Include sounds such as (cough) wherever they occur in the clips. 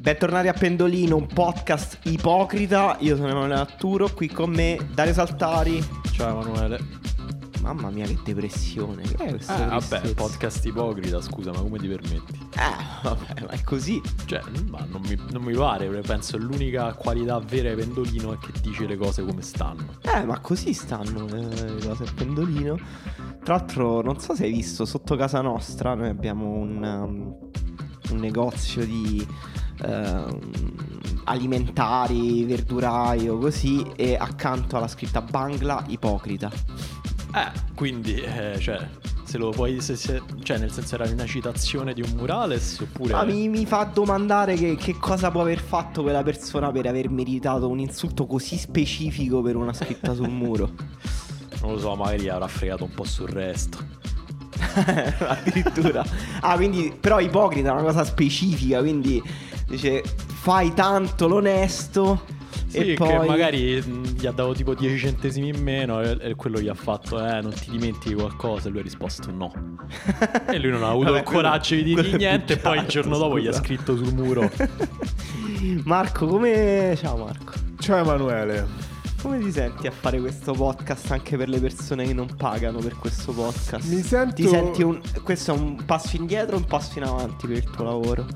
Bentornati a Pendolino, un podcast ipocrita. Io sono Emanuele Atturo, qui con me Dario Saltari. Ciao Emanuele. Mamma mia, che depressione. Che è questo Ah, vabbè, tristezza? podcast ipocrita, scusa, ma come ti permetti? Eh, vabbè, ma è così. Cioè, ma non mi, non mi pare, cioè, penso l'unica qualità vera di Pendolino è che dice le cose come stanno. Eh, ma così stanno eh, le le cose a Pendolino. Tra l'altro, non so se hai visto, sotto casa nostra noi abbiamo un, um, un negozio di ehm, alimentari, verduraio, così, e accanto alla scritta Bangla ipocrita. Eh, quindi, eh, cioè, se lo puoi, se, se- cioè, nel senso era una citazione di un murales oppure... Ma Ah, mi, mi fa domandare che, che cosa può aver fatto quella persona per aver meritato un insulto così specifico per una scritta sul (laughs) muro. Non lo so, magari avrà fregato un po' sul resto. Eh, Addirittura. Ah, quindi, però ipocrita è una cosa specifica, quindi dice fai tanto l'onesto Sì, e che poi... (laughs) magari mh, gli ha dato tipo 10 centesimi in meno e, e quello gli ha fatto, eh, non ti dimentichi qualcosa e lui ha risposto no. e lui non ha avuto Vabbè, il coraggio di quello- dirgli quello è niente e poi il bugiardo, giorno dopo gli ha scusa. scritto (laughs) sul muro. Marco, come... Ciao Marco. Ciao Emanuele. Come ti senti a fare questo podcast anche per le persone che non pagano per questo podcast? Mi sento- Ti senti un... Questo è un passo indietro o un passo in avanti per il tuo lavoro?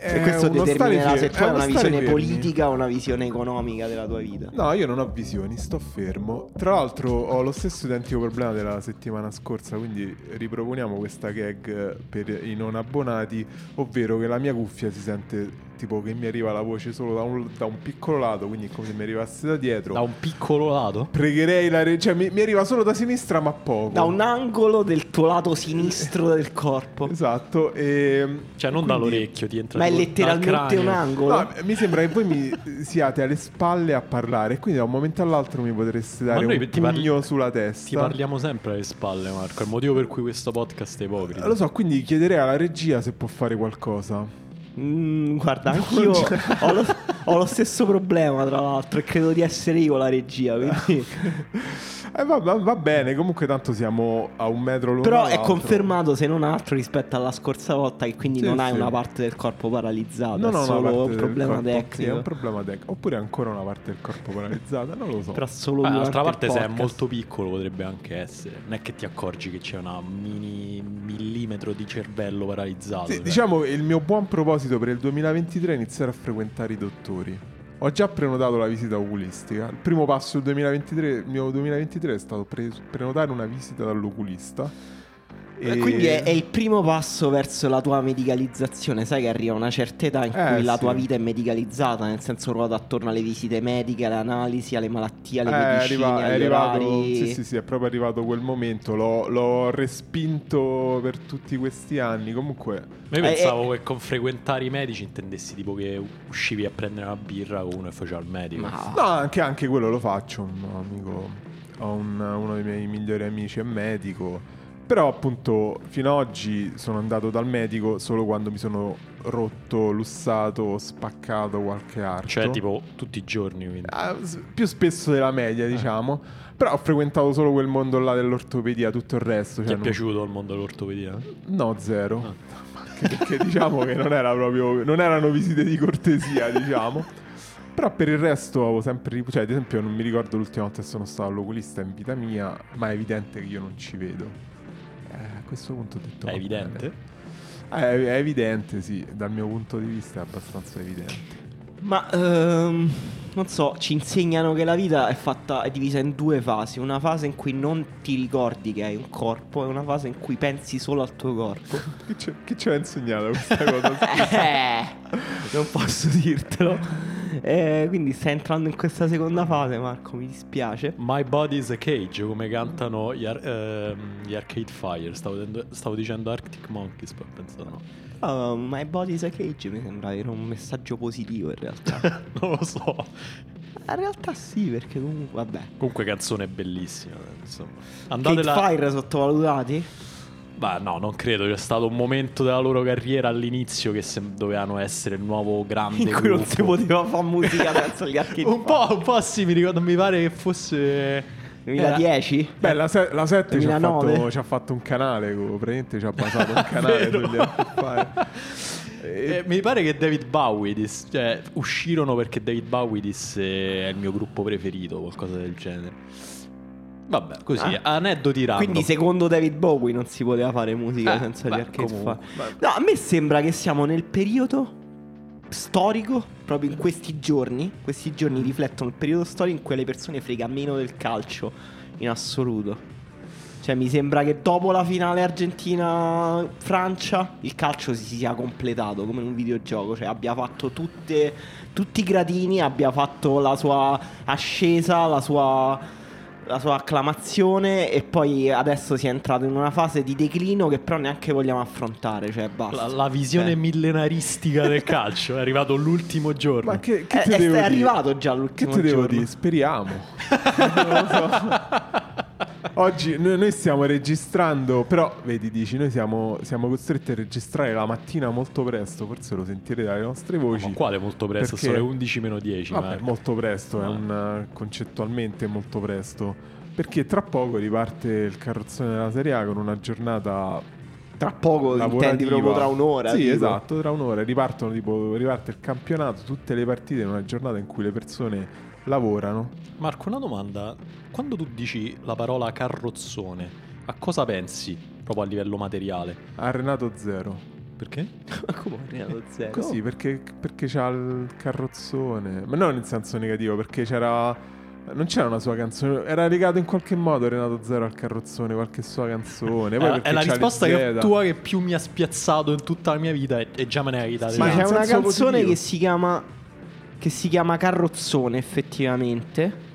e È questo uno determinerà stare se fer- tu è hai uno una stare visione fermi. politica o una visione economica della tua vita. No, io non ho visioni, sto fermo. Tra l'altro ho lo stesso identico problema della settimana scorsa, quindi riproponiamo questa gag per i non abbonati, ovvero che la mia cuffia si sente tipo che mi arriva la voce solo da un, da un piccolo lato, quindi è come se mi arrivasse da dietro. da un piccolo lato. Pregherei la... re- cioè mi, mi arriva solo da sinistra ma poco. Da un angolo del tuo lato sinistro del corpo. Esatto, e... Cioè non quindi- dall'orecchio, ti entra Ma è dal- dal letteralmente cranio. un angolo. No, eh, mi sembra che voi mi siate alle spalle a parlare, quindi da un momento all'altro mi potreste dare noi un ti parli- pugno sulla Ti testa. parliamo sempre alle spalle, Marco. È il motivo per cui questo podcast è ipocrita. Lo so, quindi chiederei alla regia se può fare qualcosa. (laughs) Mm, guarda, anch'io ho lo, ho lo stesso problema, tra l'altro, e credo di essere io la regia. (laughs) Quindi... Eh, va, va- va bene, comunque tanto siamo a un metro lungo. Però è dall'altro. confermato, se non altro, rispetto alla scorsa volta, che quindi Sì, non hai sì. una parte del corpo paralizzata. No, no, è no, solo parte un del problema corpo, sì, è tecnico. un problema tecnico. Oppure ancora una parte del corpo paralizzata, non lo so. Però solo Eh, durante d'altra il parte, se è podcast. molto piccolo, potrebbe anche essere. Non è che ti accorgi che c'è una mini millimetro di cervello paralizzato. Sì, cioè. diciamo che il mio buon proposito per il 2023 è iniziare a frequentare i dottori. Ho già prenotato la visita oculistica. Il primo passo del 2023, il mio 2023 è stato pre- prenotare una visita dall'oculista. Eh, E- Quindi è, è il primo passo verso la tua medicalizzazione. Sai che arriva una certa età in Eh, cui la sì. tua vita è medicalizzata, nel senso ruota attorno alle visite mediche, alle analisi, alle malattie, alle Eh, è, medicine, arriva- è agli arrivato, orari. sì, sì, sì, è proprio arrivato quel momento. L'ho, l'ho respinto per tutti questi anni. Comunque, Ma Io Eh, pensavo che con frequentare i medici intendessi tipo che uscivi a prendere una birra con uno e facevi il medico. Cioè, Ma- no, anche, anche quello lo faccio. Un amico, ho un- uno dei miei migliori amici, è medico. Però appunto fino ad oggi sono andato dal medico solo quando mi sono rotto, lussato, spaccato qualche arto. certo. Cioè, tipo, tutti i giorni. Quindi. Ah, s- più spesso della media, Eh. diciamo. Però ho frequentato solo quel mondo là dell'ortopedia, tutto il resto. Ti Cioè è non- piaciuto il mondo dell'ortopedia? eh. No, zero. Anche Perché diciamo che non era proprio. Non erano visite di cortesia, diciamo. Però per il resto avevo sempre. rip- Cioè, ad esempio, non mi ricordo l'ultima volta che sono stato all'oculista in vita mia, ma è evidente che io non ci vedo. Eh, a questo punto ho detto. È "Va evidente. bene". Eh, è evidente, sì. Dal mio punto di vista è abbastanza evidente. Ma ehm, non so, ci insegnano che la vita è fatta, è divisa in due fasi. Una fase in cui non ti ricordi che hai un corpo e una fase in cui pensi solo al tuo corpo. Che c'è- Che ci ha insegnato questa (laughs) cosa? Eh, non posso dirtelo. Eh, quindi stai entrando in questa seconda fase, Marco, mi dispiace. My Body is a Cage, come cantano gli, ar- ehm, gli Arcade Fire. Stavo, dendo- stavo dicendo Arctic Monkeys, poi ho pensato (laughs) no. Oh, my body's a cage mi sembra era un messaggio positivo in realtà. non lo so. in realtà sì, perché comunque, vabbè. Comunque, canzone bellissima. eh, Insomma. Kate Andatela. Fire sottovalutati? Beh, no, non credo. C'è stato un momento della loro carriera all'inizio che sem- dovevano essere il nuovo grande. In cui non si gruppo. poteva fare musica senza gli (laughs) archi un po', un po' sì, mi ricordo, mi pare che fosse 2010? Beh, la, se- la 7 ci ha, 2009. fatto, ci ha fatto un canale, co- praticamente ci ha basato un canale (laughs) Vero. sugli Arcade Fire. E- Eh, mi pare che David Bowie disse, cioè, uscirono perché David Bowie disse è il mio gruppo preferito, qualcosa del genere. Vabbè, così, Ah. aneddoti random. Quindi secondo David Bowie non si poteva fare musica Eh, senza beh, gli archi comunque, No, a me sembra che siamo nel periodo storico, proprio in questi giorni. Questi giorni riflettono il periodo storico in cui le persone frega meno del calcio in assoluto. Cioè, mi sembra che dopo la finale Argentina-Francia il calcio si sia completato come in un videogioco, cioè abbia fatto tutte- tutti i gradini, abbia fatto la sua ascesa, la sua, la sua acclamazione e poi adesso si è entrato in una fase di declino che però neanche vogliamo affrontare, cioè basta. la, la visione Cioè, millenaristica del calcio è arrivato l'ultimo giorno. Ma che, che Eh, ti eh, devo è dire? arrivato già Che l'ultimo ti devo giorno. dire? (laughs) Speriamo. Non lo so. Oggi noi, noi stiamo registrando, però vedi, dici, noi siamo, siamo costretti a registrare la mattina molto presto, forse lo sentirete dalle nostre voci. Ma quale molto presto? Perché- Sono le 11 meno 10. Vabbè, Marco. molto presto, è Ah. un, eh, concettualmente molto presto. Perché tra poco riparte il carrozzone della Serie A con una giornata Tra poco lavorativa. intendi proprio tra un'ora. Sì, tipo. esatto, tra un'ora ripartono, tipo, riparte il campionato, tutte le partite in una giornata in cui le persone lavorano. Ah. Marco, una domanda. Quando tu dici la parola carrozzone, a cosa pensi proprio a livello materiale? A Renato Zero. (laughs) Perché? Ma come è arrivato Eh, zero? oh. Così, perché, perché c'ha il carrozzone. Ma non in senso negativo, perché c'era... Non c'era una sua canzone, era legato in qualche modo Renato Zero al carrozzone, qualche sua canzone. Eh, Poi È la- perché è la c'ha le risposta che Zeta. tua che più mi ha spiazzato in tutta la mia vita e, e già me ne hai eh. dato. Sì, Ma in c'è una senso canzone positivo. che si chiama che si chiama Carrozzone effettivamente.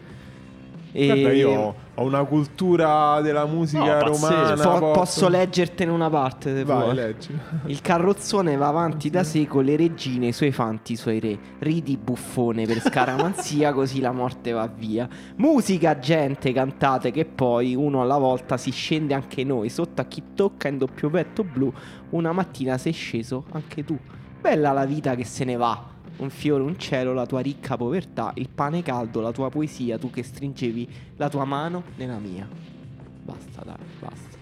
E Guarda, io ho- ho una cultura della musica No, pazzesco. romana. po- posso leggertene una parte se Vai, vuoi. leggi. Il carrozzone va avanti da secoli, le regine, i suoi fanti, i suoi re. Ridi buffone per scaramanzia, così la morte va via. Musica, gente, cantate che poi uno alla volta si scende anche noi. Sotto a chi tocca in doppio petto blu, una mattina sei sceso anche tu. Bella la vita che se ne va. Un fiore, un cielo, la tua ricca povertà, il pane caldo, la tua poesia, tu che stringevi la tua mano nella mia. Basta, dai, basta.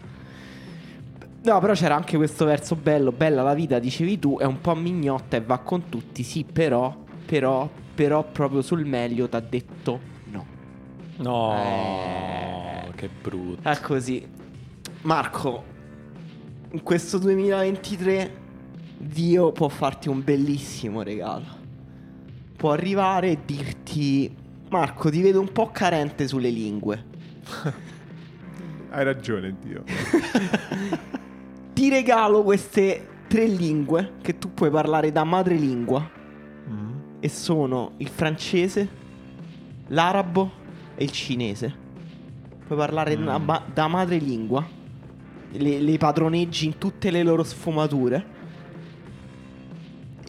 No, però c'era anche questo verso bello, bella la vita, dicevi tu, è un po' mignotta e va con tutti, sì, però, però, però proprio sul meglio t'ha detto no. No, Eh. che brutto. Ecco. È così. Marco, in questo 2023 Dio può farti un bellissimo regalo. Può arrivare e dirti, Marco, ti vedo un po' carente sulle lingue. Hai ragione, Dio. Ti regalo queste tre lingue che tu puoi parlare da madrelingua. Mm. e sono il francese, l'arabo e il cinese. Puoi parlare da, ma- da madrelingua, le, le padroneggi in tutte le loro sfumature.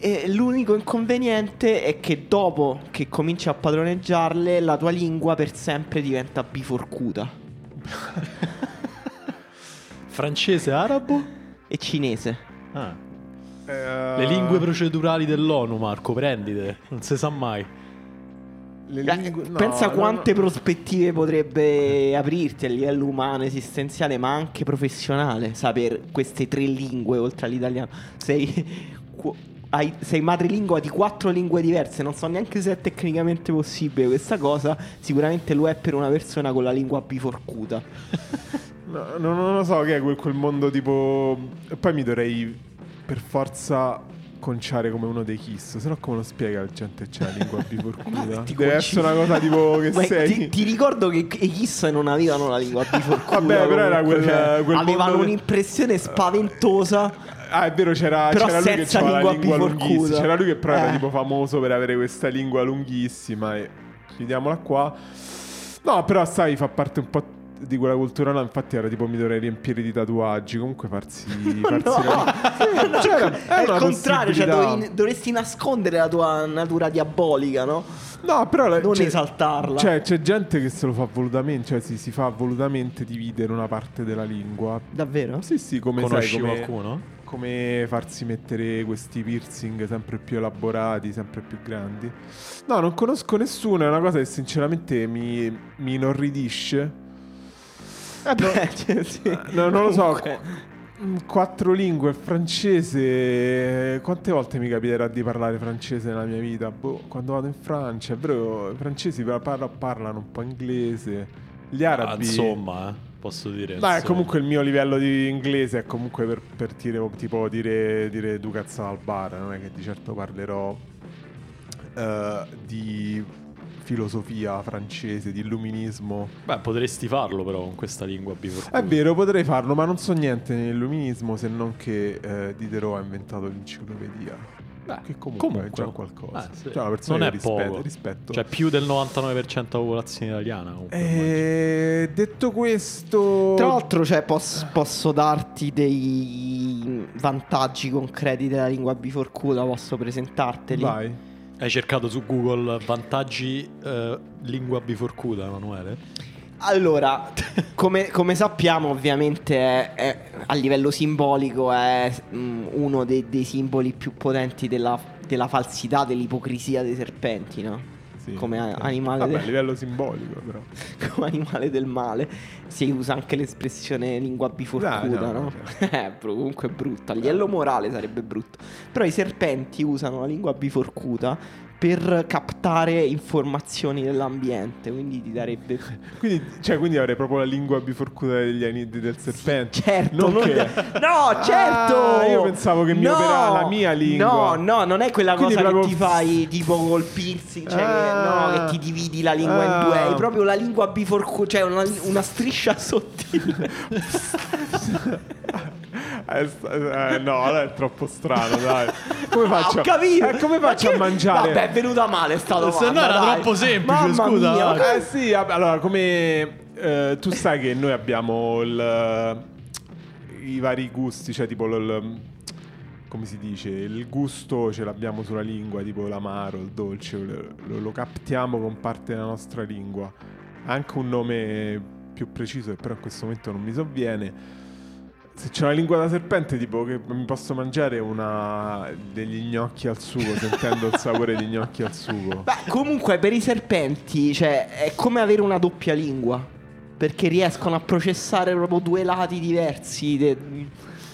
E l'unico inconveniente è che dopo che cominci a padroneggiarle, la tua lingua per sempre diventa biforcuta. Francese, arabo? E cinese. Ah. Eh, Le lingue procedurali dell'ONU, Marco, prendite. Non si sa mai. le Eh, lingue- no, Pensa no, quante no. prospettive potrebbe aprirti a livello umano, esistenziale, ma anche professionale. Saper queste tre lingue oltre all'italiano. Sei, qu- hai- sei madrelingua di quattro lingue diverse. Non so neanche se è tecnicamente possibile questa cosa. Sicuramente lo è per una persona con la lingua biforcuta. No, no, non lo so che è quel, quel mondo tipo... e Poi mi dovrei per forza conciare come uno dei Kiss, sennò come lo spiega la gente che c'è la (laughs) lingua biforcuta? Ti Deve conci- essere una cosa (laughs) tipo che Ma sei... Ti, ti ricordo che i Kiss non avevano la (laughs) lingua biforcuta. Vabbè, però era comunque, quel- cioè, quel avevano mondo- un'impressione spaventosa. Ah, è vero, c'era, Però c'era lui che senza aveva la lingua lingua biforcuta. lunghissima. C'era lui che però era Eh. tipo famoso per avere questa lingua lunghissima. E chiudiamola qua. No, però sai, fa parte un po' di quella cultura là. Infatti, era tipo mi dovrei riempire di tatuaggi. (laughs) Comunque, farsi. farsi la- Sì, (laughs) No, c'era- è una il contrario, cioè possibilità. dovevi- dovresti nascondere la tua natura diabolica, no? No, però la- Non c'è- esaltarla. Cioè, c'è gente che se lo fa volutamente, cioè si, si fa volutamente dividere una parte della lingua. Davvero? Sì, sì, come Conosci sai, come- qualcuno? come farsi mettere questi piercing sempre più elaborati, sempre più grandi. No, non conosco nessuno, è una cosa che sinceramente mi, mi inorridisce. Vabbè, (laughs) cioè, sì. Ah. No, non lo so. Comunque, qu- mm, Quattro lingue, francese. eh, Quante volte mi capiterà di parlare francese nella mia vita? Boh, quando vado in Francia, è vero, i francesi par- parla- parlano un po' inglese. Gli Ah, arabi. insomma, eh, posso dire. Dai, insomma. comunque il mio livello di inglese è comunque per, per dire, tipo, dire, dire "Du cazzo al bar, non è che di certo parlerò eh, di filosofia francese, di illuminismo. Beh, potresti farlo però con questa lingua biforcuta. Mm. È vero, potrei farlo, ma non so niente nell'illuminismo se non che eh, Diderot ha inventato l'enciclopedia. Beh, che comunque, è già qualcosa. Eh, sì. Cioè, una persona non che è rispetta- poco. rispetto. Cioè, più del 99% della popolazione italiana. Comunque, ormai. Eh, detto questo... Tra l'altro, cioè, pos- posso darti dei vantaggi concreti della lingua biforcuta, posso presentarteli. Vai. Hai cercato su Google vantaggi eh, lingua biforcuta, Emanuele? Allora, (laughs) come, come sappiamo ovviamente è- è- a livello simbolico è mm, uno dei, dei simboli più potenti della, della falsità, dell'ipocrisia dei serpenti, no? Sì. Come a- Sì. animale Vabbè, del- a livello simbolico, però. (laughs) Come animale del male. Si usa anche l'espressione lingua biforcuta, Ah, No, no, certo. no? (laughs) no, Eh, bro, comunque è brutta. A livello morale sarebbe brutto. Però i serpenti usano la lingua biforcuta per captare informazioni dell'ambiente, quindi ti darebbe (laughs) Quindi, cioè, quindi avrei proprio la lingua biforcuta degli anidi del serpente. Certo, Non non- che- (laughs) no, certo. Ah, io pensavo che mi No, operava la mia No, lingua. no, non è quella Quindi cosa proprio- che ti fai tipo col piercing, cioè Ah. che, no, che ti dividi la lingua in due. Ah. Hai proprio la lingua biforcuta, cioè una, una striscia sottile. (laughs) (laughs) Eh, st- eh, no, allora è troppo strano, dai. Come faccio? (laughs) Ah, ho capito. Eh, come Ma faccio che- a mangiare? Vabbè, è venuta male sta domanda. Se no era dai. troppo semplice, Mamma scusa. mia, ma che- Eh sì, vabbè, allora come eh, tu sai che noi abbiamo il- i vari gusti, cioè tipo il- come si dice, il gusto ce l'abbiamo sulla lingua, tipo l'amaro, il dolce, lo, lo- lo captiamo con parte della nostra lingua. Ha Anche un nome più preciso che però in questo momento non mi sovviene. Se c'è una lingua da serpente, tipo che mi posso mangiare una degli gnocchi al sugo, sentendo il sapore di gnocchi al sugo. Beh, comunque per i serpenti, cioè, è come avere una doppia lingua. Perché riescono a processare proprio due lati diversi de-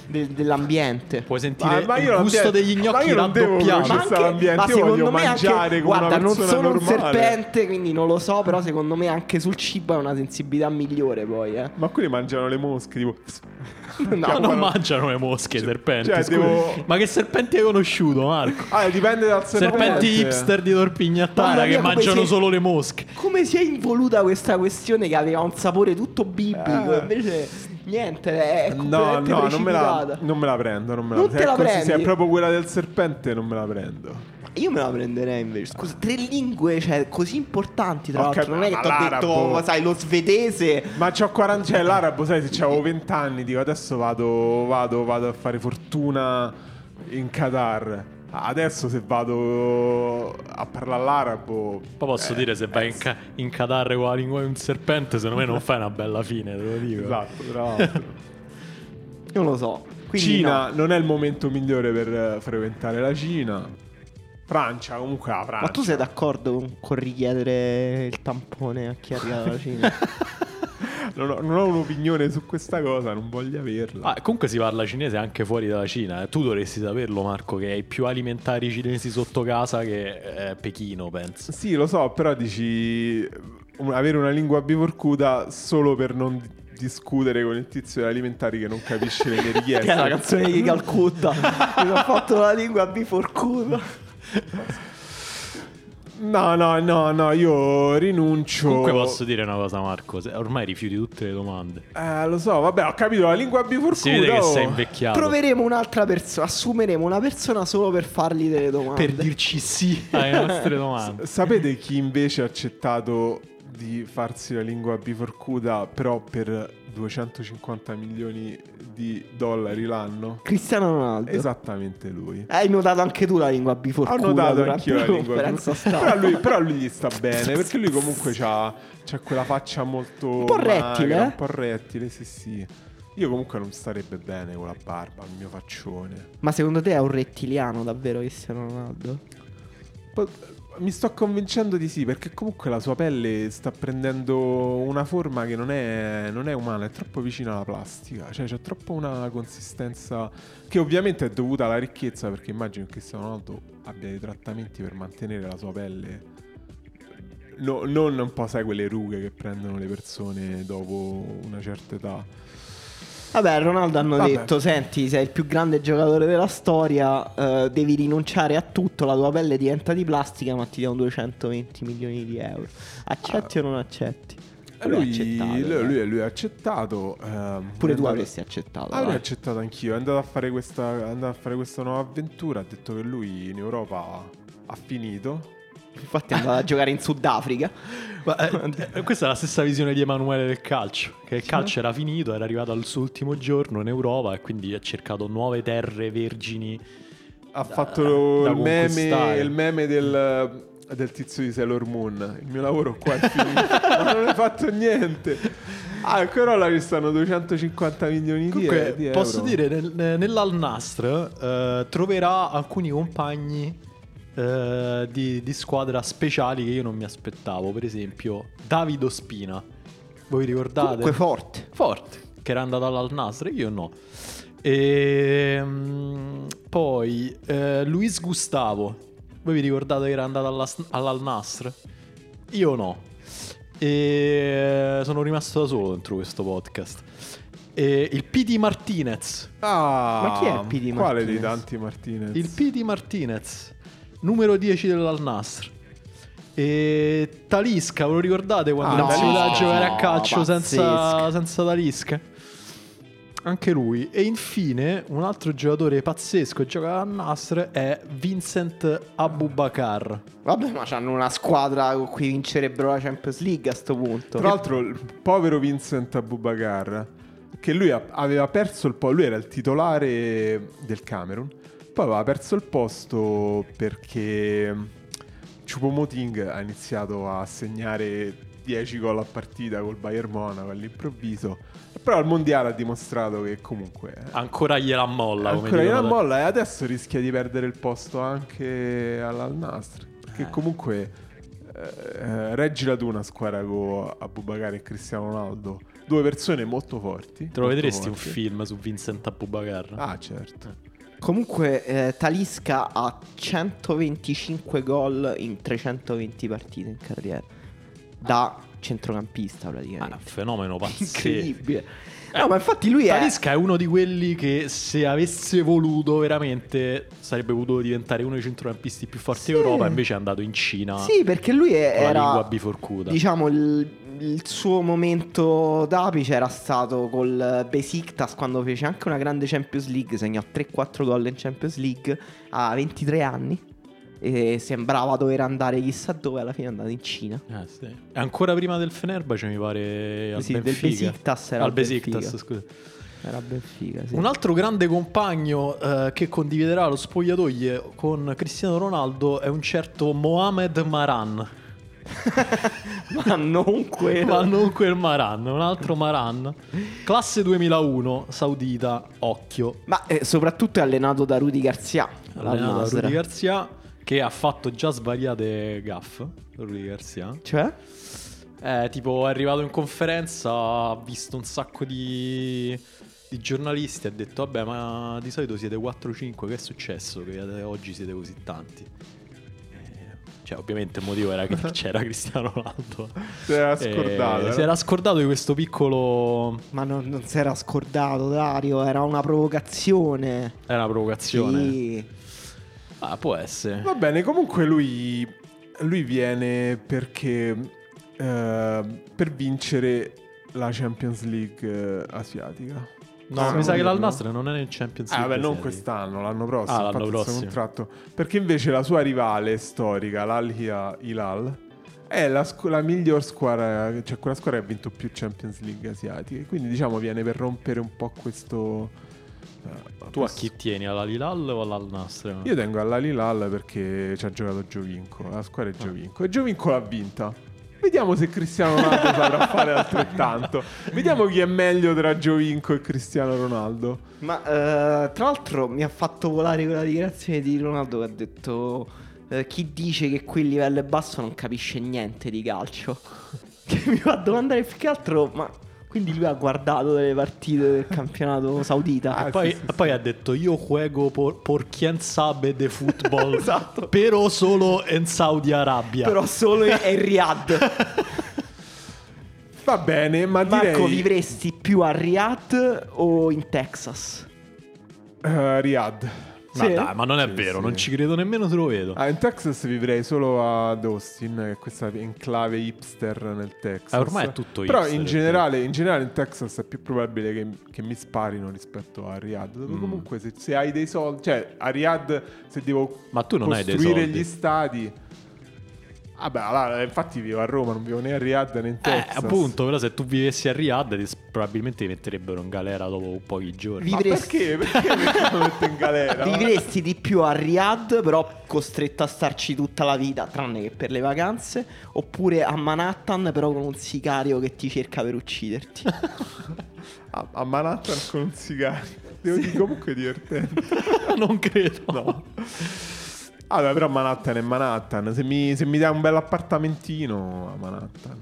de- dell'ambiente. Puoi sentire Ah, ma io il non gusto devo- degli ma gnocchi io non devo raddoppiato. conoscere- Ma- sta l'ambiente, io voglio mangiare come una guarda, non persona sono un normale. serpente, quindi non lo so, però secondo me anche sul cibo è una sensibilità migliore poi, eh. Ma quelli mangiano le mosche, tipo. (laughs) No, No, non mangiano le mosche, i serpenti. cioè, scusa. devo- Ma che serpenti hai conosciuto, Marco? Ah, dipende dal serpente. Serpenti hipster di Mamma mia, Torpignattara che come mangiano si- solo le mosche. come si è involuta questa questione che aveva un sapore tutto biblico, Eh. invece niente, è No, completamente no, non me, la, precipitata. non me la prendo. Non, me la Non prendo. te la Se- prendi? Se è proprio quella del serpente, non me la prendo. Io me la prenderei invece. Scusa, tre lingue, cioè, così importanti, tra Ho l'altro. cap- Non è che ma ti ho detto, l'arabo. oh, sai, lo svedese. Ma c'ho 40 cioè, l'arabo, sai, se c'avevo 20 anni, dico adesso vado, vado, vado a fare fortuna in Qatar. Adesso se vado a parlare eh, l'arabo. Poi posso dire se vai in, ca- in Qatar con la lingua di un serpente, secondo me non fai una bella fine, te lo dico. Esatto, bravo. Non lo so. (laughs) Quindi Cina no. non è il momento migliore per eh, frequentare la Cina. Francia, comunque la Francia. Ma tu sei d'accordo con, con richiedere il tampone a chi arriva dalla (laughs) Cina? Non ho, non ho un'opinione su questa cosa, non voglio averla. Ah, comunque si parla cinese anche fuori dalla Cina. eh. Tu dovresti saperlo, Marco, che hai più alimentari cinesi sotto casa che eh, Pechino, penso. Sì, lo so, però dici un- avere una lingua biforcuta solo per non di- discutere con il tizio degli alimentari che non capisce (laughs) le mie Che è la richieste. canzone di (laughs) Calcutta. Mi ha fatto la lingua biforcuta. No, no, no, no, io rinuncio. Comunque posso dire una cosa, Marco. se- Ormai rifiuti tutte le domande. Eh, lo so, vabbè, ho capito, la lingua biforcuta. Si vede che oh. sei invecchiato. Troveremo un'altra persona. Assumeremo una persona solo per fargli delle domande. Per dirci sì alle nostre domande. Sapete chi invece ha accettato di farsi la lingua biforcuta però per 250 milioni di dollari l'anno? Cristiano Ronaldo. Eh, Esattamente lui. Hai notato anche tu la lingua Esatto. Ho biforcuta. notato durante anch'io la lingua conferenza biforcuta. stampa. (laughs) Però lui, però lui gli sta bene perché lui comunque ha quella faccia molto. Un po' magra, rettile, eh? Un po' rettile, sì, sì. Io comunque non starebbe bene con la barba, il mio faccione. Ma secondo te è un rettiliano davvero Cristiano Ronaldo? Poi, Mi sto convincendo di sì, perché comunque la sua pelle sta prendendo una forma che non è, non è umana, è troppo vicina alla plastica, cioè c'è troppo una consistenza che ovviamente è dovuta alla ricchezza, perché immagino che Cristiano Ronaldo abbia dei trattamenti per mantenere la sua pelle. No- non un po' sai quelle rughe che prendono le persone dopo una certa età. Vabbè, Ronaldo hanno Vabbè. detto: Senti, sei il più grande giocatore della storia. eh, devi rinunciare a tutto. La tua pelle diventa di plastica, ma ti diamo 220 milioni di euro. Accetti o non accetti? Lui ha Lui, accettato, lui- eh. lui- lui ha accettato. ehm, Pure tu andato- avresti accettato. Avrei dai. accettato anch'io, è andato a fare questa, è andato a fare questa nuova avventura, ha detto che lui in Europa ha finito. Infatti, è andato a giocare in Sudafrica. (laughs) Ma, eh, eh, questa è la stessa visione di Emanuele del calcio, che il calcio era finito, era arrivato al suo ultimo giorno in Europa e quindi ha cercato nuove terre vergini. Ha fatto da il, meme, conquistare. il meme del, del tizio di Sailor Moon, il mio lavoro qua (laughs) è finito, ma non hai fatto niente. Ah, ancora là ci stanno 250 milioni di, Comunque, di euro. posso dire, nel, nell'Al Nasr eh, troverà alcuni compagni eh, di, di squadra speciali che io non mi aspettavo, per esempio Davido Spina. Voi ricordate? Comunque, forte. Forte, che era andato all'Al Nasr, io no. E, poi eh, Luis Gustavo, voi vi ricordate che era andato alla- all'Al Nasr? Io no. E sono rimasto da solo dentro questo podcast. E il PD Martinez, Ah, Ma chi è il PD Quale dei Martinez? tanti Martinez? il PD Martinez, numero 10 dell'Al Nasr. E Talisca, ve lo ricordate quando Ah, si andava a Talisca, giocare a sì. calcio senza, Pazzesco. senza Talisca? Anche lui. E infine un altro giocatore pazzesco che gioca al Nasr è Vincent Abubakar. Vabbè, ma c'hanno una squadra con cui vincerebbero la Champions League a sto punto. Tra l'altro, il povero Vincent Abubakar, che lui a- aveva perso il posto, lui era il titolare del Camerun, poi aveva perso il posto perché Choupo-Moting ha iniziato a segnare 10 gol a partita col Bayern Monaco all'improvviso, però al Mondiale ha dimostrato che comunque... Ancora gliela molla. come Ancora dicono una da- molla e eh, adesso rischia di perdere il posto anche all'Al Nasr. Che comunque eh, eh, reggila tu una squadra con Abubakar e Cristiano Ronaldo, due persone molto forti. Te lo molto vedresti un forti. film su Vincent Abubakar? Ah, certo. Comunque, eh, Talisca ha 125 gol in 320 partite in carriera. Da centrocampista, Ah, è un praticamente. fenomeno pazzesco. Eh, Incredibile. No, ma infatti lui è. Talisca è uno di quelli che se avesse voluto veramente sarebbe potuto diventare uno dei centrocampisti più forti Sì. d'Europa, invece è andato in Cina. Sì, perché lui è- Con la era. lingua biforcuta. Diciamo il, il suo momento d'apice era stato col Besiktas quando fece anche una grande Champions League. Segnò 3-4 gol in Champions League a 23 anni. E sembrava dover andare chissà dove. Alla fine è andato in Cina. Eh, sì. E Ancora prima del Fenerbahce mi pare al Sì, del Benfica. Besiktas era al al Benfica. Besiktas, scusa. Era ben figa, sì. Un altro grande compagno eh, che condividerà (laughs) lo spogliatoio con Cristiano Ronaldo è un certo Mohamed Maran. (laughs) Ma non quello. Ma non quel Maran, un altro Maran. Classe 2001, Saudita, occhio. Ma eh, soprattutto è allenato da Rudy Garzia. Allenato da Rudy Garcia, che ha fatto già sbagliate gaff. Rudy Garcia. Cioè? Eh, tipo, è arrivato in conferenza, ha visto un sacco di, di giornalisti, ha detto, vabbè, ma di solito siete 4-5, che è successo che oggi siete così tanti? Eh, Cioè, ovviamente il motivo era che c'era Cristiano Ronaldo. Si era scordato, Eh, no? si era scordato di questo piccolo... Ma non, non si era scordato, Dario. Era una provocazione. Era una provocazione. Sì. Ah, può essere. Va bene, comunque lui, lui viene perché eh, per vincere la Champions League eh, asiatica. No, Ah, mi sa che no. l'Al Nasr non è nel Champions Ah, League. vabbè, non serie. quest'anno, l'anno prossimo. Ah, ha l'anno fatto questo prossimo. Contratto, perché invece la sua rivale storica, l'Al Hilal, è la, scu- la miglior squadra, cioè quella squadra che ha vinto più Champions League asiatiche. Quindi diciamo viene per rompere un po' questo... eh, Tu a questo- chi tieni? Alla Lilal o all'Al Nasr? Io tengo all'Alilal perché ci ha giocato Giovinco, la squadra è Ah. Giovinco e Giovinco l'ha vinta. Vediamo se Cristiano Ronaldo saprà fare altrettanto. Vediamo chi è meglio tra Giovinco e Cristiano Ronaldo. Ma eh, tra l'altro mi ha fatto volare quella dichiarazione di Ronaldo che ha detto eh, chi dice che qui il livello è basso non capisce niente di calcio. (laughs) che mi fa domandare più che altro, ma quindi lui ha guardato delle partite del campionato saudita. Ah, Poi, sì, sì, sì. poi ha detto io juego por, por quien sabe de (laughs) football Esatto. Però solo in Saudi Arabia Però solo è è Riyadh. (laughs) Va bene, ma Marco, direi vivresti più a Riyadh o in Texas? eh, Riyadh. Ma Sì? dai, ma non è Sì, vero, sì. non ci credo nemmeno se lo vedo Eh, Ah, in Texas vivrei solo ad Austin, che è questa enclave hipster nel Texas. Ah, ormai è tutto Però hipster, in il generale, in generale in Texas è più probabile che, che mi sparino rispetto a Riyadh. Dove Mm. comunque se, se hai dei soldi, cioè a Riyadh se devo Ma tu non hai dei costruire soldi. gli stadi. Vabbè, allora, infatti vivo a Roma, non vivo né a Riyadh né in Eh, Texas. appunto, però se tu vivessi a Riyadh ti s- probabilmente ti metterebbero in galera dopo pochi giorni Vi- Ma Vivresti- perché? Perché mi hanno messo in (laughs) galera? Vivresti di più a Riyadh, però costretto a starci tutta la vita, tranne che per le vacanze, oppure a Manhattan, però con un sicario che ti cerca per (laughs) ucciderti. A, a Manhattan con un sigaro. Devo dire comunque è divertente. Non credo Vabbè, però Manhattan è Manhattan. Se mi, se mi dai un bel appartamentino a Manhattan.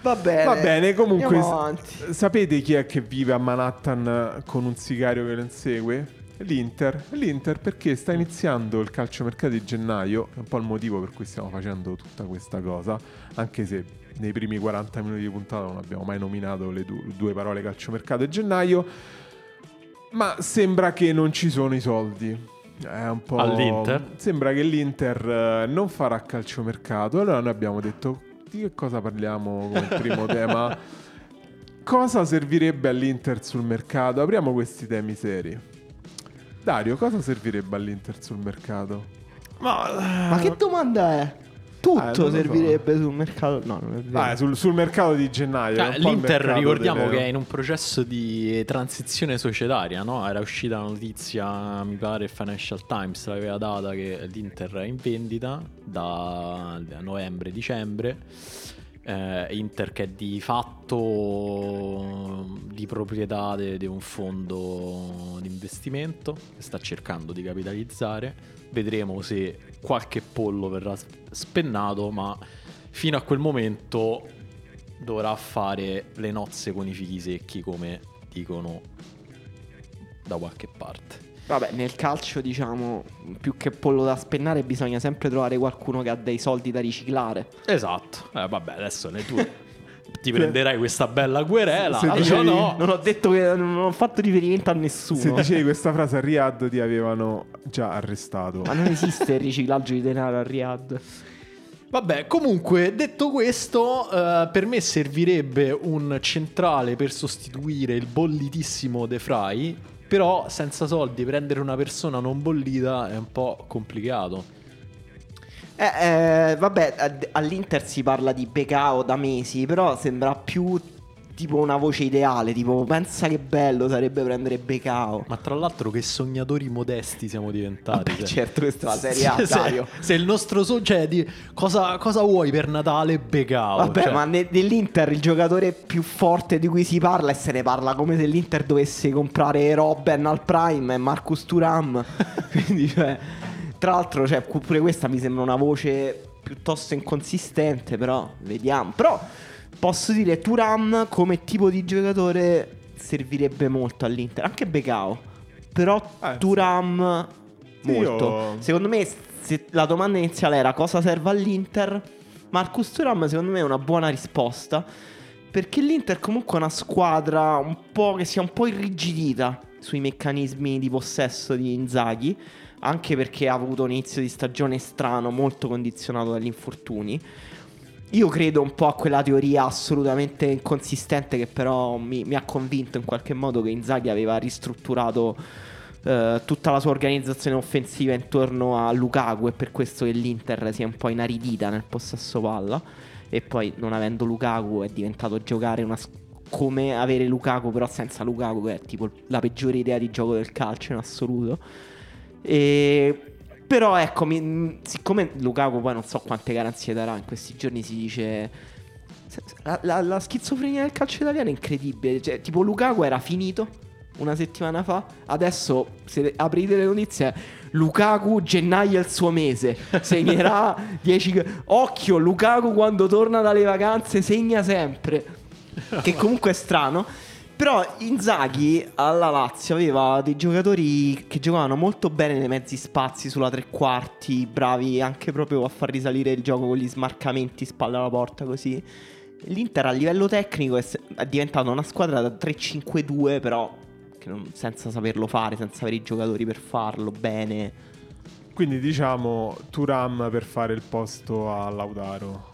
Va bene. Va bene, comunque. Eh, Andiamo avanti. s- Sapete chi è che vive a Manhattan eh, con un sicario che lo insegue? L'Inter. L'Inter perché sta iniziando il calciomercato di gennaio. È un po' il motivo per cui stiamo facendo tutta questa cosa. Anche se nei primi 40 minuti di puntata non abbiamo mai nominato le du- due parole calciomercato e gennaio. Ma sembra che non ci sono i soldi. È un po'... All'Inter? Sembra che l'Inter eh, non farà calciomercato. Allora noi abbiamo detto di che cosa parliamo come (laughs) primo tema. Cosa servirebbe all'Inter sul mercato? Apriamo questi temi seri. Dario, cosa servirebbe all'Inter sul mercato? Ma, Ma che domanda è? Eh, Tutto non lo servirebbe sul mercato. No, non è vero. Ah, sul, sul mercato di gennaio. Ah, un po' il L'Inter Cioè, mercato ricordiamo delle- che è in un processo di eh, transizione societaria, no? Era uscita la notizia, mi pare, il Financial Times l'aveva data che l'Inter è in vendita da novembre-dicembre. Eh, Inter che è di fatto di proprietà de- di un fondo di investimento che sta cercando di capitalizzare. Vedremo se qualche pollo verrà sp- spennato, ma fino a quel momento dovrà fare le nozze con i fichi secchi, come dicono da qualche parte. Vabbè, nel calcio, diciamo, più che pollo da spennare, bisogna sempre trovare qualcuno che ha dei soldi da riciclare. Esatto. Eh, vabbè, adesso ne tu ti prenderai questa bella querela. Se io dicevi- no. Non ho detto che non ho fatto riferimento a nessuno. Se dicevi questa frase a Riyadh ti avevano già arrestato. Ma non esiste il riciclaggio di denaro a Riyadh. Vabbè, comunque, detto questo, eh, per me servirebbe un centrale per sostituire il bollitissimo De Frey, però senza soldi prendere una persona non bollita è un po' complicato. Eh, eh, vabbè, ad- all'Inter si parla di Becao da mesi, però sembra più tipo una voce ideale, tipo pensa che bello sarebbe prendere Becao. Ma tra l'altro che sognatori modesti siamo diventati. Beh, cioè. certo, questa è la serie A, (laughs) se, Dario. se- se il nostro sogno, cioè, di- cosa, cosa vuoi per Natale Becao? Vabbè, Cioè, ma ne- nell'Inter il giocatore più forte di cui si parla e se ne parla come se l'Inter dovesse comprare Robben al Prime e Marcus Turam. Quindi, cioè, tra l'altro, cioè, cu- pure questa mi sembra una voce piuttosto inconsistente, però vediamo. Però posso dire Turam come tipo di giocatore servirebbe molto all'Inter, anche Becao. Però Ah, sì. Turam Sì, molto. io- Secondo me se la domanda iniziale era cosa serve all'Inter, Marcus Thuram secondo me è una buona risposta perché l'Inter comunque è una squadra un po' che si è un po' irrigidita sui meccanismi di possesso di Inzaghi, anche perché ha avuto un inizio di stagione strano, molto condizionato dagli infortuni. Io credo un po' a quella teoria assolutamente inconsistente che però mi, mi ha convinto in qualche modo che Inzaghi aveva ristrutturato eh, tutta la sua organizzazione offensiva intorno a Lukaku e per questo che l'Inter si è un po' inaridita nel possesso palla e poi non avendo Lukaku è diventato giocare una s- come avere Lukaku però senza Lukaku che è tipo la peggiore idea di gioco del calcio in assoluto. E... Però ecco, mi- siccome Lukaku poi non so quante garanzie darà in questi giorni si dice... se- se- La, la- la schizofrenia del calcio italiano è incredibile. Cioè, tipo Lukaku era finito una settimana fa, adesso se le- aprite le notizie Lukaku gennaio è il suo mese, segnerà 10... go- Occhio, Lukaku quando torna dalle vacanze segna sempre che comunque è strano. Però Inzaghi alla Lazio aveva dei giocatori che giocavano molto bene nei mezzi spazi sulla tre quarti, bravi anche proprio a far risalire il gioco con gli smarcamenti spalla alla porta così. L'Inter a livello tecnico è, se- è diventata una squadra da 3-5-2 però che non- senza saperlo fare, senza avere i giocatori per farlo bene. Quindi diciamo Turam per fare il posto a Lautaro.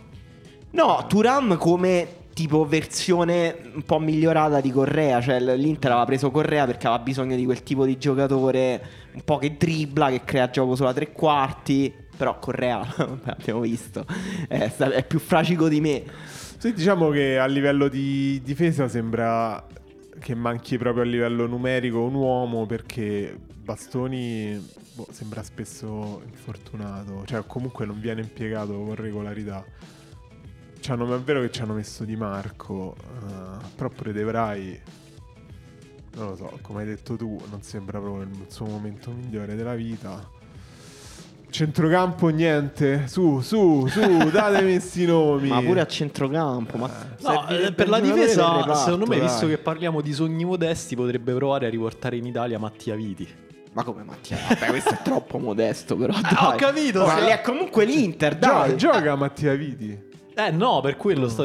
No, Turam come tipo versione un po' migliorata di Correa, cioè l- l'Inter aveva preso Correa perché aveva bisogno di quel tipo di giocatore un po' che dribbla, che crea gioco solo a tre quarti, però Correa, (laughs) vabbè, abbiamo visto, è, sta- è più fragico di me. Sì, diciamo che a livello di difesa sembra che manchi proprio a livello numerico un uomo perché Bastoni boh, sembra spesso infortunato, cioè comunque non viene impiegato con regolarità. Ci hanno- è vero che ci hanno messo Di Marco, eh, però pure De Vrij, non lo so, come hai detto tu, non sembra proprio il suo momento migliore della vita. Centrocampo niente, su, (laughs) su, su, datemi questi nomi. Ma pure a centrocampo, ma... No, servirebbe eh, per la un giocatore del difesa, reparto, secondo me, dai. visto che parliamo di sogni modesti, potrebbe provare a riportare in Italia Mattia Viti. Ma come Mattia? Vabbè, questo è troppo modesto, però... Dai. Ah, ho capito, Ma sì. lì è comunque l'Inter, Gio- dai! gioca Mattia Viti. Eh no, per quello sto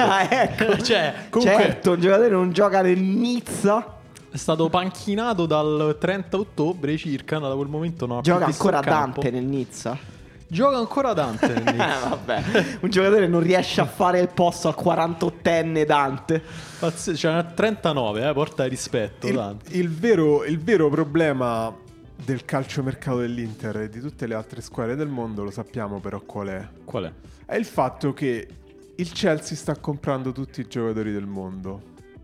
(laughs) Ah, ecco. (laughs) cioè, comunque Certo, un giocatore non gioca nel Nizza... è stato panchinato dal 30 ottobre circa, da quel momento no. ha più Gioca visto ancora il campo. Dante nel Nizza? Eh, Gioca ancora Dante. (laughs) (laughs) nel Nizza. vabbè. Un giocatore non riesce a fare il posto al 48enne Dante. Pazz- cioè, a 39, eh, porta rispetto Il, Dante. il vero, il vero problema del calciomercato dell'Inter e di tutte le altre squadre del mondo, lo sappiamo però qual è. Qual è? È il fatto che il Chelsea sta comprando tutti i giocatori del mondo.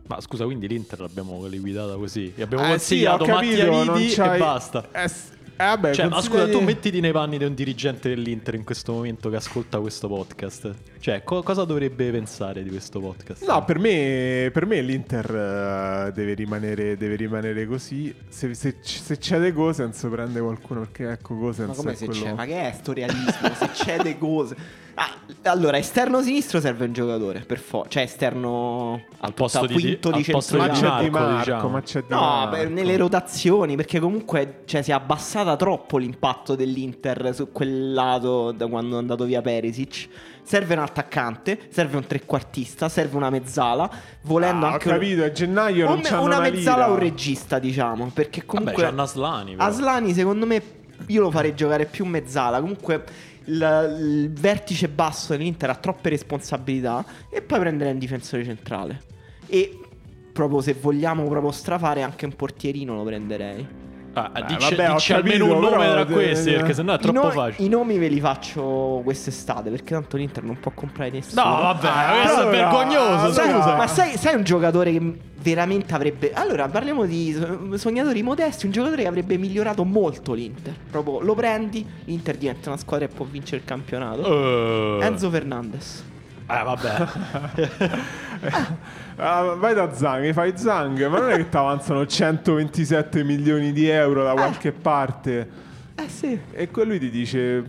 Ma scusa, quindi l'Inter l'abbiamo liquidata così. Gli abbiamo Eh, sì, consigliato ho capito, Mattia non Viti e c'hai- basta. Eh, s- eh, vabbè, Cioè, ma consiglia scusa, tu di- mettiti nei panni di un dirigente dell'Inter in questo momento che ascolta questo podcast. Cioè, co- cosa dovrebbe pensare di questo podcast? No, per me, per me l'Inter eh, deve, rimanere, deve rimanere così. Se, se, se cede Gosens prende qualcuno perché ecco Gosens Ma come è se quello... c'è? Ma che è sto realismo? se c'è De cose. allora, esterno sinistro serve un giocatore, per forza. Cioè, esterno al posto di- quinto di, al posto di Ma centrocampo. c'è Di Marco, Marco, diciamo. ma c'è Di No, Marco. per- nelle rotazioni, perché comunque cioè, si è abbassata troppo l'impatto dell'Inter su quel lato da quando è andato via Perisic. Serve un attaccante, serve un trequartista, serve una mezzala, volendo Ah, anche ho un- capito, a gennaio non un- c'hanno una una mezzala lira. o un regista, diciamo, perché Vabbè, comunque c'è Naslani. però. Aslani secondo me io lo farei giocare più mezzala, comunque il, il vertice basso dell'Inter ha troppe responsabilità e poi prendere un difensore centrale. E proprio se vogliamo proprio strafare anche un portierino lo prenderei. Ah, Beh, dice, vabbè, ho dice almeno capito, un nome però- tra questi, eh, perché sennò è I, troppo no- facile. I nomi ve li faccio quest'estate perché tanto l'Inter non può comprare nessuno. No, vabbè, questo è Ah, allora, vergognoso. allora- Sai- scusa. ma sai, sai un giocatore che veramente avrebbe. Allora, parliamo di so- sognatori modesti. Un giocatore che avrebbe migliorato molto l'Inter. Proprio lo prendi, l'Inter diventa una squadra che può vincere il campionato. Eh. Enzo Fernandez. Eh, vabbè. (laughs) (laughs) Ah, vai da Zang, fai Zang, ma non è che ti avanzano 127 milioni di euro da qualche parte. Eh sì. E quello lui ti dice: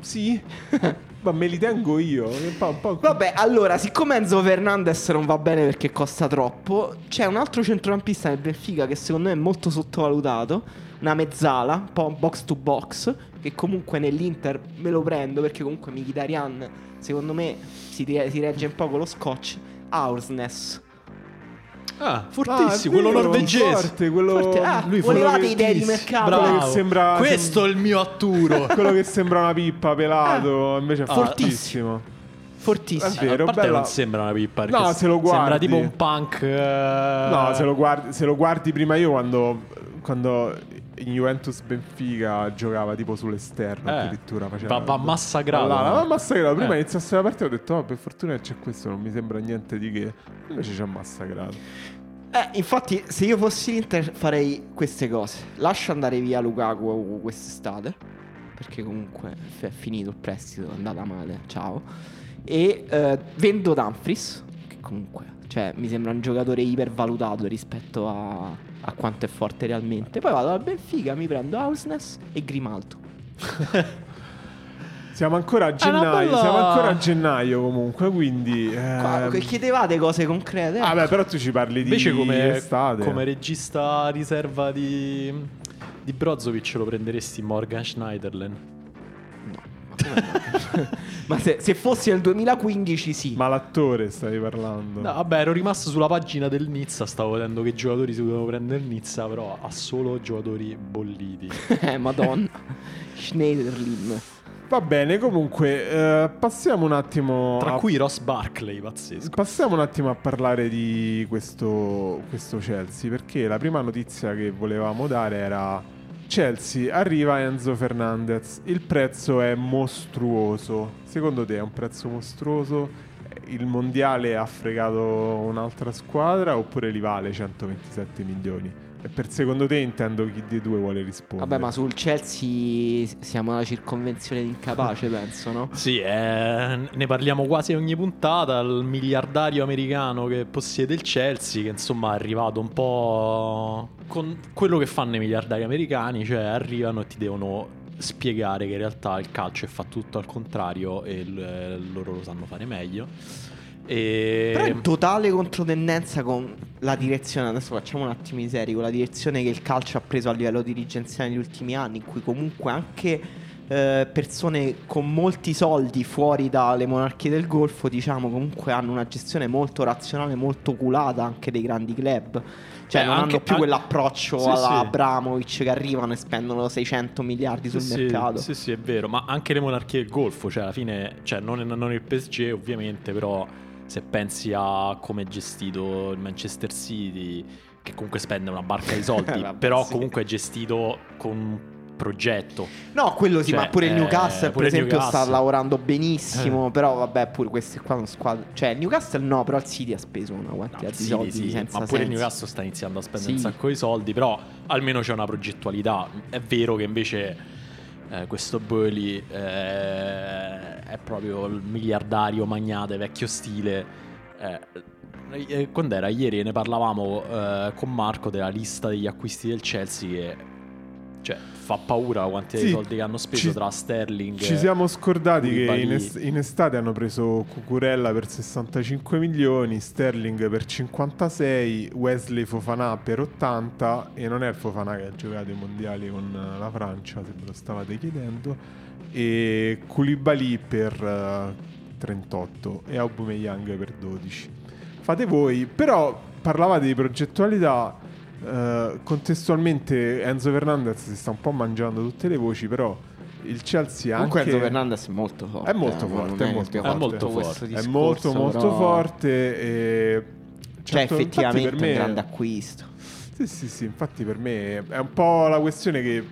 Sì, (laughs) ma me li tengo io. Che fa un po' Vabbè, allora, siccome Enzo Fernandez non va bene perché costa troppo, c'è un altro centrocampista nel Benfica che secondo me è molto sottovalutato, una mezzala, un po' box to box, che comunque nell'Inter me lo prendo perché comunque Mkhitaryan, secondo me, si, re- si regge un po' con lo scotch, Aursnes. Ah, Ah, è fortissimo, quello vero, norvegese. Forte, quello, Forte, ah, lui fu- volevate quello che- idee di sì, mercato. quello Bravo. che sembra, Questo è il mio atturo. (laughs) quello che sembra una pippa pelato, Ah. invece è fortissimo. fortissimo. Fortissimo. È vero, a parte bella- non sembra una pippa. No, perché se lo guardi. Sembra tipo un punk. eh, No, se lo, guardi, se lo guardi prima io quando, quando in Juventus Benfica giocava tipo sull'esterno Eh, addirittura faceva, va- va massacrato. Allora, va massacrato. Prima Eh. iniziasse la partita ho detto oh, per fortuna che c'è questo, non mi sembra niente di che. Invece ci ha massacrato. Eh, infatti, se io fossi l'Inter farei queste cose. Lascio andare via Lukaku quest'estate, perché comunque f- è finito il prestito, è andata male, ciao. E eh, vendo Dumfries, che comunque cioè, mi sembra un giocatore ipervalutato rispetto a, a quanto è forte realmente. Poi vado al Benfica, mi prendo Hausness e Grimaldo. Siamo ancora a una gennaio, bella- siamo ancora a gennaio comunque, quindi... Qua, ehm, Ah, Chiedevate cose concrete. Vabbè, però tu ci parli di Invece, come, estate. come regista riserva di, di Brozovic, lo prenderesti Morgan Schneiderlin. Ma, come no? (laughs) Ma se, se fossi nel 2015 sì. Ma l'attore stavi parlando. No, vabbè, ero rimasto sulla pagina del Nizza. Stavo vedendo che giocatori si dovevano prendere il Nizza, però ha solo giocatori bolliti. Eh, Madonna. Schneiderlin. Va bene, comunque, eh, passiamo un attimo... Tra a... cui Ross Barkley, pazzesco. Passiamo un attimo a parlare di questo, questo Chelsea, perché la prima notizia che volevamo dare era Chelsea, arriva Enzo Fernandez, il prezzo è mostruoso, secondo te è un prezzo mostruoso? Il mondiale ha fregato un'altra squadra oppure li vale 127 milioni? E per secondo te intendo chi dei due vuole rispondere? Vabbè, ma sul Chelsea siamo alla circonvenzione di incapace, penso, no? Sì, eh, ne parliamo quasi ogni puntata. Il miliardario americano che possiede il Chelsea, che insomma è arrivato un po' con quello che fanno i miliardari americani, cioè arrivano e ti devono spiegare che in realtà il calcio è fa tutto al contrario e l- eh, loro lo sanno fare meglio. E... Però in totale controtendenza con la direzione, adesso facciamo un attimo i seri, con la direzione che il calcio ha preso a livello dirigenziale negli ultimi anni, in cui comunque anche eh, persone con molti soldi fuori dalle monarchie del Golfo, diciamo, comunque hanno una gestione molto razionale, molto culata anche dei grandi club. Cioè, Eh, non anche- hanno più an- quell'approccio Sì, alla sì. Abramovic che arrivano e spendono 600 miliardi sul sì, mercato. Sì, sì, è vero, ma anche le monarchie del Golfo, cioè alla fine, cioè non, non il PSG ovviamente, però se pensi a come è gestito il Manchester City, che comunque spende una barca (laughs) di soldi, Vabbè, però sì. comunque è gestito con un progetto. No, quello sì, Cioè, ma pure il eh, Newcastle, per pure il esempio, sta Newcastle. Eh. lavorando benissimo. Però, vabbè, pure queste qua sono squadre. Cioè, il Newcastle no, però il City ha speso una No, quantità di sì, soldi sì, senza ma pure il senso. Newcastle sta iniziando a spendere un Sì. sacco di soldi, però almeno c'è una progettualità. È vero che invece eh, questo Burley eh, è proprio il miliardario magnate vecchio stile. Eh, eh, quando era ieri ne parlavamo eh, con Marco della lista degli acquisti del Chelsea che cioè, fa paura la quantità di Sì, soldi che hanno speso ci- tra Sterling Ci siamo scordati che Koulibaly. in, est- in estate hanno preso Cucurella per 65 milioni, Sterling per 56, Wesley Fofana per 80 e non è il Fofana che ha giocato i mondiali con eh, la Francia, se ve lo stavate chiedendo, e Koulibaly per eh, 38 e Aubameyang per 12. Fate voi, però parlavate di progettualità eh, contestualmente Enzo Fernandez si sta un po' mangiando tutte le voci, però il Chelsea anche Comunque, Enzo Fernandez è molto forte. È molto eh, forte, non è che molto abbiamo forte. fatto È molto questo forte. è discorso, molto molto però- forte e Cioè, certo, infatti effettivamente per me è un grande acquisto. Sì, sì, sì, infatti per me è un po' la questione che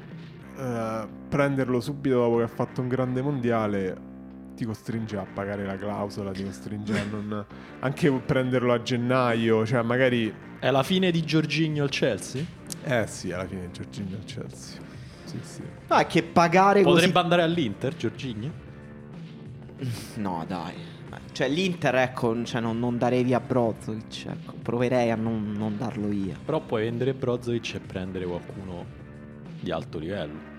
eh, prenderlo subito dopo che ha fatto un grande mondiale ti costringe a pagare la clausola, (laughs) ti costringe a non... anche prenderlo a gennaio, cioè magari... È la fine di Giorginio al Chelsea? Eh sì, alla fine Giorginio al Chelsea. Sì, sì. No, è che pagare Potrebbe così andare all'Inter, Giorginio? No, dai. Cioè, l'Inter, ecco, cioè, non, non darei via Brozovic. Ecco, proverei a non, non darlo via. Però puoi vendere Brozovic e prendere qualcuno di alto livello.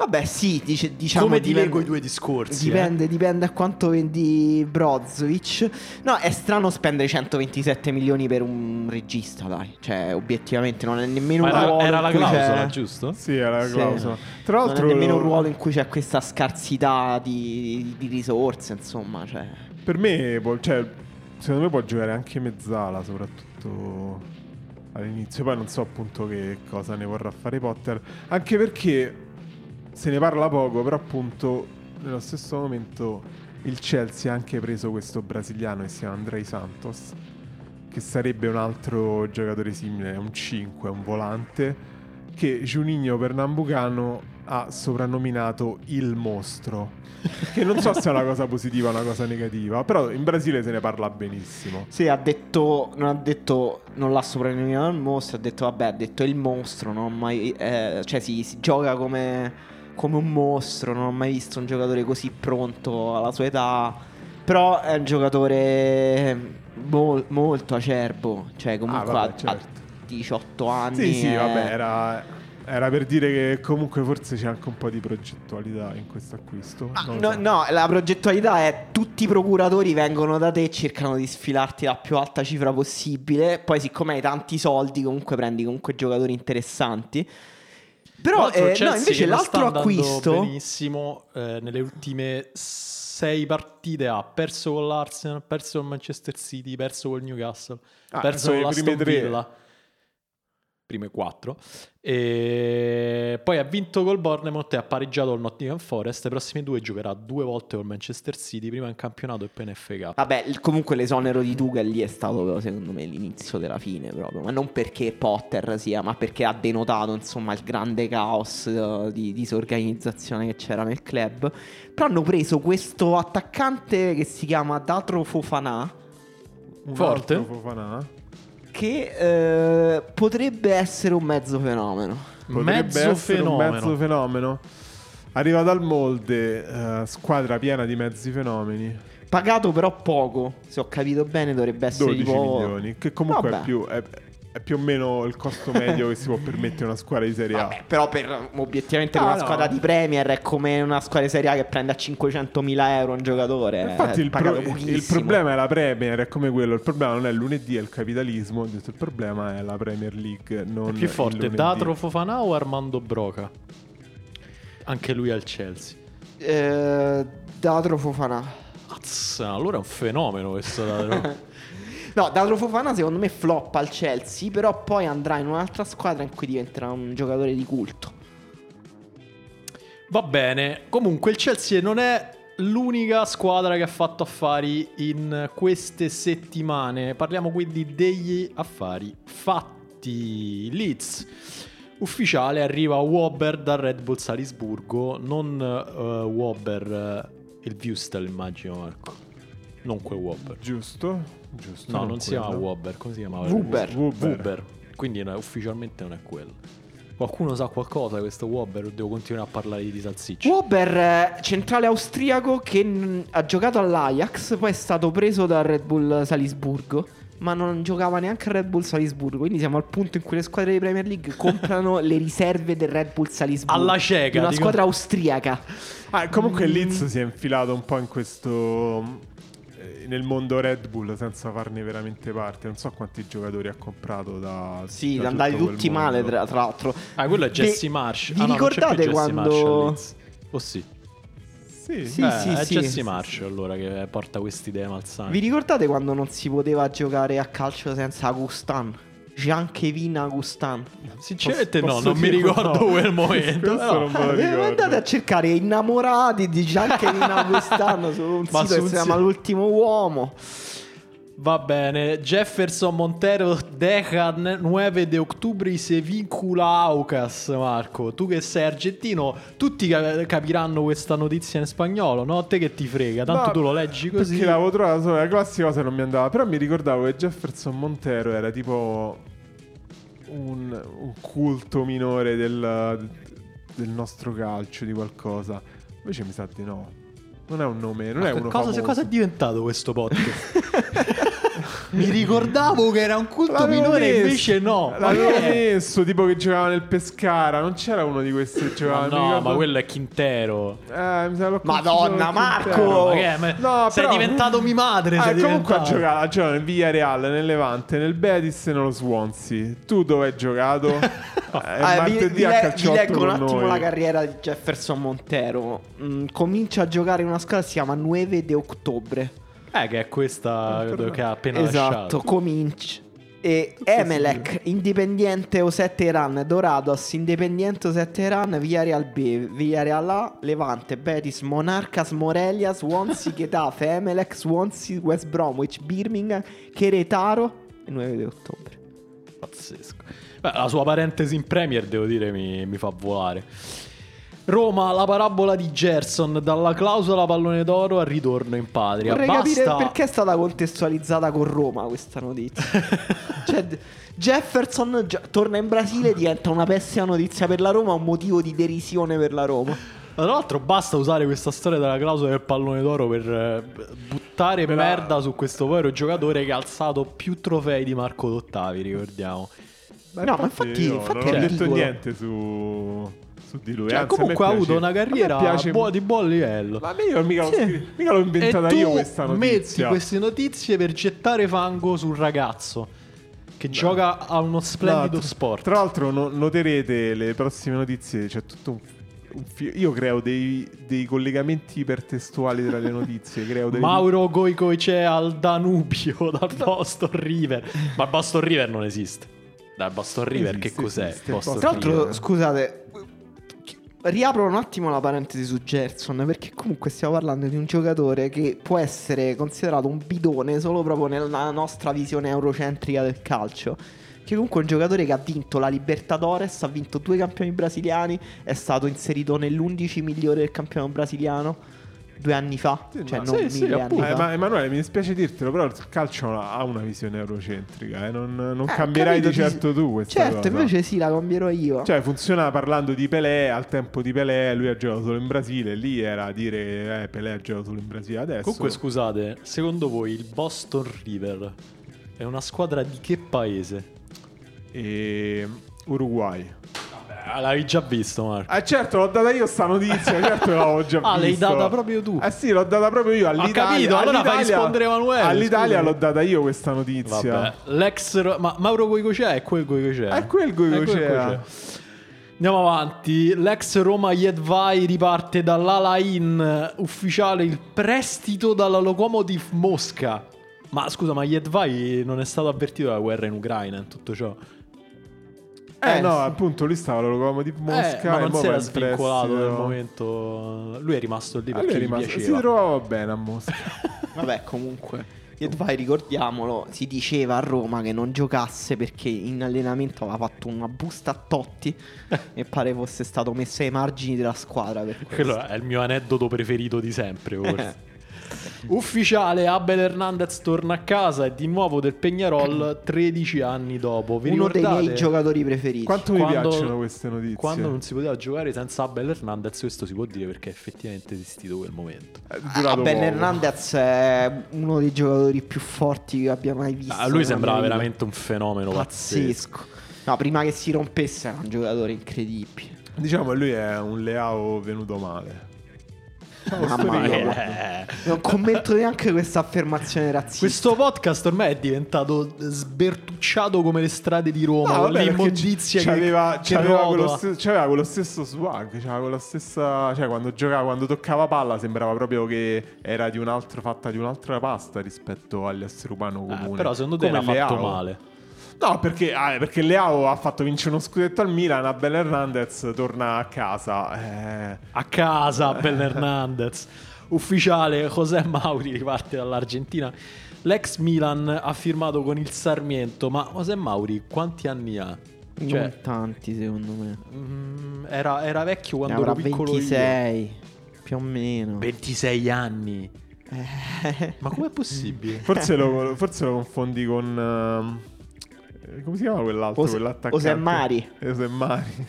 Vabbè, sì, dice, diciamo. Come ti dipende- leggo i due discorsi? eh? Dipende, dipende a quanto vendi Brozovic. No, è strano spendere 127 milioni per un regista, dai. Cioè, obiettivamente, non è nemmeno Ma un ruolo era, era in cioè. la cui clausola, c'è- giusto? Sì, è la Esatto. Sì. clausola. Tra Non è l'altro... nemmeno un ruolo in cui c'è questa scarsità di, di risorse, insomma. Cioè. Per me, può- cioè, secondo me può giocare anche mezzala, soprattutto all'inizio. Poi non so appunto che cosa ne vorrà fare Potter. Anche perché se ne parla poco, però appunto nello stesso momento il Chelsea ha anche preso questo brasiliano che si chiama Andrei Santos, che sarebbe un altro giocatore simile, è un 5, è un volante, che Juninho Pernambucano ha soprannominato il mostro. Che non so se è una cosa positiva o una cosa negativa, però in Brasile se ne parla benissimo. Sì, ha detto. Non ha detto. Non l'ha soprannominato il mostro. Ha detto, vabbè, ha detto il mostro. Non ho mai. eh, cioè, si, si gioca come. Come un mostro. Non ho mai visto un giocatore così pronto alla sua età. Però è un giocatore. mol- molto acerbo. Cioè, comunque Ah, vabbè, ha- certo. ha 18 anni. eh, Sì, sì, è- vabbè, era, era per dire che comunque forse c'è anche un po' di progettualità in questo acquisto. Ma Non lo Ah, no, so. no, la progettualità è tutti i procuratori vengono da te e cercano di sfilarti la più alta cifra possibile. Poi, siccome hai tanti soldi, comunque prendi comunque giocatori interessanti. Però, Tra l'altro, eh, no, Chelsea invece che non sta l'altro andando acquisto. benissimo eh, nelle ultime sei partite ha perso con l'Arsenal, ha perso con il Manchester City, ha perso con il Newcastle, ha Ah, perso sono con le l'Aston prime tre. Villa. Prime quattro. E poi ha vinto col Bournemouth e ha pareggiato col Nottingham Forest. I prossimi due giocherà due volte col Manchester City, prima in campionato e poi in FA Ah, Cup. Vabbè, il- comunque l'esonero di Tuchel lì è stato però, secondo me l'inizio della fine proprio, ma non perché Potter sia, ma perché ha denotato insomma il grande caos eh, di disorganizzazione che c'era nel club. Però hanno preso questo attaccante che si chiama Datro Fofana, Un Forte? altro Fofanà? che eh, potrebbe essere un mezzo fenomeno. Potrebbe mezzo essere fenomeno. un mezzo fenomeno. Arriva dal molde, eh, squadra piena di mezzi fenomeni, Pagato però poco, se ho capito bene dovrebbe essere 12 boh. tipo... milioni, che comunque è Vabbè. più, è, è più o meno il costo medio che si può permettere una squadra di Serie A. Vabbè, però per mm, obiettivamente per Ah, una no. squadra di Premier è come una squadra di Serie A che prende a 500.000 euro un giocatore. Infatti eh, il, pagato pro- pochissimo. il problema è la Premier, è come quello, il problema non è il lunedì, è il capitalismo, ho detto, il problema è la Premier League, non È più il forte lunedì. Datro Fofana o Armando Broca? Anche lui al Chelsea. Eh, Datro Fofana. Mazza, allora è un fenomeno questo (laughs) Datro. (laughs) No, Datro Fofana secondo me floppa al Chelsea, però poi andrà in un'altra squadra in cui diventerà un giocatore di culto. Va bene, comunque il Chelsea non è l'unica squadra che ha fatto affari in queste settimane. Parliamo quindi degli affari fatti. Leeds. Ufficiale arriva Wobber dal Red Bull Salisburgo, non eh, Wobber, eh, il Wüstel immagino Marco, non quel Wobber. Giusto? Giusto. No, non si chiama quello. Wobber, come si chiamava? Wubber. Wubber. Wubber. Quindi no, ufficialmente non è quello. Qualcuno sa qualcosa di questo Wobber o devo continuare a parlare di salsicce? Wober, eh, centrale austriaco che mm, ha giocato all'Ajax, poi è stato preso dal Red Bull Salisburgo, ma non giocava neanche al Red Bull Salisburgo, quindi siamo al punto in cui le squadre di Premier League comprano le riserve del Red Bull Salisburgo. Alla cieca, Di Una dico. squadra austriaca. Mm. Ah, comunque il Leeds si è infilato un po' in questo eh, nel mondo Red Bull senza farne veramente parte. Non so quanti giocatori ha comprato da Sì, da andati tutto quel tutti mondo. male tra, tra l'altro. Ah, quello è Ve- Jesse Marsh. Vi Ah, no, non c'è più ricordate Jesse Marsh al quando... Leeds. Oh sì. Sì. Sì, Eh, sì, è sì. Jesse Marsh allora che porta queste idee malsane. Vi ricordate quando non si poteva giocare a calcio senza Agustan? Jean-Kevin Agustan. Sinceramente Posso- no, posso non mi dire- ricordo no. quel momento. Questo però- non me lo ricordo. Ah, Andate a cercare innamorati di Jean-Kevin Agustan su un Ma (laughs) sito su un che si chiama sito- L'ultimo uomo. Va bene, Jefferson Montero Dejan 9 de ottobre se vincula Aucas, Marco. Tu che sei argentino, tutti ca- capiranno questa notizia in spagnolo, no? Te che ti frega, tanto Ma tu lo leggi così. Perché l'avevo trovato solo la classica cosa non mi andava. Però mi ricordavo che Jefferson Montero era tipo un, un culto minore del, del nostro calcio, di qualcosa. Invece mi sa di no. Non è un nome, non Ma è che uno cosa, famoso. se cosa è diventato questo podcast? (laughs) Mi ricordavo che era un culto L'avevo minore, messo- invece no. Ma L'avevo che è? messo, tipo che giocava nel Pescara. Non c'era uno di questi che Ma giocava. mi no, ricordo- ma quello è Quintero. Eh, mi sa l'ho Madonna, confuso con Marco! Quintero. Ecco. Ma che è? Ma No, sei però- diventato mia madre. Ah, sei comunque ha diventato. giocato, ha giocato nel Villarreal, nel Levante, nel Betis e nello Swansea. Tu dove hai (laughs) giocato? Eh, Ah, vi, martedì vi a le- calciotto vi leggo un con attimo noi. la carriera di Jefferson Montero. Mm, comincia a giocare in una squadra che si chiama 9 de ottobre. Eh, che è questa credo, che ha appena esatto, lasciato. comincia. E Emelec, Independiente o 7 Run, Dorados, Independiente o 7 Run, Villarreal B, Villarreal A, Levante, Betis, Monarcas, Morelia, (laughs) Swansea, Getafe, Emelec, Swansea, West Bromwich, Birmingham, Queretaro e 9 di ottobre. Pazzesco. Beh, la sua parentesi in Premier, devo dire, mi, mi fa volare. Roma, la parabola di Gerson, dalla clausola pallone d'oro al ritorno in patria. Vorrei Basta... capire perché è stata contestualizzata con Roma questa (laughs) notizia. cioè, Jefferson gio- torna in Brasile e diventa una pessima notizia per la Roma, un motivo di derisione per la Roma. Tra l'altro basta usare questa storia della clausola del pallone d'oro per eh, buttare Però- merda su questo povero giocatore che ha alzato più trofei di Marco Dottavi, ricordiamo. Ma No, ma infatti- io infatti non è ho detto ridicolo. niente su, su di lui. Cioè, anzi, a me comunque ha piace- avuto una a carriera me piace- buo- di buon livello. Ma a me io mica, l'ho Sì. scritto- mica l'ho inventata e tu io questa metti notizia. queste notizie per gettare fango sul ragazzo che gioca a uno splendido No, tra- sport. Esatto. Tra l'altro, no- noterete le prossime notizie. C'è tutto un. un fi- io creo dei, dei collegamenti ipertestuali tra le notizie. creo dei- Mauro Goicoechea al Danubio (laughs) dal Boston River. Ma il Boston River non esiste. Dal Boston River Esiste, che cos'è? esiste. Boston Tra Tra l'altro, River? scusate, riapro un attimo la parentesi su Gerson, perché comunque stiamo parlando di un giocatore che può essere considerato un bidone solo proprio nella nostra visione eurocentrica del calcio. Che comunque è un giocatore che ha vinto la Libertadores, ha vinto due campioni brasiliani, è stato inserito nell'11 migliore del campionato brasiliano due anni fa, Sì, cioè ma- non sì, sì, mille anni appunto. Eh, fa. ma Emanuele, mi dispiace dirtelo, però il calcio ha ha una visione eurocentrica, eh, non, non Eh, cambierai di capito, ti- certo tu questa Certo, cosa. invece sì, la cambierò io. Cioè, funziona parlando di Pelé, al tempo di Pelé, lui ha giocato solo in Brasile, lì era a dire, eh, Pelé ha giocato solo in Brasile, adesso... Comunque, scusate, secondo voi il Boston River è una squadra di che paese? E... Uruguay. Vabbè, Ah, l'avevi già visto, Marco. Ah certo, l'ho data io (laughs) sta notizia, certo l'avevo già Ah, l'hai visto. data proprio tu. Eh sì, l'ho data proprio io all'Italia. capito, allora fai all'Italia- rispondere Emanuele, All'Italia scusami. l'ho data io questa notizia. Vabbè, l'ex Ro- ma Mauro Goicoechea è quel Goicoechea. È quel Goicoechea. Andiamo avanti, l'ex Roma Jedvai riparte dall'Alain ufficiale il prestito dalla Lokomotiv Mosca. Ma scusa, ma Jedvai non è stato avvertito dalla guerra in Ucraina in tutto ciò. Eh, Eh, no, sì. appunto, lui stava all'Olocomo di Mosca eh, ma e boh, non mo si va era in svincolato nel prestito. momento. Lui è rimasto lì Ah, perché lui è gli rimasto- si piaceva. trovava bene a Mosca. Vabbè, comunque, Yedvai, ricordiamolo, si diceva a Roma che non giocasse perché in allenamento aveva fatto una busta a (laughs) Totti e pare fosse stato messo ai margini della squadra per questo. Quello eh, è il mio aneddoto preferito di (laughs) sempre, forse. Ufficiale, Abel Hernandez torna a casa e di nuovo del (clears throat) Peñarol 13 anni dopo. Vi Uno dei ricordate miei giocatori preferiti. Quanto mi Quando- piacciono queste notizie? Quando non si poteva giocare senza Abel Hernandez, questo si può dire perché è effettivamente esistito quel momento. È durato Ah, Ben Eh, poco. Hernandez è uno dei giocatori più forti che abbia mai visto. A Ah, lui nella sembrava mia vita. veramente un fenomeno pazzesco. pazzesco. No, prima che si rompesse era un giocatore incredibile. Diciamo, lui è un Leao venuto male. Mamma sto mia, ridendo. guarda. Non commento neanche questa affermazione razzista. Eh. Questo podcast ormai è diventato sbertucciato come le strade di Roma, No, Oh, con vabbè, perché l'immondizia c- che, c'aveva, che c'aveva quello rotola. stesso, c'aveva quello stesso swag, c'aveva quella stessa, cioè quando giocava, quando toccava palla sembrava proprio che era di un altro, fatta di un'altra pasta rispetto all'essere umano Eh, comune. però secondo te Come l'ha fatto Leao. male. No, perché, ah, perché Leao ha fatto vincere uno scudetto al Milan, Abel Hernandez torna a casa. eh. A casa, Abel Hernandez. Ufficiale José Mauri riparte dall'Argentina L'ex Milan ha firmato con il Sarmiento, ma José Mauri quanti anni ha? Cioè, non tanti secondo me. mm, era, era vecchio Ne quando avrà ero piccolo io. 26, più o meno. 26 anni. Eh. Ma com'è possibile? (laughs) (laughs) Forse lo, forse lo confondi con. ehm, eh, come si chiama quell'altro? Ose- quell'attaccante? Osemmari. (laughs) Osemmari.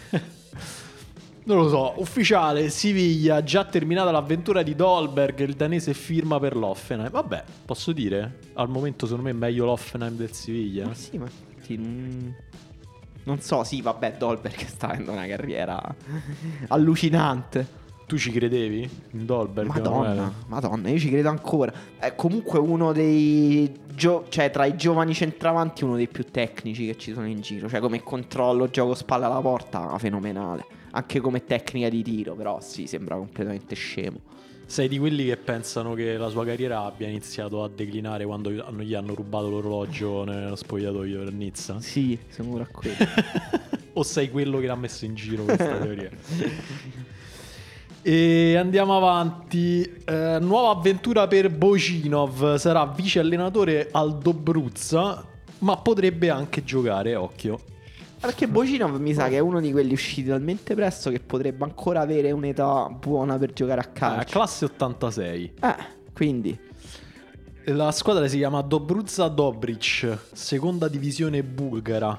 Non lo so, ufficiale Siviglia, già terminata l'avventura di Dolberg, il danese firma per l'Offenheim. Vabbè, posso dire, al momento secondo me è meglio l'Offenheim del Siviglia. Ma Ah, sì, ma infatti, mm, non so, sì, vabbè, Dolberg (laughs) sta avendo una carriera (laughs) allucinante. Tu ci credevi in Dolberg? Madonna, Emanuele? Madonna, io ci credo ancora. È comunque uno dei gio- cioè tra i giovani centravanti uno dei più tecnici che ci sono in giro, cioè come controllo, gioco spalla alla porta, fenomenale. Anche come tecnica di tiro, però sì, sembra completamente scemo. Sei di quelli che pensano che la sua carriera abbia iniziato a declinare quando hanno- gli hanno (laughs) rubato l'orologio nello spogliatoio per Nizza? Sì, sicuro a quello. o sei quello che l'ha messo in giro (laughs) questa teoria? E andiamo avanti. Eh, nuova avventura per Bocinov. Sarà vice allenatore al Dobruzza, ma potrebbe anche giocare, occhio. Perché Bocinov mi sa che è uno di quelli usciti talmente presto che potrebbe ancora avere un'età buona per giocare a Eh, calcio. classe 86. eh, quindi La squadra si chiama Dobruzza Dobric, seconda divisione bulgara.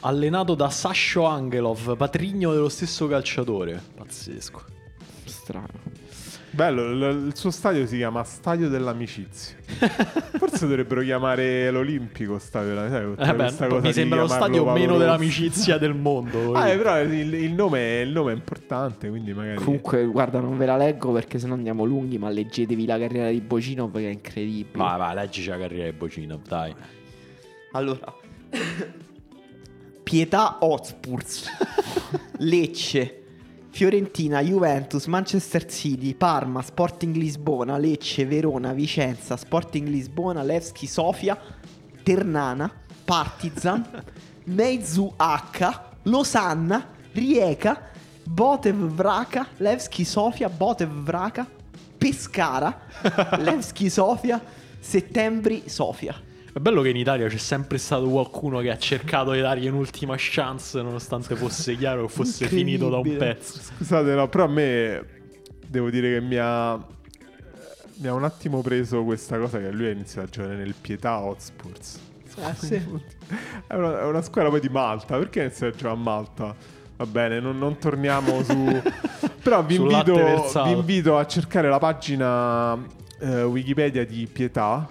Allenato da Sasho Angelov, patrigno dello stesso calciatore. Pazzesco. strano. Bello, l- il suo stadio si chiama Stadio dell'Amicizia. Forse dovrebbero chiamare l'Olimpico Stadio dell'Amicizia. Eh beh, mi sembra lo stadio meno dell'amicizia del mondo. lo Ah, eh, dico. però il, il nome, il nome è importante, quindi magari. Comunque, guarda, non ve la leggo perché sennò andiamo lunghi, ma leggetevi la carriera di Bocinov che è incredibile. Vai, vai, leggici la carriera di Bocinov, dai. Allora, Pietà Hotspurs, Lecce, Fiorentina, Juventus, Manchester City, Parma, Sporting Lisbona, Lecce, Verona, Vicenza, Sporting Lisbona, Levski, Sofia, Ternana, Partizan, Meizu H, Losanna, Rijeka, Botev Vraca, Levski Sofia, Botev Vraca, Pescara, Levski Sofia, Settembri Sofia. È bello che in Italia c'è sempre stato qualcuno che ha cercato di dargli un'ultima chance, nonostante fosse chiaro che fosse finito da un Incredibile. pezzo. Scusate, no, però a me devo dire che mi ha. Mi ha un attimo preso questa cosa che lui ha iniziato a giocare nel Pietà Hotspurs. Ah, sì. È una, è una squadra poi di Malta. Perché inizia a giocare a Malta? Va bene, non, non (laughs) torniamo su. Però vi Sul latte invito, versato. vi invito a cercare la pagina eh, Wikipedia di Pietà,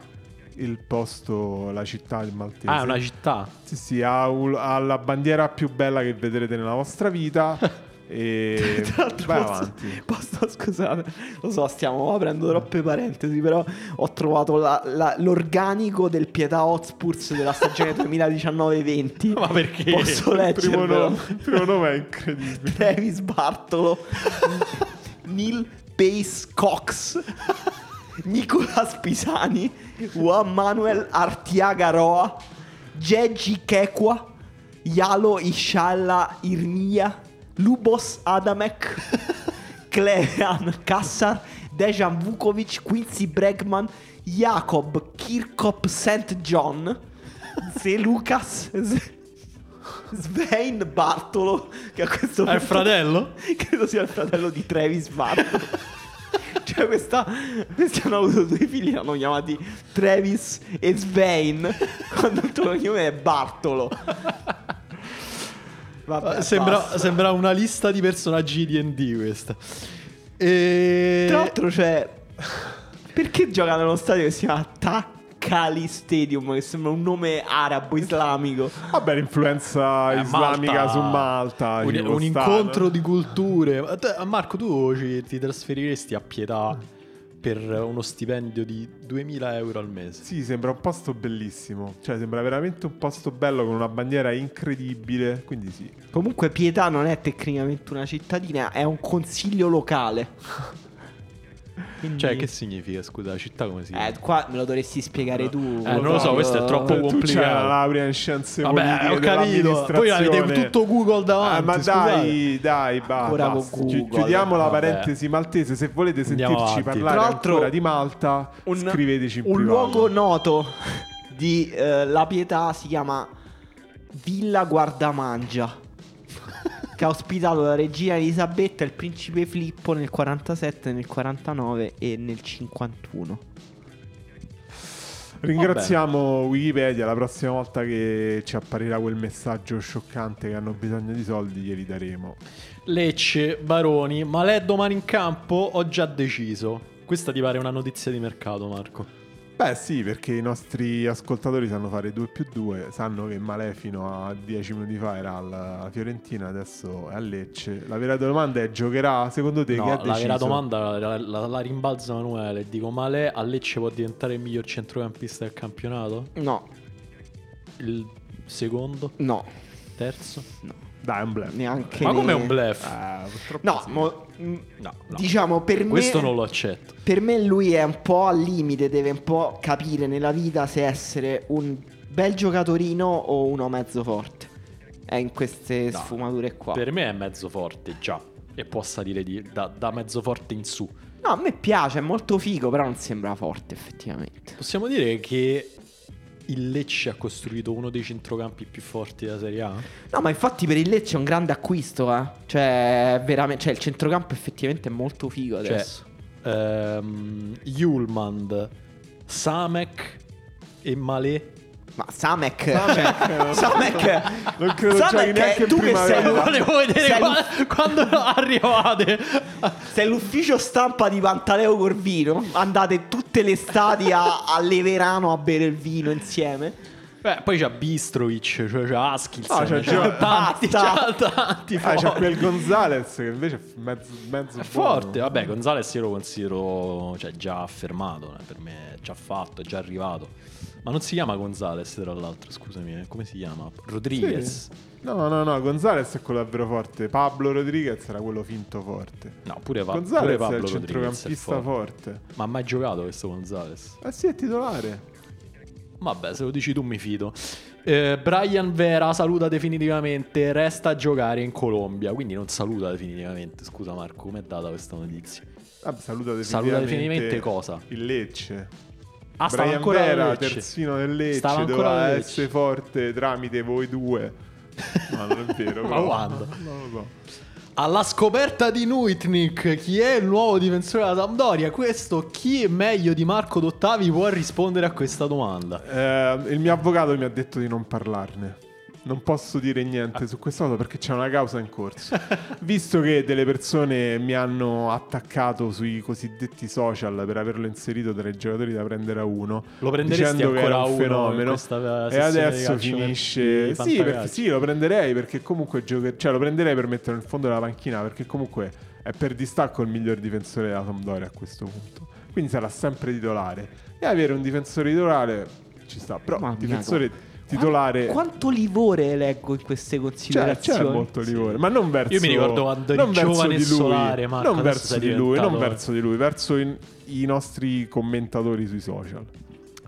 il posto, la città del Maltese. Ah, è una città. Sì, sì, ha, un- ha la bandiera più bella che vedrete nella vostra vita. (laughs) e Tra l'altro vai posso- avanti. posso- scusate, lo so, stiamo aprendo troppe parentesi, però ho trovato la- la- l'organico del Pietà Hotspurs della stagione 2019-20. Ma perché? Posso Il primo, leggervelo? nome, il (laughs) primo nome è incredibile. Travis Bartolo, Neil Pace Cox, Nicolas Pisani, Juan Manuel Artiaga Roa, Geggi Kekwa, Yalo Iscialla Irnia, Lubos Adamek, Clean Kassar, Dejan Vukovic, Quincy Bregman, Jacob Kirkop St. John, Zelukas Z- Svein Bartolo, che a questo È punto il fratello? Credo sia il fratello di Travis Bartolo. cioè, questa, questi hanno avuto due figli, li hanno chiamati Travis e Svein. quando il tuo cognome è Bartolo. Vabbè, Eh, Sembra, Eh, basta. sembra una lista di personaggi di D&D questa. E... Tra l'altro, cioè, (laughs) perché gioca nello stadio che si chiama Takkali Stadium? Che sembra un nome arabo-islamico. Vabbè, l'influenza Eh, islamica Malta. su Malta. Un, ci può un stare. incontro di culture. Ma te- Marco, tu ci- ti trasferiresti a Pietà per uno stipendio di 2000 euro al mese? Sì, sembra un posto bellissimo. Cioè, sembra veramente un posto bello con una bandiera incredibile. Quindi sì. Eh, Comunque, Pietà non è tecnicamente una cittadina, è un consiglio locale. Quindi- Cioè, che significa, scusa, la città come si chiama? Eh, qua me lo dovresti spiegare tu. Eh, non lo so, questo è troppo Tu complicato. c'hai la laurea in scienze Vabbè, politiche ho capito. Poi avete dell'amministrazione. tutto Google davanti. Ah, ma scusate. dai, dai, ba- Ancora basta. con Chi- Google. Chiudiamo la Vabbè. parentesi maltese. Se volete Andiamo sentirci avanti. parlare Tra l'altro, ancora di Malta, scriveteci in un privato. luogo noto di eh, La Pietà si chiama Villa Guardamangia. Che ha ospitato la regina Elisabetta, il principe Filippo nel 47, nel 49 e nel 51. Ringraziamo Wikipedia. La prossima volta che ci apparirà quel messaggio scioccante che hanno bisogno di soldi, glieli daremo. Lecce, Baroni, ma lei è domani in campo? Ho già deciso. Questa ti pare una notizia di mercato, Marco. Beh, sì, perché i nostri ascoltatori sanno fare 2 più 2. Sanno che Malè fino a 10 minuti fa era alla Fiorentina, adesso è a Lecce. La vera domanda è: giocherà? Secondo te, che ha No, la deciso? vera domanda la, la, la rimbalza Manuele. Dico, ma lei a Lecce può diventare il miglior centrocampista del campionato? No, Il secondo? no, Terzo? Dai, è un blef. neanche. ma ne- come un bluff? Eh, (laughs) purtroppo No, sì. mo- mm, No, no. diciamo per me. Questo non lo accetto. Per me lui è un po' al limite, deve un po' capire nella vita se essere un bel giocatorino o uno mezzo forte. È in queste No. sfumature Boh. qua. Per me è mezzo forte, già. E può salire di- da, da mezzo forte in su. No, a me piace, è molto figo, però non sembra forte effettivamente. Possiamo dire che il Lecce ha costruito uno dei centrocampi più forti della Serie A? No, ma infatti per il Lecce è un grande acquisto, eh. Cioè, veramente, cioè il centrocampo effettivamente è molto figo adesso. Cioè, ehm, Julmand, Samek e Malé. Ma Samek, (laughs) cioè, Samek, Non credo Samek giochi è- neanche in tu che sei primavera. uno- Volevo vedere Sei qua- quando arrivate. Se l'ufficio stampa di Pantaleo Corvino, andate tutte le estati a, a Leverano a bere il vino insieme. Beh, poi c'è Bistrovic, cioè c'è Askilson, Ah, c'è c'è Gio- tanti, Basta. c'è tanti Ah, forti. c'è quel Gonzalez che invece è mezzo, mezzo È forte, buono. vabbè, Gonzalez io lo considero cioè, già affermato, eh, per me è già fatto, è già arrivato. Ma non si chiama Gonzalez, tra l'altro, scusami, eh, come si chiama? Rodriguez. No, no, no, Gonzalez è quello davvero forte. Pablo Rodriguez era quello finto forte. No, pure, pa- pure Gonzalez Pablo è il Rodriguez è centrocampista forte. forte. Ma ha mai giocato questo Gonzalez? Ah sì, è titolare. Vabbè, se lo dici tu mi fido. Eh, Brian Vera saluta definitivamente, resta a giocare in Colombia, quindi non saluta definitivamente. Scusa Marco, com'è data questa notizia? Ah, saluta definitivamente, Saluta definitivamente cosa? Il Lecce. Ah, stava Brian ancora a Vera, Lecce. terzino del Lecce, Stava ancora doveva a Lecce. essere forte tramite voi due. (laughs) Ma non è vero. Ma però. (laughs) quando? Non lo so. Alla scoperta di Nuitnik, chi è il nuovo difensore della Sampdoria? Questo chi meglio di Marco Dottavi può rispondere a questa domanda? Eh, il mio avvocato mi ha detto di non parlarne. Non posso dire niente su questa cosa perché c'è una causa in (laughs) corso. Visto che delle persone mi hanno attaccato sui cosiddetti social per averlo inserito tra i giocatori da prendere a uno, Lo prenderesti dicendo che ancora era uno un in fenomeno, questa e sessione di adesso calcio finisce. di Sì, perché- fantacalcio. sì, lo prenderei perché comunque gioca- cioè, lo prenderei per metterlo in fondo della panchina perché comunque è per distacco il miglior difensore della Sampdoria a questo punto. Quindi sarà sempre titolare. E avere un difensore titolare ci sta, però Mamma un mia, difensore titolare Qua- Quanto livore leggo in queste cioè, considerazioni. c'è molto livore, ma non verso mi ricordo quando eri non verso giovane di lui, solare, Marco, non adesso verso sei di lui, non diventato- verso di lui, verso in- i nostri commentatori sui social.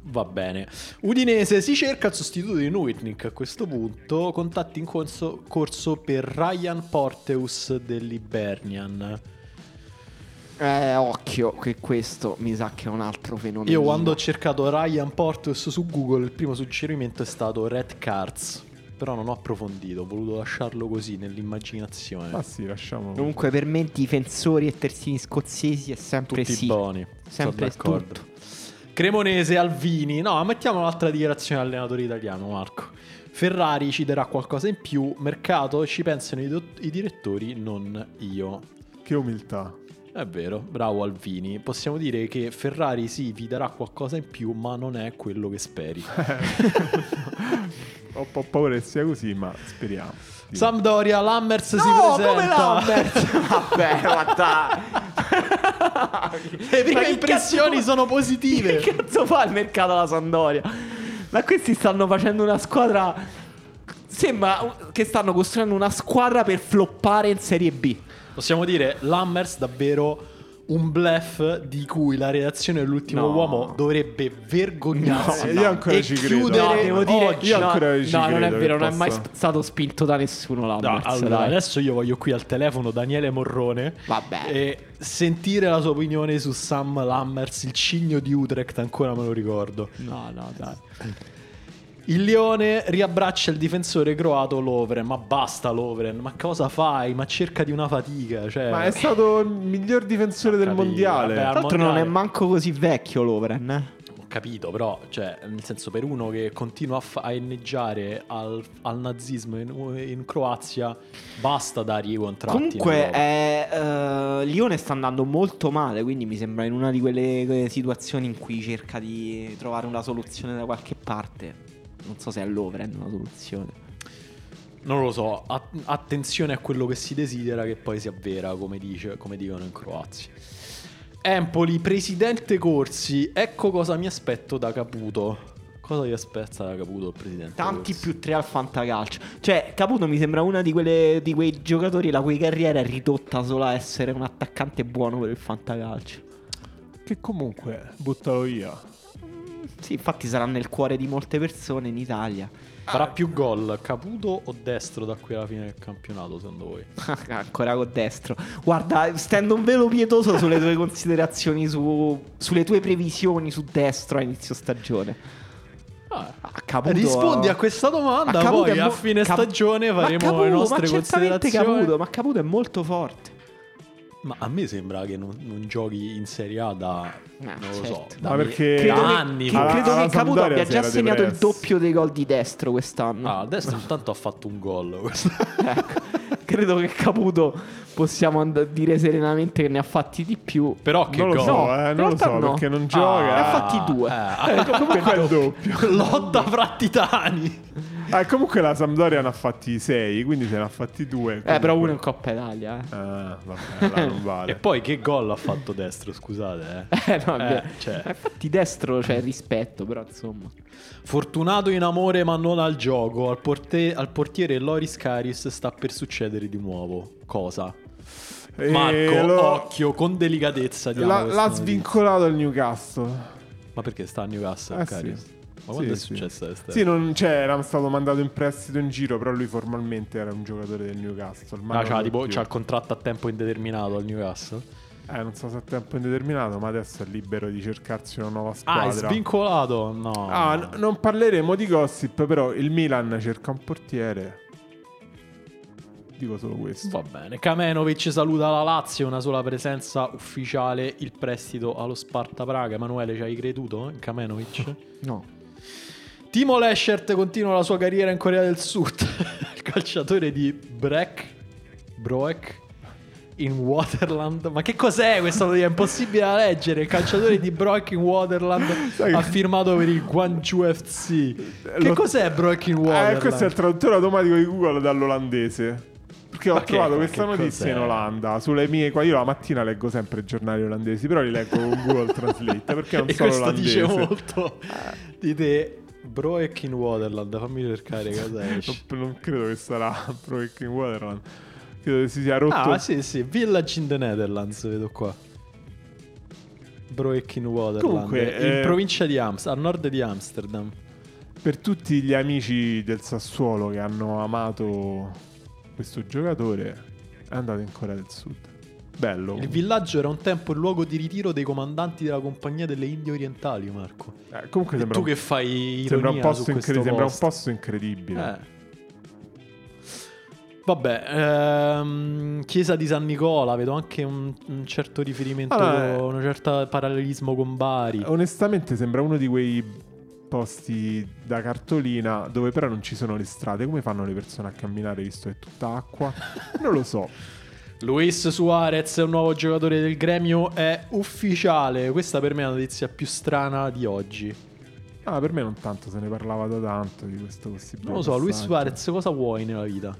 Va bene. Udinese si cerca il sostituto di Nuitnik a questo punto. Contatti in corso, corso per Ryan Porteus dell'Ibernian. Eh, occhio, che questo mi sa che è un altro fenomeno. Io quando ho cercato Ryan Porteus su Google il primo suggerimento è stato Red Cards. Però non ho approfondito, ho voluto lasciarlo così nell'immaginazione. Ma sì, lasciamo. Comunque per me difensori e terzini scozzesi è sempre Tutti sì. boh. buoni. Sempre sono d'accordo. Cremonese, Alvini. No, mettiamo un'altra dichiarazione allenatore italiano, Marco. Ferrari ci darà qualcosa in più. Mercato ci pensano i, do- i direttori, non io. Che umiltà. È vero, bravo Alvini. Possiamo dire che Ferrari sì, vi darà qualcosa in più, ma non è quello che (laughs) speri. Ho un po' paura che sia così, ma speriamo. Sì. Sampdoria, Lammers si No, presenta. come (laughs) Lambert? Vabbè, ma dai. Le prime Ma che impressioni cazzo- sono (laughs) positive. Che cazzo fa il mercato alla Sandoria? Ma questi stanno facendo una squadra. Sembra che stanno costruendo una squadra per floppare in Serie B. Possiamo dire Lammers davvero un bluff di cui la redazione dell'ultimo No. uomo dovrebbe vergognarsi No, io ancora e ci credo. chiudere No, devo dire, oggi. io no, ancora ci no, non è credo che vero, non è possa- mai sp- stato spinto da nessuno No, l'Hammerz, allora, dai. adesso io voglio qui al telefono Daniele Morrone Vabbè. e sentire la sua opinione su Sam Lammers, il cigno di Utrecht, ancora me lo ricordo. No, no, dai. Il Lione riabbraccia il difensore croato Lovren, ma basta Lovren, ma cosa fai? Ma cerca di una fatica, cioè... Ma è stato il miglior difensore del Capito, mondiale. vabbè, Tra l'altro non è mondiale. manco così vecchio l'Overen, eh. Ho capito, però, cioè, nel senso, per uno che continua a, fa- a inneggiare al, al nazismo in, in Croazia, basta dargli i contratti. in Comunque, Europa. eh, eh, Lione sta andando molto male, quindi mi sembra in una di quelle, quelle situazioni in cui cerca di trovare una soluzione da qualche parte. Non so se è l'Overen una soluzione. Non lo so, att- attenzione a quello che si desidera che poi si avvera, come, dice- come dicono in Croazia. Empoli, presidente Corsi, ecco cosa mi aspetto da Caputo. Cosa gli aspetta da Caputo il presidente? Tanti Corsi? più tre al fantacalcio. Cioè, Caputo mi sembra una di, quelle, di quei giocatori la cui carriera è ridotta solo a essere un attaccante buono per il fantacalcio. Che comunque, buttalo via. Sì, infatti sarà nel cuore di molte persone in Italia. Ah. Farà più gol Caputo o destro da qui alla fine del campionato, secondo voi? Ancora con destro. Guarda, stendo un velo pietoso sulle tue considerazioni, su- sulle tue previsioni su destro a inizio stagione. Ah, Ah, Caputo- Rispondi a questa domanda, Ma Caputo poi è a mo- fine Cap- stagione Ma faremo Caputo, le nostre ma certamente considerazioni. Caputo, ma Caputo è molto forte. Ma a me sembra che non, non giochi in Serie A da Ah, non lo so, certo. da Ma me- perché- da Credo che- anni. che, (laughs) fa. forse. credo Alla- che alla Caputo Sampdoria abbia si era già segnato il depresso. doppio dei gol di destro quest'anno. Ah, adesso intanto ha fatto un gol. questo. (laughs) Credo che Caputo possiamo and- dire serenamente che ne ha fatti di più. Però che non lo gol. so, No, eh, in non lo realtà so no. perché non Ah, gioca. ne ha fatti due. eh, comunque il doppio. (laughs) Lotta fra titani. Eh, comunque la Sampdoria ne ha fatti 6, quindi se ne ha fatti 2. Eh, però uno in Coppa Italia. Eh. Ah, vabbè, là non E (laughs) vale. poi che gol ha fatto destro, scusate. Eh. (laughs) Eh, no, è vero. cioè. Ma Infatti destro c'è rispetto, però insomma. Fortunato in amore ma non al gioco. Al, porte- al portiere Loris Caris sta per succedere di nuovo. Cosa? E Eh, Marco, lo- occhio, con delicatezza. diamo l'ha, questa l'ha notizia. svincolato il Newcastle. Ma perché sta a Newcastle Eh, Caris? sì. Ma quando Sì, è sì. successa questa? Sì, non, cioè, era stato mandato in prestito in giro, però lui formalmente era un giocatore del Newcastle. Ma Ma non c'ha, lo tipo, più. c'ha il contratto a tempo indeterminato al Newcastle. Eh, non so se a tempo indeterminato, ma adesso è libero di cercarsi una nuova Ah, squadra. è svincolato? No. Ah, n- non parleremo di gossip, però il Milan cerca un portiere. Dico solo questo. Va bene. Kamenovic saluta la Lazio, una sola presenza ufficiale, il prestito allo Sparta Praga. Emanuele, ci hai creduto in (laughs) Kamenovic? No. Timo Leshert continua la sua carriera in Corea del Sud. (laughs) il calciatore di Breck Broek in Waterland. Ma che cos'è questo? È impossibile da leggere. Il calciatore di Broek in Waterland Sai che- ha firmato per il Guangzhou FC. Che Lo- cos'è Broek in Eh, Waterland? questo è il traduttore automatico di Google dall'olandese. Perché ho Ma che- trovato ma questa che notizia in cos'è? Olanda sulle mie qua. Io la mattina leggo sempre i giornali olandesi, però li leggo con Google Translate perché (laughs) non e sono questo dice olandese. molto di te. Broek in Waterland, fammi cercare cosa Non, esce. non credo che sarà (laughs) Breaking Waterland. Credo che si sia rotto. Ah, sì, sì, Village in the Netherlands, vedo qua. Broek in Waterland, Comunque, in eh, provincia di Amsterdam, a nord di Amsterdam. Per tutti gli amici del Sassuolo che hanno amato questo giocatore, è andato in Corea del Sud. Bello. Il villaggio era un tempo il luogo di ritiro dei comandanti della Compagnia delle Indie Orientali, Marco. Eh, comunque E sembra tu un, che fai sembra un ironia posto su questo incre- sembra un posto. posto incredibile. Eh. Vabbè, ehm, chiesa di San Nicola, vedo anche un, un certo riferimento, Allora, eh, con- un certo parallelismo con Bari. Onestamente sembra uno di quei posti da cartolina dove però non ci sono le strade. Come fanno le persone a camminare visto che è tutta acqua? Non lo so. Luis Suarez, un nuovo giocatore del gremio, è ufficiale. Questa per me è la notizia più strana di oggi. Ah, per me non tanto se ne parlava da tanto di questo possibile. Non lo so, Luis passaggio. Suarez cosa vuoi nella vita?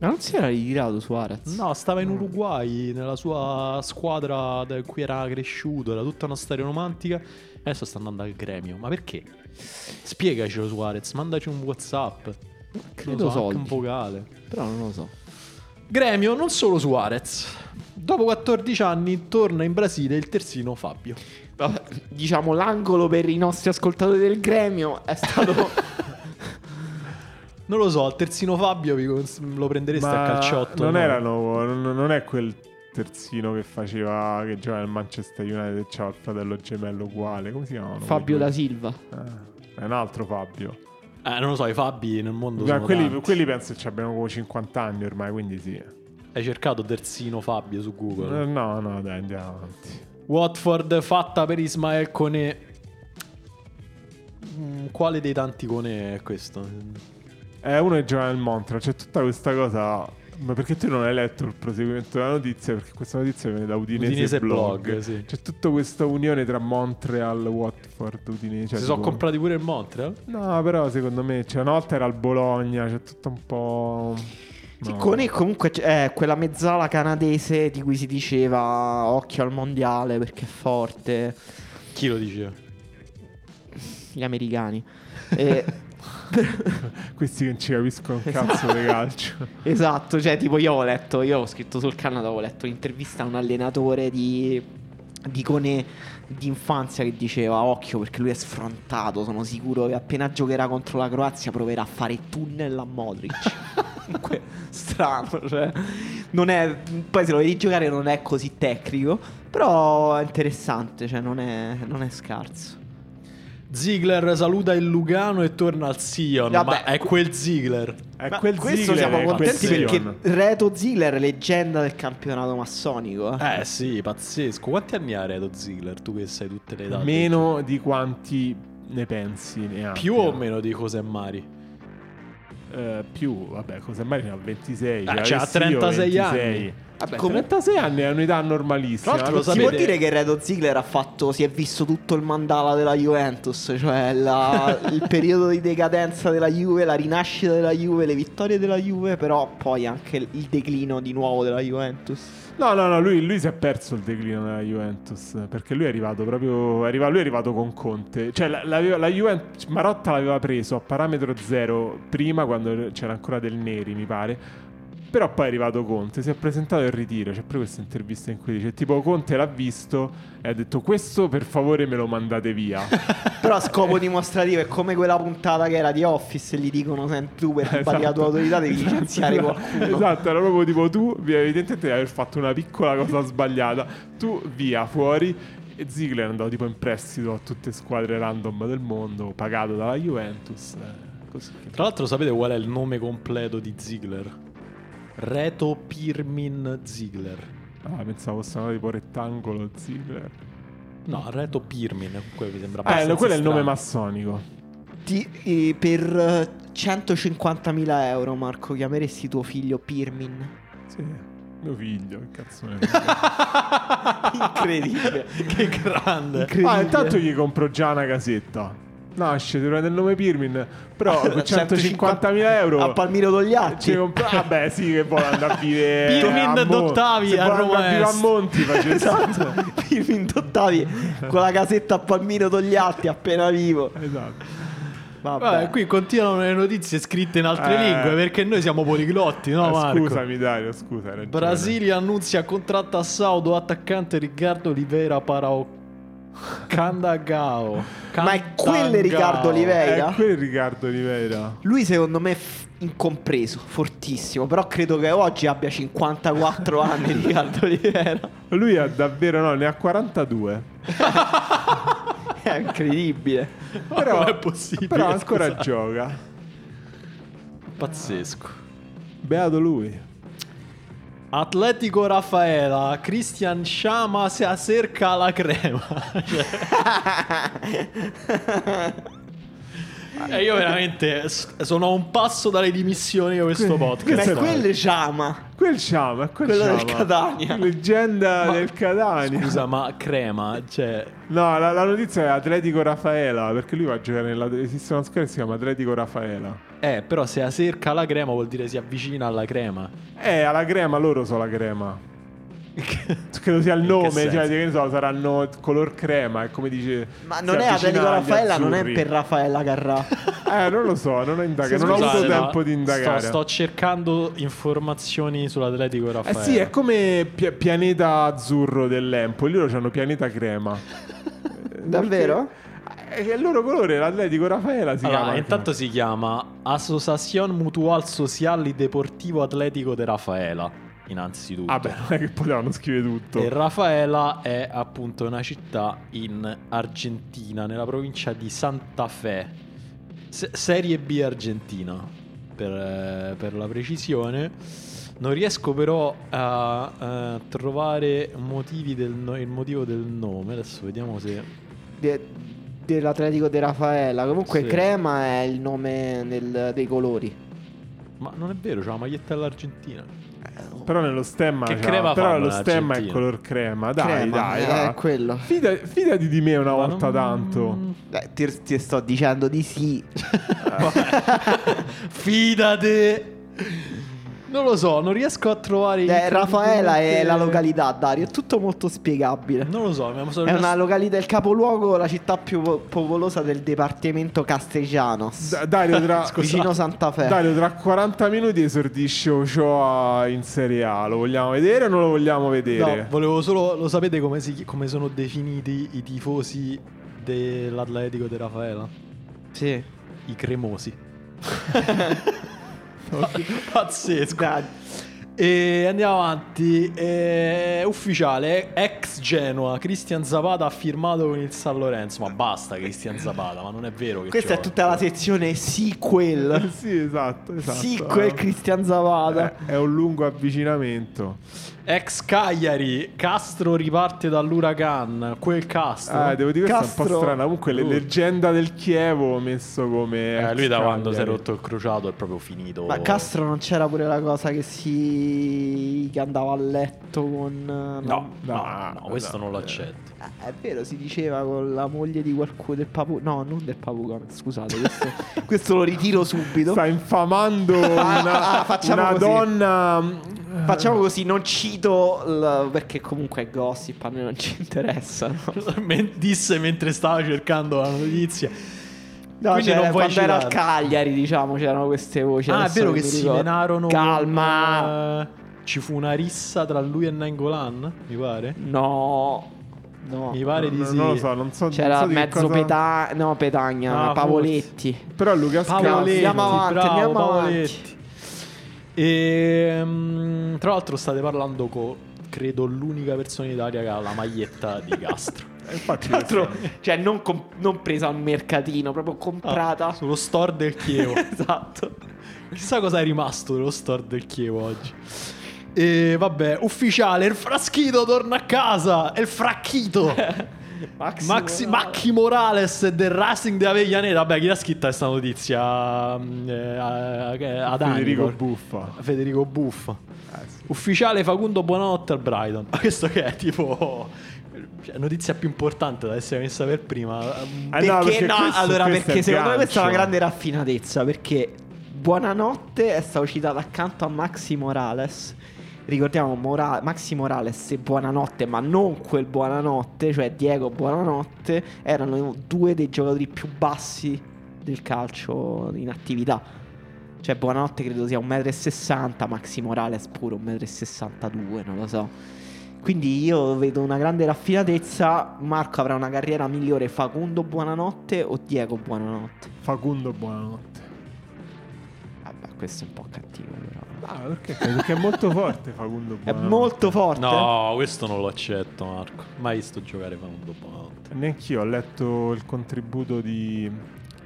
Ma non si era ritirato Suarez? No, stava in Mm. Uruguay, nella sua squadra da cui era cresciuto, era tutta una storia romantica. Adesso sta andando al gremio, ma perché? Spiegacelo Suarez, mandaci un Whatsapp. credo Non so, anche soldi. un vocale. Però non lo so. Gremio, non solo Suarez. Dopo 14 anni torna in Brasile il terzino Fabio. Vabbè, diciamo l'angolo per i nostri ascoltatori del gremio è (laughs) stato Non lo so, al terzino Fabio vi cons- lo prendereste Ma a calciotto. non no? erano, non non è quel terzino che faceva, che giocava nel Manchester United e c'ha il fratello gemello uguale, come si chiamano? Fabio da quei Silva. due? Eh, è un altro Fabio. Eh, non lo so, i Fabi nel mondo Ma sono quelli, tanti. quelli penso che abbiano come 50 anni ormai, quindi sì. Hai cercato terzino Fabio su Google. Eh, No, no, dai, andiamo avanti. Watford fatta per Ismael Kone. Mm, Quale dei tanti Kone è questo? È Eh, uno che gioca nel Montra, c'è tutta questa cosa. Ma perché tu non hai letto il proseguimento della notizia? Perché questa notizia viene da Udinese, Udinese Blog. Blog, sì. C'è tutta questa unione tra Montreal, Watford, Udinese. cioè si sono tipo- comprati pure il eh? Montreal? No, però secondo me, cioè, una volta era il Bologna, c'è tutto un po'. Sì, no. Kone comunque c- è quella mezzala canadese di cui si diceva occhio al mondiale perché è forte, Chi lo diceva? gli americani. E- (laughs) Questi che non ci capiscono un cazzo di (laughs) calcio. esatto, cioè tipo io ho letto, io ho scritto sul Canada, ho letto un'intervista a un allenatore di, di Kone di infanzia che diceva occhio perché lui è sfrontato, sono sicuro che appena giocherà contro la Croazia proverà a fare tunnel a (laughs) Modric. Comunque strano, cioè, non è, poi se lo vedi giocare non è così tecnico, però è interessante, cioè non è, non è scarso. Ziegler saluta il Lugano e torna al Sion. Vabbè, ma è que- quel Ziegler. È Ma Eh, quel questo Ziegler, siamo è contenti quel perché Zion. Reto Ziller, leggenda del campionato massonico. eh. Eh sì, pazzesco. Quanti anni ha Reto Ziegler? Tu che sai tutte le date. Meno di quanti ne pensi ne Più o abbiano. meno di José Mari. Eh, più, vabbè, cosa mai ne ha 26? Ah, cioè, cioè, ha avessi io 36 26. anni. Vabbè, Come 36 anni è un'età normalissima. Tra l'altro lo perché- Si può sapete- dire che Reto Ziegler ha fatto, si è visto tutto il mandala della Juventus, (laughs) cioè la- il periodo di decadenza della Juve, la rinascita della Juve, le vittorie della Juve, però poi anche il- il declino di nuovo della Juventus. No, no, no, lui, lui si è perso il declino della Juventus. Perché lui è arrivato proprio. arriva- lui è arrivato con Conte. Cioè, la, l'aveva- la Juventus. Marotta l'aveva preso a parametro zero prima, quando c'era ancora del Neri, mi pare. Però poi è arrivato Conte, si è presentato in ritiro. C'è pure questa intervista in cui dice: Tipo, Conte l'ha visto e ha detto: Questo per favore me lo mandate via. Però (laughs) a scopo dimostrativo è come quella puntata che era di Office e gli dicono senti tu per Esatto. sbagliare la tua autorità devi (laughs) Esatto, licenziare esatto. qualcuno. Esatto, era proprio tipo tu, vi- evidentemente devi aver fatto una piccola (laughs) cosa sbagliata. Tu via fuori e Ziegler è andato tipo in prestito a tutte squadre random del mondo, pagato dalla Juventus. eh, Così. Tra l'altro sapete qual è il nome completo di Ziegler? Reto Pirmin Ziegler. Ah, pensavo fosse una tipo rettangolo Ziegler. No, Reto Pirmin, quello mi sembra Ah, abbastanza quello è il nome strano. massonico. Ti- eh, per eh, 150.000 euro Marco chiameresti tuo (laughs) figlio Pirmin. Sì, mio figlio, che cazzo ne Incredibile. (laughs) che grande. (laughs) Incredibile. Ah, intanto gli compro già una casetta. Nasce, ti prende il nome Pirmin, (laughs) (laughs) però per 150.000 euro... a Palmiro Togliatti. Ci compra- Cioè, Vabbè, sì, che vuole (laughs) andare a dire Pirmin a Mon- d'Ottavi, se a vuole Roma andare a dire a Est. Monti, (laughs) faccio esatto. (laughs) Pirmin Tottavi con la casetta a Palmiro Togliatti appena vivo. esatto. Vabbè. Vabbè, qui continuano le notizie scritte in altre Eh. lingue perché noi siamo poliglotti, no Eh, Marco? scusami, Dario, scusa. hai ragione. Brasilia annunzia contratto a Saudo attaccante Riccardo Oliveira Parao Candagao. Ma è quello è Riccardo Oliveira? Eh, quel Riccardo Oliveira. Lui secondo me è f- incompreso, fortissimo, però credo che oggi (laughs) abbia 54 anni Riccardo Rivera. Lui ha davvero, no, ne ha 42. È incredibile. (laughs) Però, Però è possibile. Però ancora scusate. gioca. Pazzesco. Beato lui. Atletico Raffaela, Christian Sciama si acerca alla crema. Cioè. e io veramente s- sono a un passo dalle dimissioni di questo Ma podcast. è quello Jama. Quel Sciama, quel Quello del Sciama. Catania. Leggenda del Catania. Scusa, ma crema, cioè... No, la, la notizia è Atletico Raffaela, perché lui va a giocare nella... Esiste una squadra che si chiama Atletico Raffaela. Eh, però se acerca alla crema vuol dire si avvicina alla crema. Eh, alla crema, loro sono la crema. Credo sia il nome, senso? cioè, che ne so, saranno color crema, è come dice... Ma si non è Atletico avvicinano agli Raffaella, non è azzurri. per Raffaella Carrà. Eh, non lo so, non ho, indaga- Sì, non ho scusate, avuto no, tempo di indagare. Sto, sto cercando informazioni sull'Atletico e Eh Raffaele. sì, è come Pia- pianeta azzurro dell'Empoli, loro hanno pianeta crema. Eh, (laughs) Davvero? perché- eh, È il loro colore, l'Atletico Raffaella si Allora, chiama. intanto si chiama Associazione Mutual Sociali Deportivo Atletico de Raffaela, innanzitutto. Vabbè, non è che potevano scrivere tutto. E Raffaela è appunto una città in Argentina, nella provincia di Santa Fe, Se- Serie B Argentina, per, eh, per la precisione. Non riesco però a, eh, trovare motivi del no- il motivo del nome, adesso vediamo se... De- dell'Atletico di Raffaella. Comunque, Sì. Crema è il nome del- dei colori. Ma non è vero, c'è la maglietta dell'Argentina. Però nello stemma, Che c'ha- crema però fanno nello in stemma è Argentina? color crema. Dai, Crema, dai, eh, dai. è quello. Fida- fidati di me una Ma non- volta Mm. tanto. Eh, ti, ti sto dicendo di sì. Fidate! Non lo so, non riesco a trovare... Eh, Raffaella è incredibilmente- la località, Dario. È tutto molto spiegabile. Non lo so, abbiamo È una rimasto- località, il capoluogo, la città più po- popolosa del departamento Castellanos, Da- Dario, (laughs) tra, vicino Santa Fe. Dario, tra 40 minuti esordisce Ochoa in Serie A. Lo vogliamo vedere o non lo vogliamo vedere? No, volevo solo. Lo sapete come, si- come sono definiti i tifosi dell'Atletico di Raffaella? Sì. I (laughs) cremosi. Pazzesco. E andiamo avanti. Eh, ufficiale, ex Genoa, Cristian Zapata ha firmato con il San Lorenzo. Ma basta, Cristian Zapata, ma non è vero. Che Questa è gioca. tutta la sezione sequel. (laughs) sì, esatto, esatto. Sequel Cristian Zavada. Eh, È un lungo avvicinamento. Ex Cagliari, Castro riparte dall'Huracan. Quel Castro. Ah, devo dire questa è un Castro. Uh. po' strana. Comunque, le Lui. leggenda del Chievo messo come. Eh, ex lui da quando Cagliari. si è rotto il crociato è proprio finito. Ma Castro non c'era pure la cosa che si che andava a letto con eh, No, no, No, no, questo no. non lo accetto. Eh, È vero, si diceva con la moglie di qualcuno del Papu. No, non del Papu Gomez, Scusate, (laughs) questo, questo lo ritiro subito. Sta (laughs) infamando Ah, una, ah, facciamo una così. donna. Facciamo così, non cito il- perché comunque è gossip, a noi non ci interessa. No, (laughs) Men- Disse mentre stava cercando la notizia. No, Quindi c'era- non vuoi quando era al girarlo. Cagliari, diciamo, c'erano queste voci. ah, è adesso vero non che mi si ricordo. menarono. Calma. eh, ci fu una rissa tra lui e Nangolan, mi pare. No. No. Mi pare di non, sì. non lo so, non so. non C'era so di che mezzo cosa- Peta- no, Petagna, Ah, Pavoletti. Però Luca Paolo- Scalzi. Pavoletti, andiamo avanti, bravo, andiamo Pavoletti. Ehm, tra l'altro state parlando con, credo, l'unica persona in Italia che ha la maglietta di Castro. Eh, Infatti, Tra l'altro, cioè, non, comp- non presa al mercatino, (laughs) proprio Ah, comprata. sullo store del (laughs) Chievo. esatto. Chissà cosa è rimasto dello store del Chievo oggi. E vabbè, ufficiale, il fraschito torna a casa, è il fracchito. (laughs) Maxi, Maxi, Morales. Macchi Morales del Racing di Avellaneda. Vabbè, chi l'ha scritta questa notizia? Mm, eh, a- eh, Ad Federico Anibal. Buffa. Federico Buffa. Eh, sì. Ufficiale Facundo Buonanotte al Brighton. (laughs) Ma questo che è tipo... cioè, notizia più importante da essere messa per prima. Eh, no, perché perché no, questo- allora questo è perché il secondo me questa è una gancio. grande raffinatezza perché Buonanotte è stata citata accanto a Maxi Morales. Ricordiamo Mora- Maxi Morales e Buonanotte, ma non quel Buonanotte, cioè Diego Buonanotte, erano due dei giocatori più bassi del calcio in attività. Cioè Buonanotte credo sia 1,60 m, Maxi Morales pure 1,62 m, non lo so. Quindi io vedo una grande raffinatezza. Marco avrà una carriera migliore Facundo Buonanotte o Diego Buonanotte? Facundo, buonanotte. Vabbè, questo è un po' cattivo però. Ah, perché? Perché è molto forte Facundo È Buonanotte. molto forte. No, questo non lo accetto, Marco. Mai visto giocare Facundo Buonanotte. Neanch'io ho letto il contributo di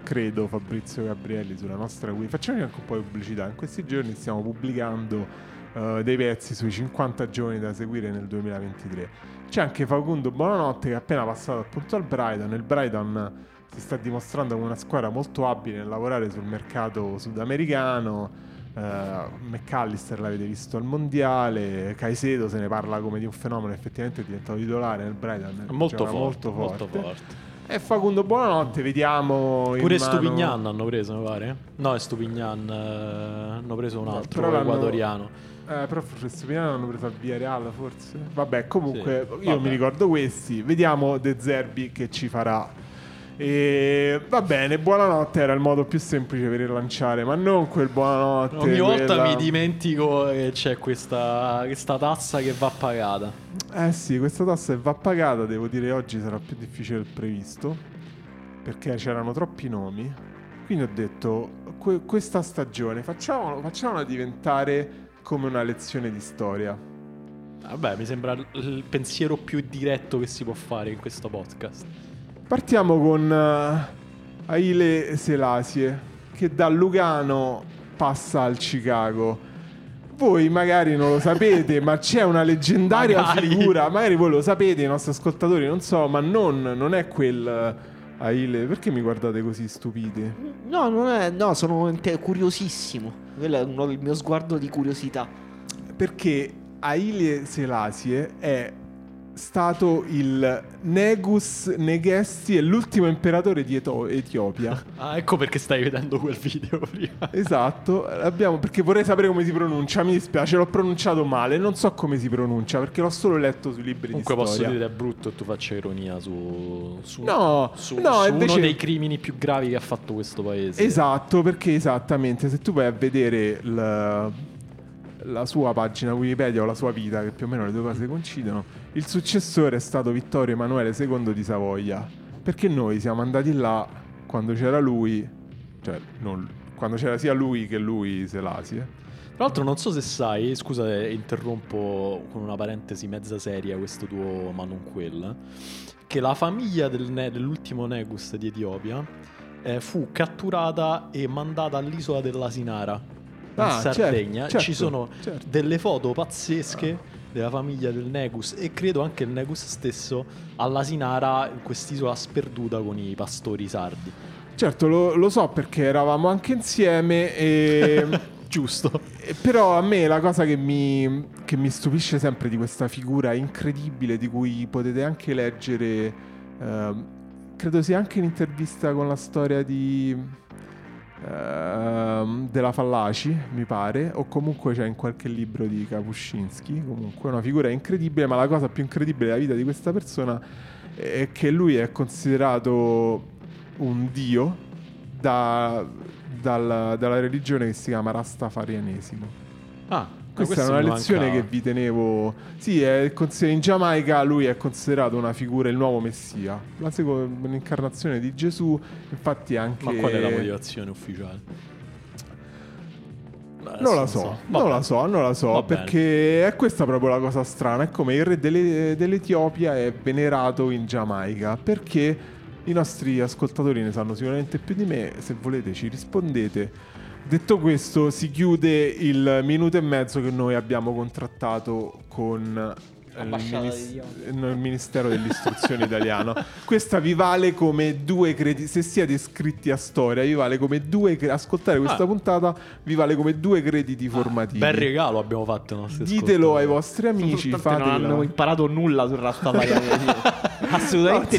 credo Fabrizio Gabrielli sulla nostra guida. Facciamo anche un po' di pubblicità. In questi giorni stiamo pubblicando eh, dei pezzi sui 50 giorni da seguire nel 2023. C'è anche Facundo Buonanotte che è appena passato appunto al Brighton. Il Brighton si sta dimostrando come una squadra molto abile nel lavorare sul mercato sudamericano. Eh, McAllister l'avete visto al mondiale, Caicedo se ne parla come di un fenomeno, effettivamente è diventato titolare nel Brighton. Molto gioca forte, molto forte. e Facundo Buonanotte, vediamo. in Pure mano- Stupignan hanno preso, mi pare. No, è Stupignan. eh, hanno preso un altro però l'hanno- ecuadoriano. Eh, però Francesco Milano l'hanno preso al Villarreal forse. Vabbè, comunque Sì, io vabbè. mi ricordo questi. Vediamo De Zerbi che ci farà. E va bene, buonanotte era il modo più semplice per rilanciare, ma non quel buonanotte. Ogni volta quella- mi dimentico che c'è questa, questa tassa che va pagata. Eh sì, questa tassa che va pagata, devo dire oggi sarà più difficile del previsto, perché c'erano troppi nomi. Quindi ho detto, que- questa stagione facciamo- facciamola diventare come una lezione di storia. Vabbè, mi sembra l- il pensiero più diretto che si può fare in questo podcast. Partiamo con eh, Aile Selasie che da Lugano passa al Chicago. Voi magari non lo sapete, ma c'è una leggendaria Magari. figura, magari voi lo sapete, i nostri ascoltatori, non so, ma non, non è quel eh, Aile. Perché mi guardate così stupiti? No, non è, no, sono inte- curiosissimo. Quello è uno- il mio sguardo di curiosità. Perché Aile Selasie è stato il Negus Negesti e l'ultimo imperatore di Eto- Etiopia. Ah, ecco perché stai vedendo quel (laughs) video prima. Esatto, abbiamo, perché vorrei sapere come si pronuncia, mi dispiace, l'ho pronunciato male, non so come si pronuncia perché l'ho solo letto sui libri Comunque di posso storia. dire che è brutto e tu faccia ironia su, su, No, su, no, su invece- uno dei crimini più gravi che ha fatto questo paese. Esatto, perché esattamente, se tu vai a vedere la, la sua pagina Wikipedia o la sua vita, che più o meno le due cose coincidono, il successore è stato Vittorio Emanuele II di Savoia, perché noi siamo andati là quando c'era lui, cioè non- quando c'era sia lui che lui Selasie. Tra l'altro non so se sai, scusa eh, interrompo con una parentesi mezza seria questo tuo ma non quella, che la famiglia del ne- dell'ultimo Negus di Etiopia eh, fu catturata e mandata all'isola dell'Asinara, Ah, in certo, Sardegna. certo, Ci sono certo. Ah. delle foto pazzesche della famiglia del Negus e credo anche il Negus stesso all'Asinara, in quest'isola sperduta con i pastori sardi. Certo, lo, lo so perché eravamo anche insieme e... (laughs) Giusto. e Però a me la cosa che mi, che mi stupisce sempre di questa figura incredibile di cui potete anche leggere, ehm, credo sia anche l'intervista con la storia di, ehm, della Fallaci, mi pare, o comunque c'è in qualche libro di Kapuscinski, comunque è una figura incredibile, ma la cosa più incredibile della vita di questa persona è che lui è considerato un dio da- dal- dalla religione che si chiama Rastafarianesimo. Ah, Questa questo è mi una lezione mancava. che vi tenevo. Sì, è consider- in Giamaica lui è considerato una figura, il nuovo messia, la seconda incarnazione di Gesù. Infatti, anche. Ma qual è la motivazione ufficiale? Non la so, non la so, non la so, Va bene. perché è questa proprio la cosa strana. È come il re delle- dell'Etiopia è venerato in Giamaica, perché i nostri ascoltatori ne sanno sicuramente più di me, se volete ci rispondete. Detto questo, si chiude il minuto e mezzo che noi abbiamo contrattato con eh, il, Ambasciata minis- di no, il Ministero dell'Istruzione italiano. (laughs) Questa vi vale come due crediti, se siete iscritti a storia, vi vale come due cre- ascoltare questa Ah. puntata vi vale come due crediti formativi. Bel regalo abbiamo fatto ai nostri Ditelo ascoltatori. ai vostri amici, Tanto non fatela. hanno imparato nulla sul Rastafarianesimo. Assolutamente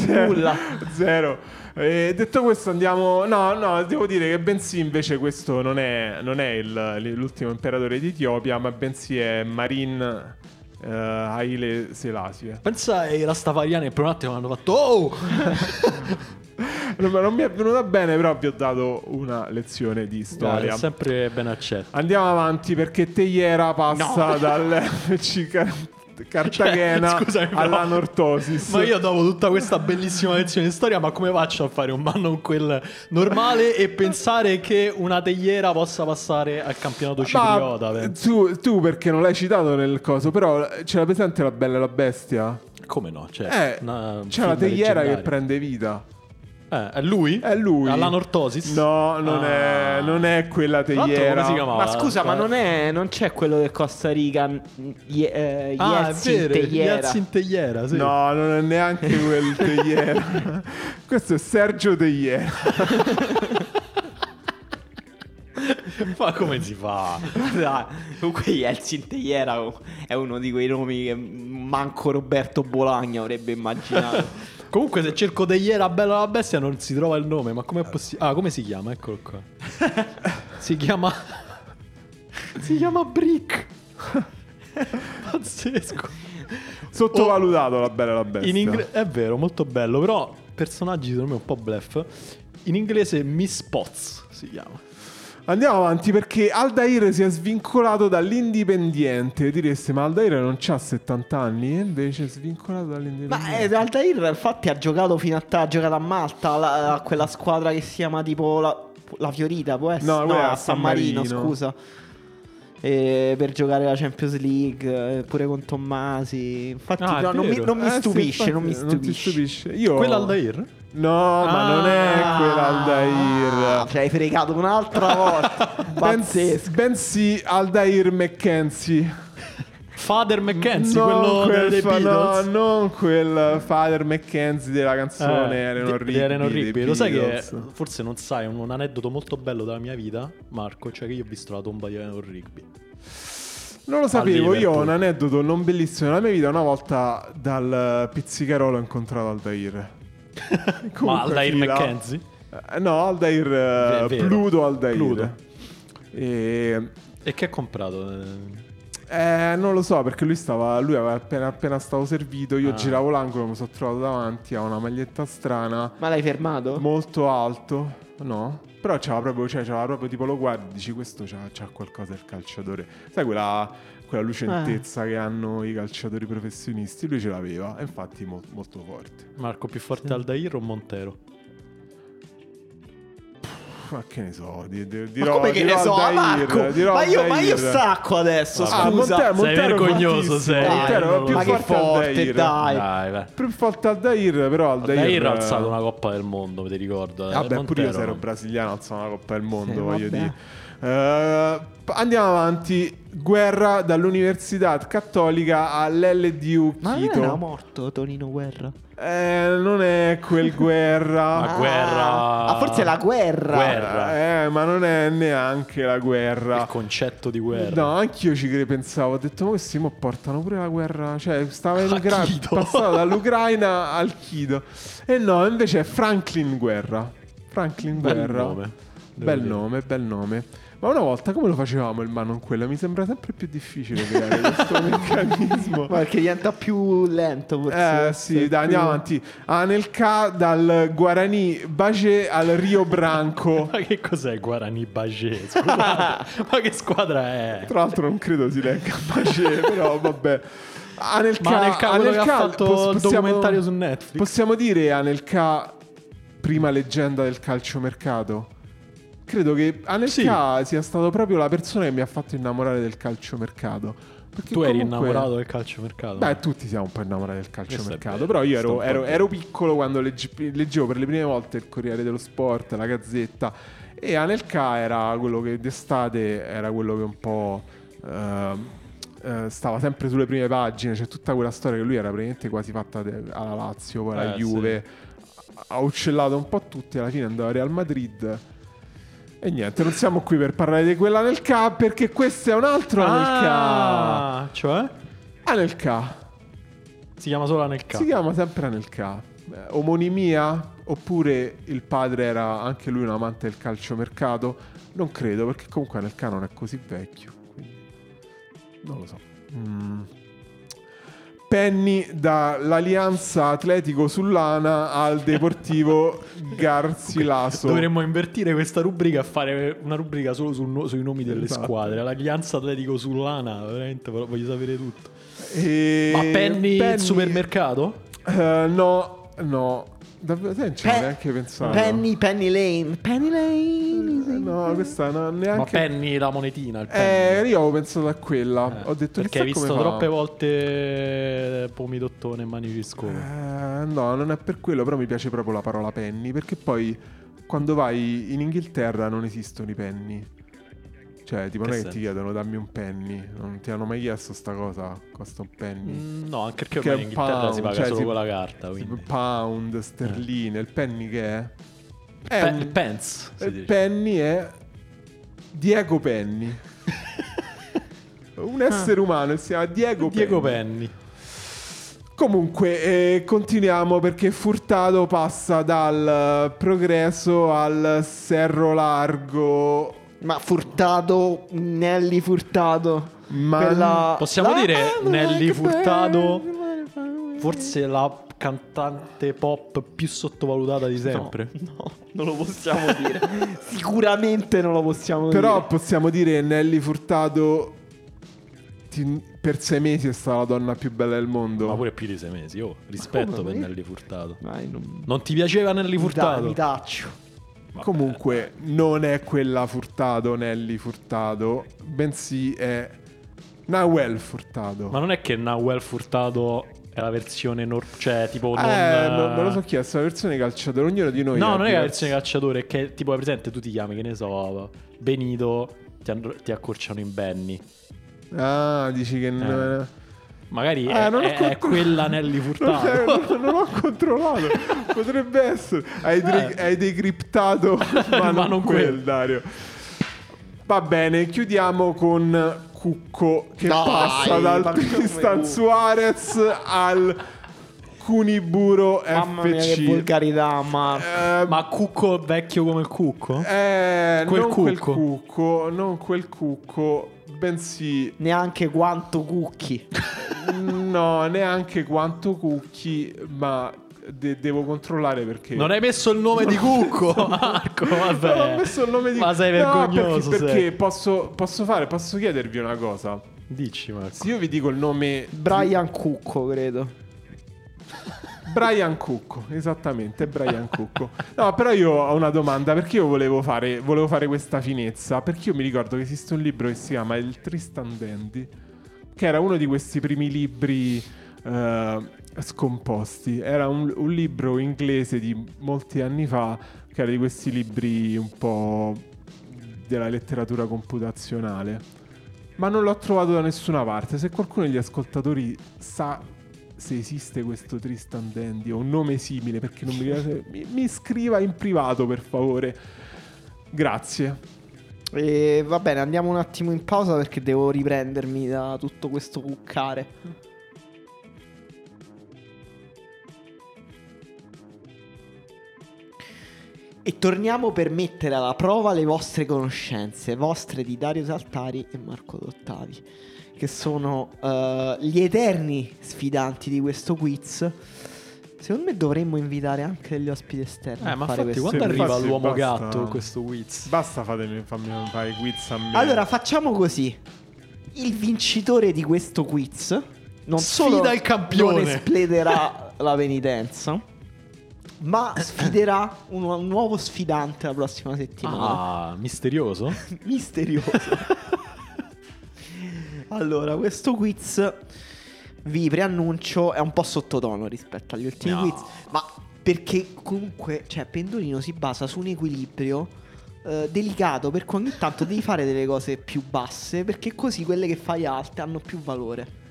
(laughs) No, zero. nulla. (laughs) Zero. Eh, detto questo, andiamo. No, no, devo dire che bensì invece questo non è, non è il- l'ultimo imperatore d'Etiopia, ma bensì è Marin eh, Haile Selassie. Pensa ai Rastafariani che per un attimo hanno fatto (laughs) Oh! Non, non mi è venuta bene, però vi ho dato una lezione di Dai, storia. è sempre ben accetto. Andiamo avanti perché Teiera passa dal FC Car- Cartagena Cioè, (laughs) scusami, però- alla Nortosis. Ma io dopo tutta questa bellissima lezione di storia, ma come faccio a fare un manno quel normale e pensare che una tegliera possa passare al campionato cipriota? Ma penso? tu, tu perché non l'hai citato nel coso, però c'era presente la bella e la bestia? Come no? Cioè, Eh, una- un c'è la film tegliera che leggendario. prende vita. Eh, è lui? È lui. Alla Nortosis? Ah. No, non, è, non è quella Tra l'altro tegliera. Come si chiamava? Ma scusa, ma non, è, non c'è quello del Costa Rica? mm, Ye- eh, Ah, è Yeltsin vero, Teiera. Yeltsin Teiera, sì. No, non è neanche quel tegliera. Questo è Sergio Tegliera. (laughs) Oh. Ma come si fa? (laughs) Dai, comunque Yeltsin Teiera oh, è uno di quei nomi che manco Roberto Bolagna (laughs) avrebbe immaginato. (laughs) Comunque se cerco Teiera Bella la Bestia non si trova il nome, ma come è possibile? Ah, come si (laughs) chiama? Eccolo qua. si chiama... si chiama Brick. (laughs) Pazzesco. Oh, Sottovalutato la bella e la bestia. In ingle- è vero, molto bello, però personaggi secondo me un po' bluff. In inglese Miss Potts si chiama. Andiamo avanti perché Aldair si è svincolato dall'indipendiente. Direste, ma Aldair non c'ha 70 anni? E invece è svincolato Ma dall'indipendiente. eh, Altair infatti ha giocato fino a, ta- ha giocato a Malta, alla- a quella squadra che si chiama tipo la, la Fiorita, può essere? No, quella è a a San San Marino, Marino. scusa. Eh, per giocare la Champions League eh, pure con Tommasi. Infatti Ah, è no, non, mi, vero. non mi Eh, sì, infatti, stupisce, non mi ti stupisce. stupisce. Io... Quella Aldair? No, ma non è Ah, quella Aldair. Ci hai fregato (laughs) un'altra volta. Bensì, Pazzesco. bensì Aldair McKenzie. Father McKenzie, non quello quel dei fa- Beatles. No, non quel Father McKenzie della canzone Eh, di- Eleanor di Rigby. Eleanor dei Rigby. Lo sai che Beatles. forse non sai un, un aneddoto molto bello della mia vita, Marco, cioè che io ho visto la tomba di Eleanor Rigby. Non lo sapevo, io ho Liverpool. un aneddoto non bellissimo nella mia vita. Una volta dal pizzicarolo ho incontrato (laughs) Aldair. Ma Comunque, Aldair fila. McKenzie? Eh, No, Aldair eh, È vero. Pluto Aldair. Pluto. E, E che ha comprato? Eh, eh, non lo so perché lui stava. Lui aveva appena, appena stato servito. Io Ah. giravo l'angolo, mi sono trovato davanti a una maglietta strana. Ma l'hai fermato? Molto alto, no? Però c'era proprio, cioè, c'era proprio tipo lo guardi, dici questo c'ha, c'ha qualcosa il calciatore. Sai quella, quella lucentezza Eh. che hanno i calciatori professionisti? Lui ce l'aveva, e infatti mo- molto forte. Marco, più forte Aldair o Montero? Ma che ne so, di, di- Ma dirò, come che dirò ne so, Ah, Aldair, Marco? dirò ma, io, ma io Aldair. stacco adesso, Ah, scusa. Montero- Montero è vergognoso, fortissimo, sei. Montero è Dai, più ma che forte, forte, Aldair. dai. vai. Più forte Aldair, però Aldair... Aldair ha eh, alzato una coppa del mondo, mi ti ricordo. eh, Vabbè, pure Montero, io se ero no? brasiliano alzo una coppa del mondo, Sì, voglio vabbè. dire. Eh, andiamo avanti. Guerra dall'Università Cattolica all'LDU Ma non era Quito. morto Tonino Guerra? Eh, non è quel (laughs) guerra. Ma guerra. Ah, forse la guerra. Guerra. Eh, ma non è neanche la Il guerra. concetto di guerra. No, anch'io ci cre- pensavo. Ho detto, ma questi mo portano pure la guerra. Cioè, stava in A Ucra- Quito. passava dall'Ucraina al Chido. E no, invece è Franklin Guerra. Franklin Bel Guerra. nome, devo Bel dire. nome, bel nome. Ma una volta come lo facevamo il mano in quella? Mi sembra sempre più (laughs) difficile creare questo (laughs) meccanismo. Ma perché diventa più lento forse. Eh sì, dai, andiamo avanti. Anelka dal Guarani Bace al Rio Branco. (laughs) Ma che cos'è Guarani Bagé? (laughs) Scusate, ma che squadra è? Tra l'altro non credo si legga (laughs) Bace, però vabbè. Ah, Anelka, Ma nel quello che ha Anelka, fatto pos- il possiamo- documentario su Netflix. Possiamo dire Anelka prima leggenda del calciomercato? Credo che Anelka sia stato proprio la persona che mi ha fatto innamorare del calciomercato. Perché tu eri comunque- innamorato del calciomercato? Beh, tutti siamo un po' innamorati del calciomercato. Esatto. Questo è vero, Però io ero, questo è un ero- po' vero. ero piccolo quando leggi- leggevo per le prime volte il Corriere dello Sport, la Gazzetta. E Anelka era quello che d'estate era quello che un po'. ehm, eh, stava sempre sulle prime pagine. C'è tutta quella storia che lui era praticamente quasi fatta de- alla Lazio, poi alla Eh, Juve. Ha uccellato un po' tutti. Alla fine andava al Real Madrid. E niente, non siamo qui per parlare di quella Anelka perché questo è un altro Anelka. Ah, cioè? Anelka. Si chiama solo Anelka. Si chiama sempre Anelka. Eh, Omonimia? Oppure il padre era anche lui un amante del calciomercato? Non credo, perché comunque Anelka non è così vecchio. Quindi non lo so. Mm. Penny dall'Alianza Atletico Sullana al (laughs) Deportivo Garcilaso. Dovremmo invertire questa rubrica e fare una rubrica solo sul no- sui nomi delle Esatto. squadre. L'Alianza Atletico Sullana, veramente vo- voglio sapere tutto. E Ma Penny, il supermercato? Eh, no, no. Davvero, sai, non ci avevo Pe- neanche pensato. Penny, Penny Lane. Penny Eh, Lane. No, questa no, Ma neanche Penny la monetina, il Penny. Eh, io avevo pensato a quella. Eh, Ho detto perché hai chissà visto come fa. troppe volte Pomidottone e Manici Scopo. Eh, no, non è per quello, però mi piace proprio la parola penny, perché poi quando vai in Inghilterra non esistono i penny. Cioè, tipo, non è Che che ti senso? chiedono dammi un penny, non ti hanno mai chiesto sta cosa, costa un penny. Mm, No, anche perché Che ormai in Inghilterra pound, si paga Eh, cioè, solo si- con la carta. Tipo Quindi. Pound, sterline, il penny che è? È Pe- un- il pence, si il dice. penny è Diego Penny. un essere umano, si chiama Diego, Diego Penny. Penny. Comunque, eh, continuiamo perché Furtado passa dal Progresso al Serro Largo Ma Furtado, Nelly Furtado. Ah, Ma- Possiamo dire Nelly che Furtado? bello. Forse la cantante pop più sottovalutata di sempre. (laughs) No, non lo possiamo dire. Sicuramente non lo possiamo Però dire. possiamo dire Nelly Furtado ti- per sei mesi è stata la donna più bella del mondo. Ma pure più di sei mesi, oh, rispetto come? per Nelly Furtado. Vai, non... Non ti piaceva Nelly Furtado? Mi taccio. Comunque non è quella Furtado, Nelly Furtado, bensì è Nahuel Furtado. Ma non è che Nahuel Furtado è la versione nor- cioè tipo non Eh, non, me lo so chiesto, la versione calciatore, ognuno di noi... No, ha non è la diversi- versione calciatore, è che è tipo è presente tu ti chiami, che ne so, Benito, ti, and- ti accorciano in Benny. Ah, dici che... Eh. non- Magari Ah, è, non ho è- è contro- quella Nelly Furtado. (laughs) Non, non- non (laughs) ho controllato. Potrebbe essere. Hai, dri- hai (laughs) decriptato, ma, Eh. Ma non non quel, quel. Dario. Va bene, chiudiamo con Cucco che Dai, passa dal ma come Tristan Cucco? Suarez al Cuniburo Mamma mia, che FC. volgarità, ma... Eh, Ma cucco vecchio come il cucco? eh, quel non quel Cucco. cucco, non quel cucco, bensì Neanche quanto cucchi. no, neanche quanto cucchi, ma de- devo controllare perché Non hai messo il nome di (laughs) Cucco, Marco. Vabbè. Non (laughs) ho messo il nome di Ma sei No, vergognoso. perché, sei. perché posso, posso fare, posso chiedervi una cosa. Dici, Marco. Se io vi dico il nome Brian Cucco, credo. Brian Cucco, esattamente, è Brian Cucco. No, però io ho una domanda perché io volevo fare, volevo fare questa finezza, perché io mi ricordo che esiste un libro che si chiama Il Tristan Dandy, che era uno di questi primi libri eh, scomposti. Era un, un libro inglese di molti anni fa, che era di questi libri un po' della letteratura computazionale. Ma non l'ho trovato da nessuna parte. Se qualcuno degli ascoltatori sa se esiste questo Tristan Dandy o un nome simile, perché non mi piace, mi, mi scriva in privato per favore. Grazie. E va bene, andiamo un attimo in pausa perché devo riprendermi da tutto questo cuccare. E torniamo per mettere alla prova le vostre conoscenze, vostre di Dario Saltari e Marco Dottavi, che sono eh, gli eterni sfidanti di questo quiz. Secondo me dovremmo invitare anche degli ospiti esterni. Eh, a ma fare infatti, questo quando Sì, arriva infatti, l'uomo basta. gatto con questo Wiz? Basta fatemi fammi fare i quiz a me. Allora facciamo così. Il vincitore di questo quiz non Sfida solo il campione. non (laughs) esplederà la penitenza, ma sfiderà un, un nuovo sfidante la prossima settimana. Ah, misterioso? Misterioso. (laughs) allora, questo quiz vi preannuncio è un po' sottotono rispetto agli ultimi No. quiz, ma perché comunque, cioè, Pendolino si basa su un equilibrio eh, delicato, per cui ogni tanto devi fare delle cose più basse, perché così quelle che fai alte hanno più valore.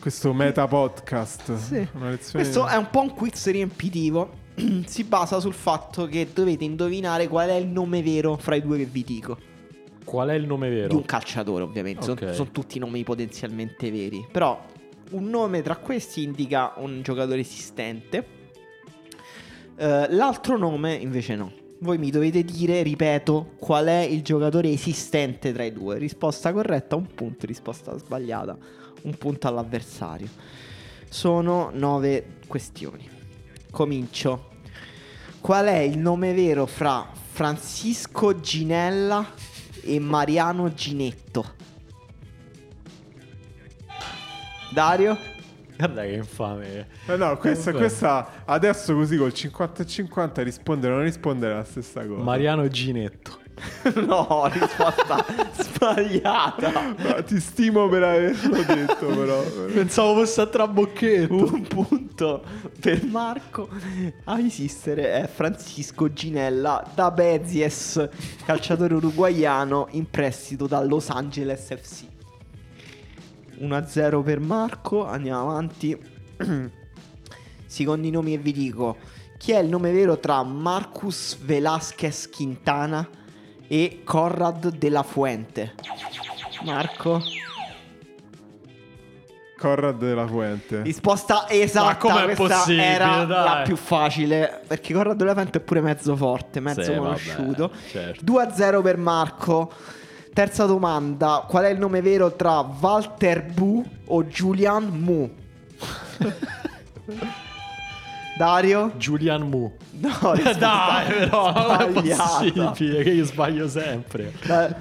Questo meta podcast. Sì. Una lezione... Questo è un po' un quiz riempitivo. (clears throat) si basa sul fatto che dovete indovinare qual è il nome vero fra i due che vi dico. Qual è il nome vero? Di un calciatore, ovviamente. Sono- Ok. Sono, tutti nomi potenzialmente veri. Però un nome tra questi indica un giocatore esistente. Eh, l'altro nome invece no. Voi mi dovete dire, ripeto, qual è il giocatore esistente tra i due. Risposta corretta, un punto. Risposta sbagliata, un punto all'avversario. Sono nove questioni. Comincio. Qual è il nome vero fra Francisco Ginella e Mariano Ginetto? Dario? (laughs) Guarda che infame. Eh no, questa, Vabbè. questa adesso così col 50 e 50 rispondere o non rispondere è la stessa cosa. Mariano Ginetto. no, risposta (laughs) sbagliata. Ma ti stimo per averlo detto però. Pensavo fosse a trabocchetto. Un punto per Marco a esistere è Francisco Ginella da Bezies, calciatore uruguaiano in prestito da Los Angeles FC. 1-0 per Marco, andiamo avanti. (clears throat) Secondo i nomi e vi dico chi è il nome vero tra Marcus Velasquez Quintana e Conrad de la Fuente. Marco? Conrad della Fuente. Risposta esatta, com'è questa possibile, era la dai? più facile perché Corrado Levento è pure mezzo forte, mezzo Sì, vabbè, conosciuto. certo. 2-0 per Marco. Terza domanda, qual è il nome vero tra Walter Bu o Julian (laughs) Mu? Dario? Julian Mu. No, risposta (laughs) Dai, però, non è sbagliata. possibile che io sbaglio sempre. Da-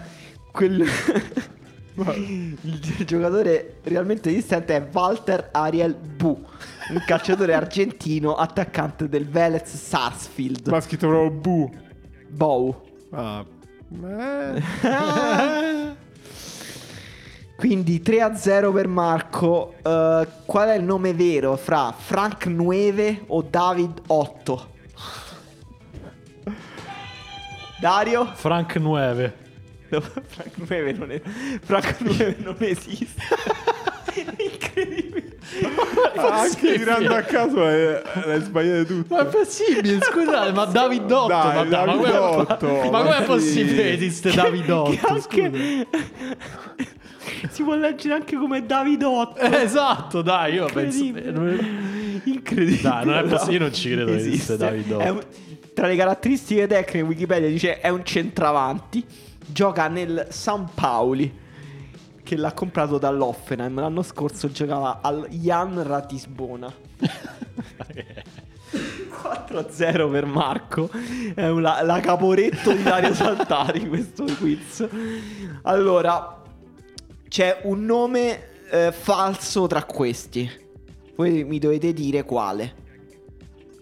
quel- (laughs) il gi- giocatore realmente esistente è Walter Ariel Bu, un calciatore argentino attaccante del Velez Sarsfield. Ma ha scritto proprio Bu. Bou. Ah. (laughs) Eh. Quindi 3-0 per Marco. Eh, qual è il nome vero fra Frank 9 o David 8? Dario? Frank 9. No, Frank 9 non, è... Frank 9 non (laughs) esiste. Incredibile. Ah, Anche tirando a caso eh, l'hai sbagliato tutto. Ma è (laughs) possibile, scusate, ma Davidotto, Dai, ma, dai, ma com'è- ma Davidotto, ma com'è sì. possibile che esiste Che Davidotto? scusa? anche- Si può leggere anche come David 8. Eh, Esatto, dai, io penso... Incredibile. non- Incredibile. Dai, non è però possi- io non ci credo che esiste Davido. È un- Tra le caratteristiche tecniche Wikipedia dice è un centravanti, gioca nel San Paoli che l'ha comprato dall'Offenheim. L'anno scorso giocava al Jan Ratisbona. 4-0 per Marco. È un la, la caporetto di Dario Saltari (laughs) questo quiz. Allora, c'è un nome eh, falso tra questi. Voi mi dovete dire quale.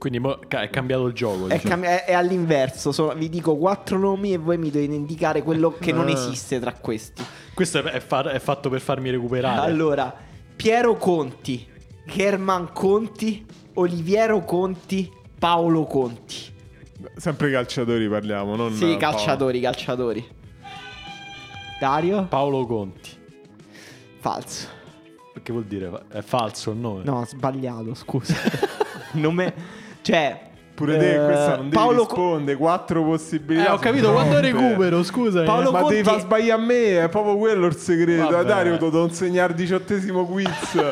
Quindi mo- ca- è cambiato il gioco. È, diciamo. cambi- è- è all'inverso. sono- vi dico quattro nomi e voi mi dovete indicare quello che non Ah. esiste tra questi. Questo è, è fa- è fatto per farmi recuperare. Allora, Piero Conti, German Conti, Oliviero Conti, Paolo Conti. Sempre calciatori parliamo, non Sì, calciatori, calciatori. Dario? Paolo Conti. Falso. Che vuol dire? Fa- È falso il nome? No, sbagliato, (laughs) scusa. nome... Cioè... Pure te eh, questa non devi Paolo Co- risponde, quattro Eh, possibilità. ho capito, su quando troppe. recupero, scusa. Paolo Ma Conti- devi far sbagliare a me, è proprio quello il segreto. Vabbè. Eh, Dario, ti devo insegnare il diciottesimo quiz.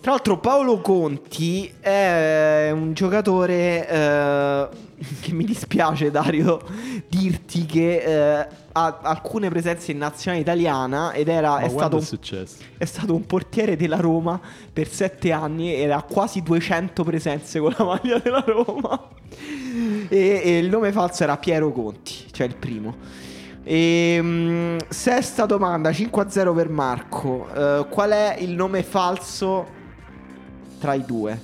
Tra l'altro Paolo Conti è un giocatore eh, (laughs) che mi dispiace Dario dirti che eh, ha alcune presenze in nazionale italiana ed era, Ma è, stato quando è un, successo? è stato un portiere della Roma per sette anni e ha quasi 200 presenze con la maglia della Roma. E, e il nome falso era Piero Conti, cioè il primo. E, mm, sesta domanda, 5-0 per Marco. Eh, qual è il nome falso tra i due?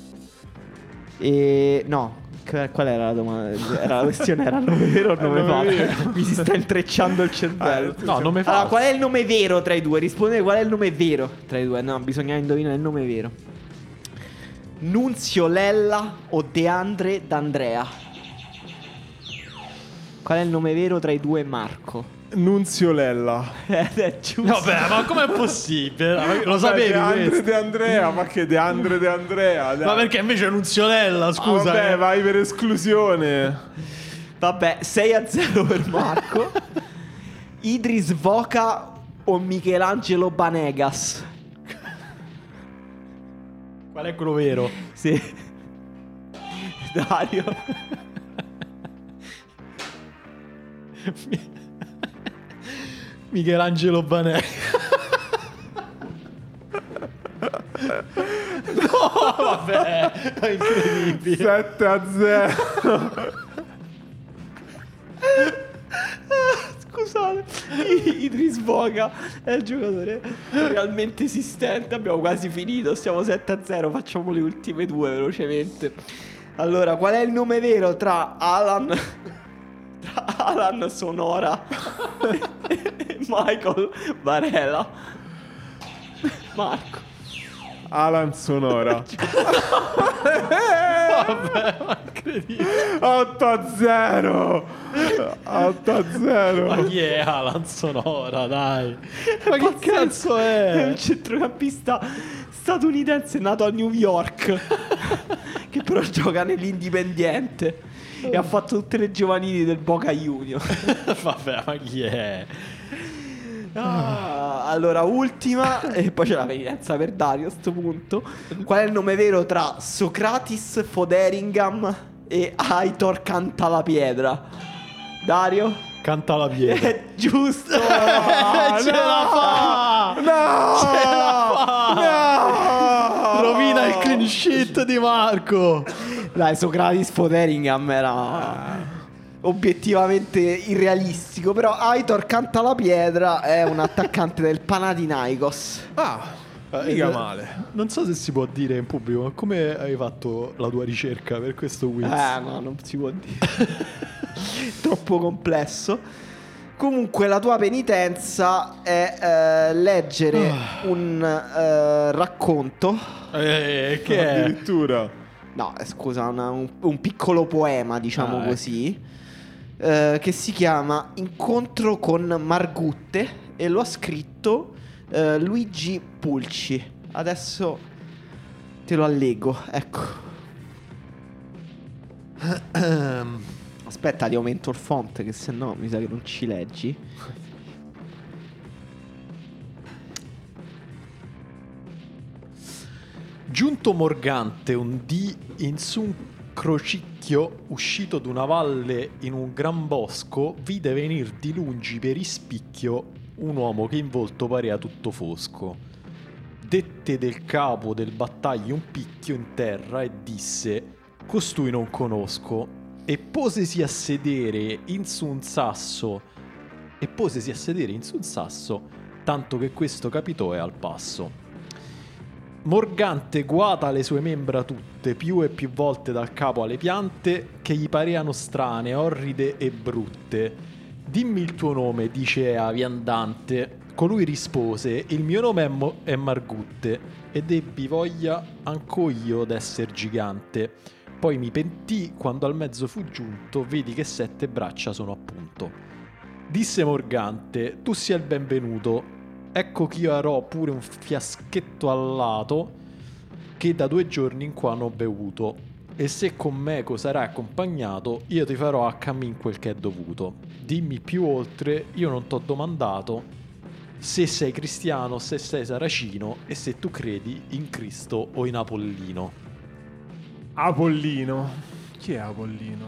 E, no. qu- Qual era la domanda? Era la questione era il nome vero o il nome Il nome falso? Mi si sta intrecciando il cervello. No, nome Allora, falso. qual è il nome vero tra i due? Rispondete qual è il nome vero tra i due. No, bisogna indovinare il nome vero. Nunzio Lella o Deandre D'Andrea? Qual è il nome vero tra i due Marco? (laughs) Nunzio Lella. Ed è giusto. Vabbè, Eh, ma com'è (laughs) possibile? Ma Lo sapevi De Cioè, Andre questo? De Andrea, ma che De Andre De Andrea? dai. Ma perché invece è Nunziolella, Ah, scusa. vabbè, eh. vai per esclusione. Vabbè, 6 a 0 per Marco. Idris Voca o Michelangelo Banegas? Qual è quello vero? Sì. Dario. Michelangelo Banè. no, vabbè, è incredibile. 7 a 0. Scusate, (laughs) Idris Voga è il giocatore realmente esistente. Abbiamo quasi finito, siamo 7-0. Facciamo le ultime due velocemente. Allora, qual è il nome vero tra Alan, (laughs) tra Alan Sonora e Michael Varela? Marco. (laughs) Alan Sonora. Incredibile. 8 a 0. 8 a 0. Ma chi è Alan Sonora, dai? (laughs) Ma che cazzo È è? un centrocampista statunitense nato a New York, (laughs) che però gioca nell'Indipendiente e ha fatto tutte le giovanili del Boca Junior. vabbè, ma chi è? Eh, Ah, allora, ultima, e poi c'è la penitenza per Dario a sto punto. Qual è il nome vero tra Socratis Foderingham e Aitor Cantalapietra? Dario? Canta la Ah, pietra. (laughs) È giusto! Eh, (laughs) Ce la fa! No! Ce la fa! Ah, No! Eh, Rovina il clean sheet di Marco. Dai, Socratis Foderingham era obiettivamente irrealistico, però Aitor Cantalapietra è un attaccante del Panathinaikos. Ah, mica Eh, male. Non so se si può dire in pubblico, ma come hai fatto la tua ricerca per questo quiz? Eh no, non si può dire. Troppo complesso. Comunque la tua penitenza è eh, Ah. leggere un eh, racconto. (laughs) Eh, che è? Addirittura. No, eh, scusa, una- un, un piccolo poema, diciamo Ah, ecco. così, eh, che si chiama Incontro con Margutte e lo ha scritto eh, Luigi Pulci. Adesso te lo allego, ecco. Aspetta, ti aumento il font, che se no mi sa che non ci leggi. Giunto morgante un dì in su un crocicchio uscito d'una valle in un gran bosco, vide venir di lungi per ispicchio un uomo che in volto parea tutto fosco. Dette del capo del battaglio un picchio in terra e disse: Costui non conosco. E posesi a sedere in su un sasso. E posesi a sedere in su un sasso, tanto che questo capitò e al passo. Morgante guata le sue membra tutte, più e più volte dal capo alle piante, che gli pareano strane, orride e brutte. Dimmi il tuo nome, dicea viandante. Colui rispose: Il mio nome è, Mo- è Margutte, ed ebbi voglia anco io d'esser gigante. Poi mi pentì quando al mezzo fu giunto, vedi che sette braccia sono appunto. Disse Morgante, tu sia il benvenuto. Ecco che io arò pure un fiaschetto al lato che da due giorni in qua non ho bevuto. E se con meco sarai accompagnato, io ti farò a cammin quel che è dovuto. Dimmi più oltre, io non t'ho domandato se sei cristiano, se sei saracino e se tu credi in Cristo o in Apollino. Apollino. Chi è Apollino?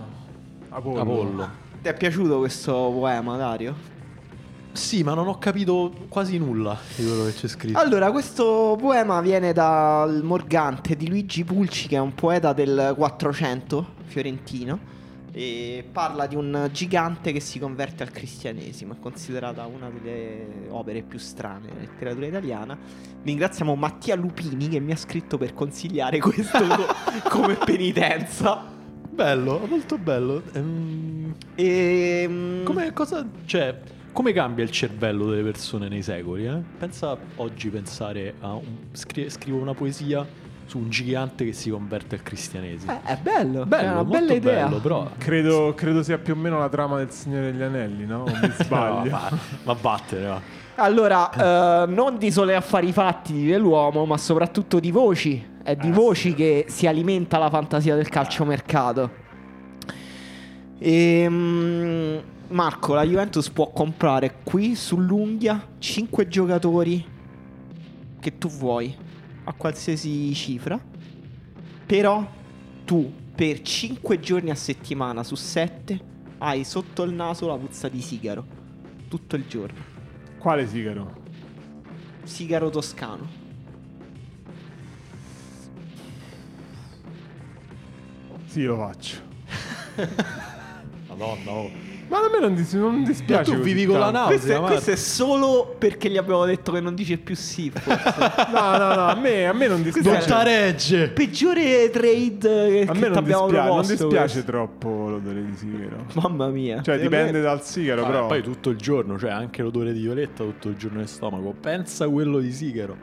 Apollo. Apollo. Ti è piaciuto questo poema, Dario? Sì, ma non ho capito quasi nulla di quello che c'è scritto. Allora, questo poema viene dal Morgante di Luigi Pulci, che è un poeta del 400 fiorentino. E parla di un gigante che si converte al cristianesimo. È considerata una delle opere più strane della letteratura italiana. Ringraziamo Mattia Lupini che mi ha scritto per consigliare questo co- come penitenza. Bello, molto bello. Ehm, E, mm, Come, cosa, cioè, come cambia il cervello delle persone nei secoli? eh? Pensa oggi pensare a un, scri- scrivo una poesia su un gigante che si converte al cristianesimo. eh, è bello, bello, è una molto bella idea. bello, (laughs) però. Credo, credo sia più o meno la trama del Signore degli Anelli, no? O (laughs) mi sbaglio. No, va, va a battere, va. Allora, eh, non di sole affari fatti dell'uomo, ma soprattutto di voci. È Eh, di voci che si alimenta la fantasia del calciomercato. Ehm, Marco, la Juventus può comprare qui sull'unghia 5 giocatori che tu vuoi, a qualsiasi cifra. Però tu per 5 giorni a settimana su 7 hai sotto il naso la puzza di sigaro. Tutto il giorno. Quale sigaro? Sigaro toscano. Sì, lo faccio. Madonna, oh. Ma a me non, dis- non Ma dispiace. tu così vivi con la tanto. nausea, questo, è, Marco. questo è solo perché gli abbiamo detto che non dice più sì. forse. (laughs) No, no, no, a me, a me non dispiace. Brutta Eh, regge. Peggiore trade che, A che me non t'abbiamo dispiace, non proposto, dispiace troppo l'odore di sigaro. questo. (laughs) Mamma mia. Cioè, dipende dal sigaro, Vabbè, però. Poi tutto il giorno, cioè anche l'odore di violetta tutto il giorno nel stomaco. Pensa a quello di sigaro.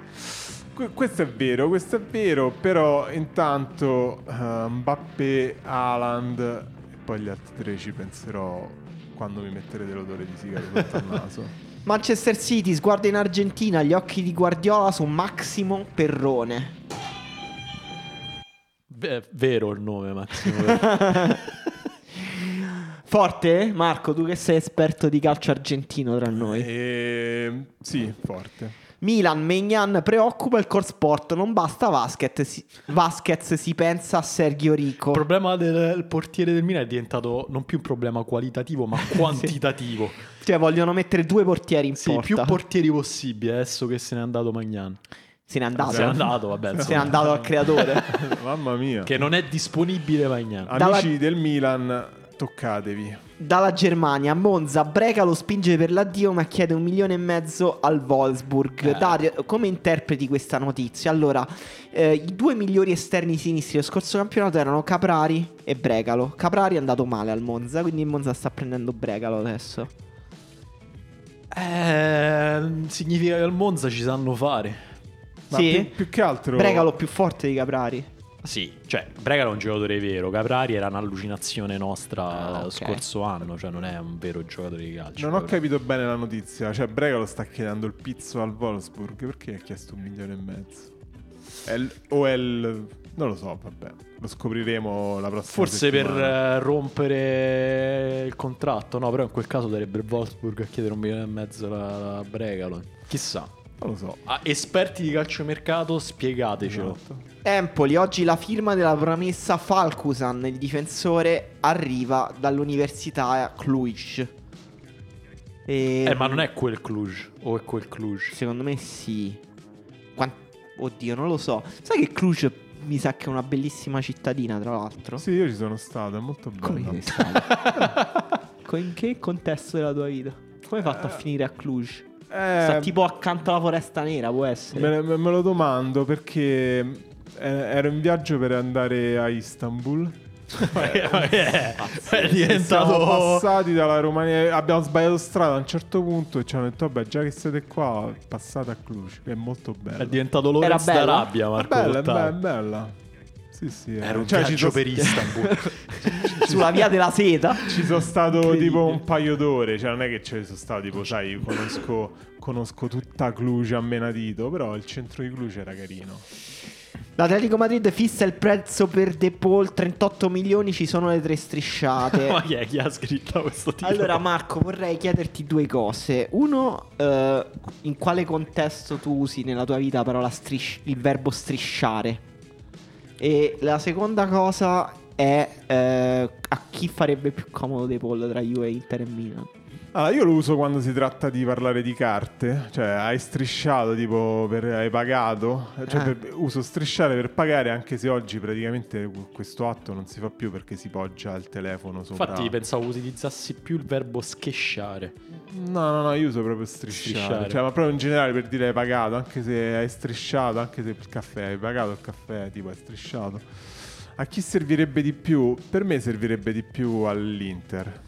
Que- questo è vero, questo è vero, però intanto eh, Mbappé, Haaland e poi gli altri tre ci penserò quando mi metterete l'odore di sigaro sotto al (laughs) naso. Manchester City sguarda in Argentina gli occhi di Guardiola su Massimo Perrone. Beh, vero il nome, Massimo. vero. (laughs) Forte? Marco, tu che sei esperto di calcio argentino tra noi. Ehm, sì, forte. (laughs) Milan, Megnan preoccupa il core sport, non basta Vasquez, si, Vasquez si pensa a Sergio Rico. Il problema del portiere del Milan è diventato non più un problema qualitativo, (laughs) ma quantitativo. cioè vogliono mettere due portieri in sì, porta. più portieri possibili adesso che se n'è andato Magnan. se n'è andato. Se n'è andato, vabbè. Se n'è insomma. andato al creatore. (laughs) Mamma mia. Che non è disponibile Magnan. Amici del Milan, toccatevi. Dalla Germania, Monza, Breca lo spinge per l'addio ma chiede un milione e mezzo al Wolfsburg. Eh. Dario, come interpreti questa notizia? Allora, eh, i due migliori esterni sinistri dello scorso campionato erano Caprari e Brecalo. Caprari è andato male al Monza, quindi il Monza sta prendendo Brecalo adesso. Eh, significa che al Monza ci sanno fare. Ma sì? più, più che altro... Bregalo più forte di Caprari. Sì, cioè, Bregalo è un giocatore vero. Caprari era un'allucinazione nostra Ah, lo ok. scorso anno, cioè non è un vero giocatore di calcio. Non ho Caprari. capito bene la notizia. Cioè, Brega lo sta chiedendo il pizzo al Wolfsburg. Perché ha chiesto un milione e mezzo? È il- o è il. Non lo so, vabbè. Lo scopriremo la prossima Forse per settimana. eh, rompere il contratto, no, però in quel caso darebbe il Wolfsburg a chiedere un milione e mezzo a Bregalo. Chissà. Non lo so. Ah, esperti di calciomercato, spiegatecelo. Esatto. Empoli, oggi la firma della promessa Falcusan, il difensore, arriva dall'università Cluj. E- Eh, ma non è quel Cluj, o è quel Cluj? Secondo me sì. Quan- Oddio, non lo so. Sai che Cluj mi sa che è una bellissima cittadina, tra l'altro? Sì, io ci sono stato, è molto Come bello. sei (laughs) stato? Co- In che contesto della tua vita? Come hai fatto a finire a Cluj? Sta Eh, tipo accanto alla foresta nera, può essere. me, me- me lo domando perché eh, ero in viaggio per andare a Istanbul. è, (laughs) è Siamo diventato... passati dalla Romania. Abbiamo sbagliato strada a un certo punto e ci hanno detto: Vabbè, già che siete qua, passate a Cluj. È molto bello. È diventato Lorenz bella? d'Arabia, È Marco bella, è bella, Voltaire. è bella. Sì, sì. eh. Era un Cioè, viaggio (laughs) ci per (laughs) Istanbul. (laughs) Sulla via della seta. Ci sono stato tipo un paio d'ore, cioè non è che ci sono stato tipo, sai, io conosco, conosco tutta Cluj a menadito, però il centro di Cluj era carino. L'Atletico Madrid fissa il prezzo per De Paul, 38 milioni, ci sono le (laughs) tre Ma (laughs) strisciate. chi è che ha scritto questo titolo? allora Marco, vorrei chiederti due cose. Uno, eh, in quale contesto tu usi nella tua vita la parola strisci- il verbo strisciare? E la seconda cosa è eh, a chi farebbe più comodo De Paul tra Juve, Inter e Milan? Allora, io lo uso quando si tratta di parlare di carte, cioè hai strisciato, tipo per- hai pagato, cioè, Ah. per- uso strisciare per pagare anche se oggi praticamente questo atto non si fa più perché si poggia il telefono sopra. Infatti pensavo utilizzassi più il verbo schesciare. No, no, no, io uso proprio strisciare. Strisciare. Cioè, ma proprio in generale per dire hai pagato, anche se hai strisciato, anche se il caffè, hai pagato il caffè, tipo hai strisciato. A chi servirebbe di più? Per me servirebbe di più all'Inter.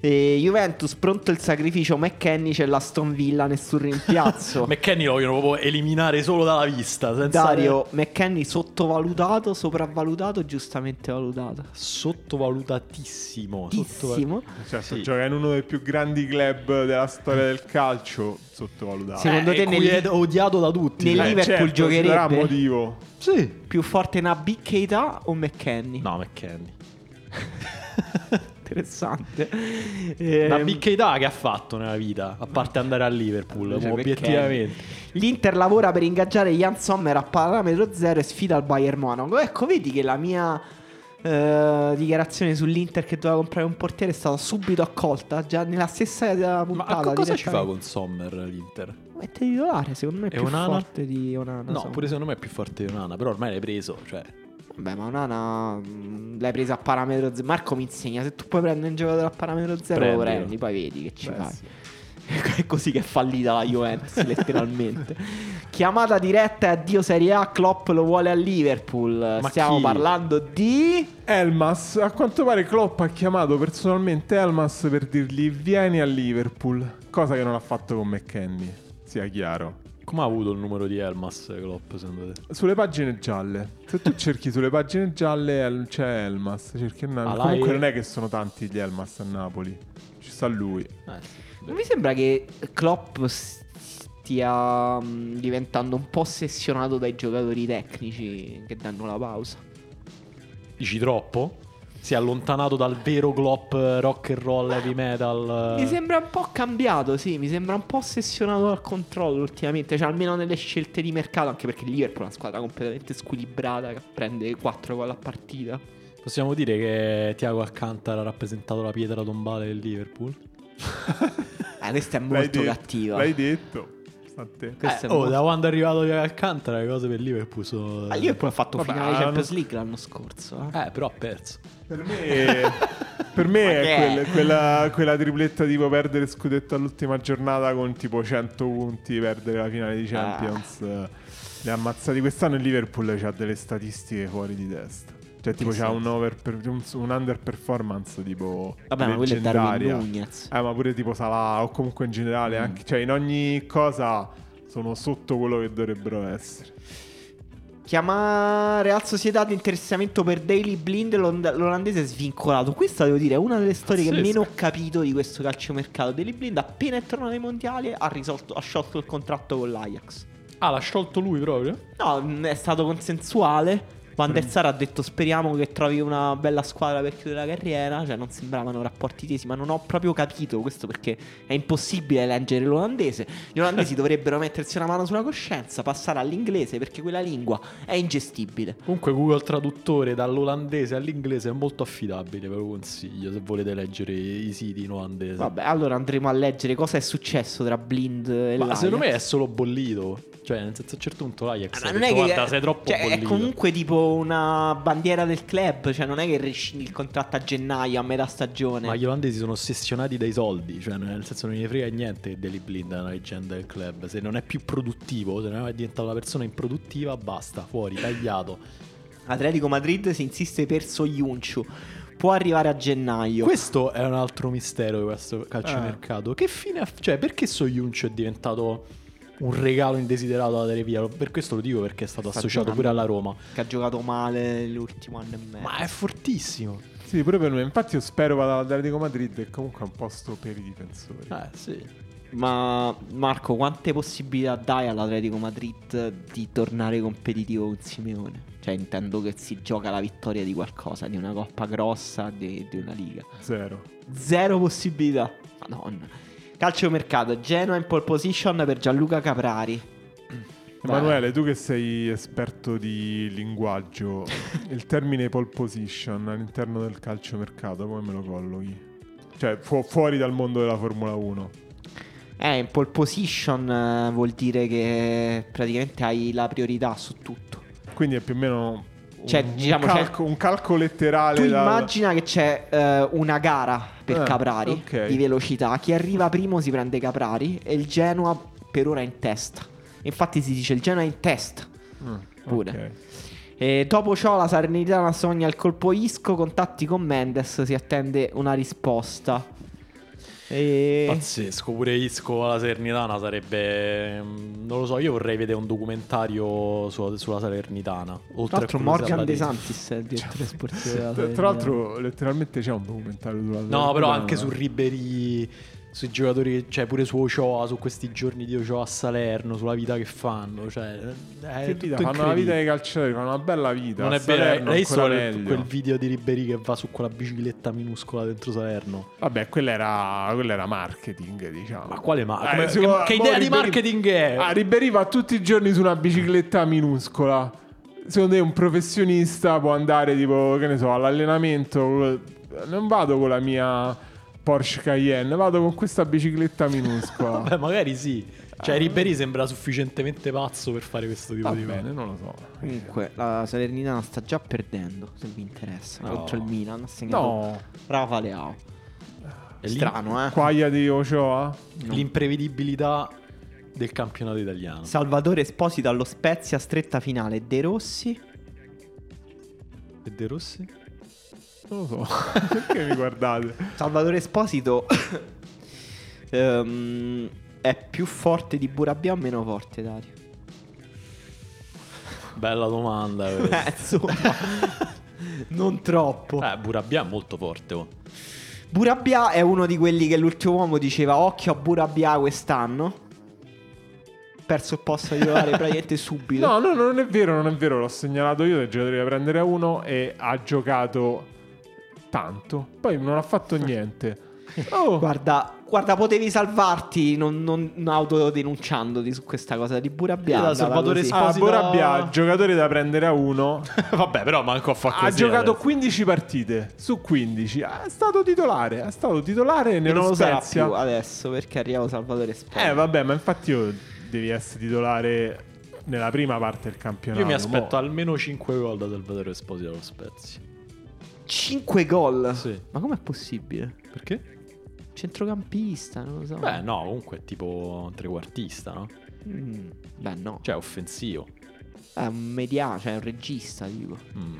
E Juventus, pronto il sacrificio, McKennie c'è l'Aston Villa, nessun (laughs) rimpiazzo. McKenny lo vogliono proprio eliminare solo dalla vista. Senza Dario McKenny sottovalutato, sopravvalutato, giustamente valutato. Sottovalutatissimo. Sottoval- Tissimo. Cioè, se Sì. gioca in uno dei più grandi club della storia del calcio, sottovalutato. Sì, Secondo Eh, te cui nel- è odiato da tutti. nel Eh, certo. Liverpool certo, giocherebbe? ci sarà motivo. Sì. Più forte Nabi Keita o McKenny? No, McKenny. Interessante. La Ehm, bicchietà che ha fatto nella vita, a parte andare a Liverpool, Cioè, obiettivamente. L'Inter lavora per ingaggiare Jan Sommer a parametro zero e sfida il Bayern Monaco. Ecco, vedi che la mia eh, dichiarazione sull'Inter che doveva comprare un portiere è stata subito accolta già nella stessa puntata. Ma a co- cosa ci fa direttamente. con Sommer l'Inter? Mette titolare, secondo me è E più Onana? forte di Onana. No, insomma. pure secondo me è più forte di Onana, però ormai l'hai preso, cioè. Beh, ma Onana mh, l'hai presa a parametro zero. Marco mi insegna, se tu puoi prendere un giocatore a parametro zero, lo Prendilo. prendi, poi vedi che ci Beh, fai. sì. (laughs) È così che è fallita la Juventus, letteralmente. Chiamata diretta e addio Serie A, Klopp lo vuole a Liverpool. Ma Stiamo chi? parlando di... Elmas, a quanto pare Klopp ha chiamato personalmente Elmas per dirgli vieni a Liverpool, cosa che non ha fatto con McKenny, sia chiaro. Come ha avuto il numero di Elmas Klopp, secondo te? Sulle pagine gialle. Se tu cerchi sulle pagine gialle El- c'è Elmas. Cerchi a Ah, Napoli. Alai- Comunque non è che sono tanti gli Elmas a Napoli. Ci sta lui. Non mi sembra che Klopp stia mh, diventando un po' ossessionato dai giocatori tecnici che danno la pausa. Dici troppo? si è allontanato dal vero glop eh, rock and roll heavy metal. eh. Mi sembra un po' cambiato, sì, mi sembra un po' ossessionato dal controllo ultimamente, cioè almeno nelle scelte di mercato, anche perché il Liverpool è una squadra completamente squilibrata che prende 4 gol a partita. Possiamo dire che Tiago Alcantara ha rappresentato la pietra tombale del Liverpool. Eh, questa è L'hai molto detto- cattiva. L'hai detto. A te. Questa Eh, è oh, molto- da quando è arrivato Tiago Alcantara le cose per il Liverpool sono... Ah, Il Liverpool ha fatto Vabbè, finale ah, Champions non- League l'anno scorso. eh. Eh, però ha perso. Per me, per me Ma che è è? quel- quella, quella tripletta tipo perdere scudetto all'ultima giornata con tipo 100 punti, perdere la finale di Ah. Champions. eh, Le ammazzate quest'anno il Liverpool ha delle statistiche fuori di testa. Cioè, tipo, c'ha un, overper- un, un underperformance tipo Vabbè, ma quello è Darwin leggendaria. Nunez. Eh, ma pure tipo Salah o comunque in generale, anche- cioè in ogni cosa sono sotto quello che dovrebbero essere. Chiama Real Sociedad interessamento per Daily Blind l'ond- l'olandese è svincolato. Questa devo dire è una delle storie che Pazzesco. meno ho capito di questo calciomercato. Daily Blind appena è tornato ai mondiali ha, risolto, ha sciolto il contratto con l'Ajax. Ah, l'ha sciolto lui proprio? No, mh, è stato consensuale. Van der Sar ha detto speriamo che trovi una bella squadra per chiudere la carriera, cioè non sembravano rapporti tesi, ma non ho proprio capito questo perché è impossibile leggere l'olandese. Gli olandesi dovrebbero mettersi una mano sulla coscienza, passare all'inglese perché quella lingua è ingestibile. Comunque Google Traduttore dall'olandese all'inglese è molto affidabile, ve lo consiglio se volete leggere i siti in olandese. Vabbè, allora andremo a leggere cosa è successo tra Blind e Ma l'Ajax. secondo me è solo bollito. Cioè, nel senso a un certo punto l'Ajax Ma ha non detto, è che guarda, sei troppo cioè, è bollito. comunque tipo una bandiera del club, cioè non è che rescindi il contratto a gennaio, a metà stagione. Ma gli olandesi sono ossessionati dai soldi, cioè nel senso non gli frega niente che Deli Blind è una leggenda del club. Se non è più produttivo, se non è diventata una persona improduttiva, basta, fuori, tagliato. Atletico Madrid si insiste per Soyuncu. Può arrivare a gennaio. Questo è un altro mistero di questo Eh. calciomercato. Che fine ha... Cioè, perché Soyuncu è diventato un regalo indesiderato da Televia? Per questo lo dico perché è stato Sta associato giocando. pure alla Roma. Che ha giocato male l'ultimo anno e mezzo. Ma è fortissimo. Sì, pure per me. Infatti, io spero vada all'Atletico Madrid, che comunque è un posto per i difensori. Eh, sì. Ma Marco, quante possibilità dai all'Atletico Madrid di tornare competitivo con Simeone? Cioè, intendo che si gioca la vittoria di qualcosa, di una coppa grossa, di, di una liga. Zero. Zero possibilità. Madonna. Calcio mercato, Genoa in pole position per Gianluca Caprari. Emanuele, tu che sei esperto di (laughs) linguaggio, il termine pole position all'interno del calciomercato, come me lo collochi? Cioè, fu- fuori dal mondo della Formula 1. Eh, in pole position eh, vuol dire che praticamente hai la priorità su tutto. Quindi è più o meno un, Cioè, un diciamo, c'è- calco, un calco letterale. Tu da- immagina che c'è eh, una gara per Eh, Caprari ok. di velocità. Chi arriva primo si prende Caprari e il Genoa per ora è in testa. Infatti si dice il Genoa è in testa. Mm, Pure. ok. E dopo ciò la Salernitana sogna il colpo Isco, contatti con Mendes, si attende una risposta. E... Pazzesco, pure Isco alla Salernitana sarebbe... mm, Non lo so, io vorrei vedere un documentario su- sulla Salernitana. Oltre Tra l'altro a quello di Morgan De Sabatini. Santis è il direttore sportivo Tra, della tra Salernitana. l'altro, letteralmente c'è un documentario sulla No, però Salernitana. anche su Ribery, sui giocatori, cioè pure su Ochoa, su questi giorni di Ochoa a Salerno, sulla vita che fanno, cioè è Che tutto vita, fanno la vita incredibile. dei calciatori, fanno una bella vita. non a è vero, hai- Salerno hai visto ancora quel, meglio. quel video di Ribery che va su quella bicicletta minuscola dentro Salerno? Vabbè, quella era, quella era marketing, diciamo. Ma quale ma- Eh, come- si che- può- che boh, idea di Ribery- marketing è? Ah, Ribery va tutti i giorni su una bicicletta minuscola. Secondo te un professionista può andare tipo, che ne so, all'allenamento? Non vado con la mia Porsche Cayenne, vado con questa bicicletta minuscola. (laughs) Vabbè, magari sì. Cioè Ribery sembra sufficientemente pazzo per fare questo tipo Va di bene, cose. non lo so. Comunque, la Salernitana sta già perdendo, se vi interessa, No. contro il Milan. Ha segnato No, Rafa Leao. E l'im- Strano, eh. quaglia di Ochoa. L'imprevedibilità del campionato italiano. Salvatore Esposito allo Spezia, stretta finale. De Rossi. E De Rossi? Non lo so. Perché mi guardate? Salvatore Esposito (coughs) ehm, è più forte di Burabia o meno forte, Dario? Bella (laughs) domanda. questa. Eh, insomma, (laughs) non troppo. Eh, Burabia è molto forte. oh. Burabia è uno di quelli che l'ultimo uomo diceva occhio a Burabia quest'anno. Perso il posto di titolare praticamente subito. No, no, non è vero, non è vero. L'ho segnalato io del giocatore da prendere a uno e ha giocato tanto, poi non ha fatto niente. Oh, Guarda, guarda, potevi salvarti non, non, non autodenunciandoti su questa cosa di pura bianca. Salvatore Sp- ah, Esposito- Borabia, giocatore da prendere a uno, (laughs) Vabbè, però manco a fa così. ha giocato adesso. 15 partite su 15, è stato titolare, è stato titolare non lo sarà Spezia. più adesso perché arriviamo Salvatore Spezia. Eh vabbè, ma infatti io devi essere titolare nella prima parte del campionato. Io mi aspetto mo. almeno 5 gol da Salvatore Esposito allo Spezia. 5 gol. Sì. Ma com'è possibile? Perché? Centrocampista, non lo so. Beh, no, comunque è tipo un trequartista, no? Mm, beh, no. Cioè, offensivo. È un media, cioè è un regista, dico. Mm.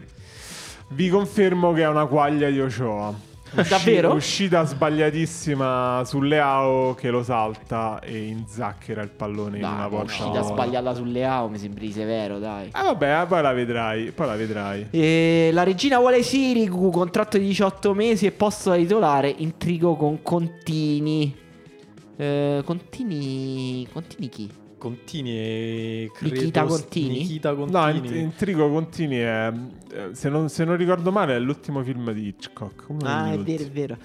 Vi confermo che è una quaglia di Ochoa. Usci- Davvero? Uscita sbagliatissima su Leao che lo salta e inzacchera il pallone in Dai, una una porta. uscita sbagliata sul Leao, mi sembri severo, dai. Ah vabbè, eh, poi la vedrai, poi la vedrai. E la regina vuole Sirigu, contratto di 18 mesi e posto da titolare, intrigo con Contini. Eh, Contini... Contini chi? Contini e... Nikita Contini? Nikita Contini. No, Int- Intrigo Contini è, eh, se non, se non ricordo male, è l'ultimo film di Hitchcock. uno degli Ah, è ultimi. vero, è vero.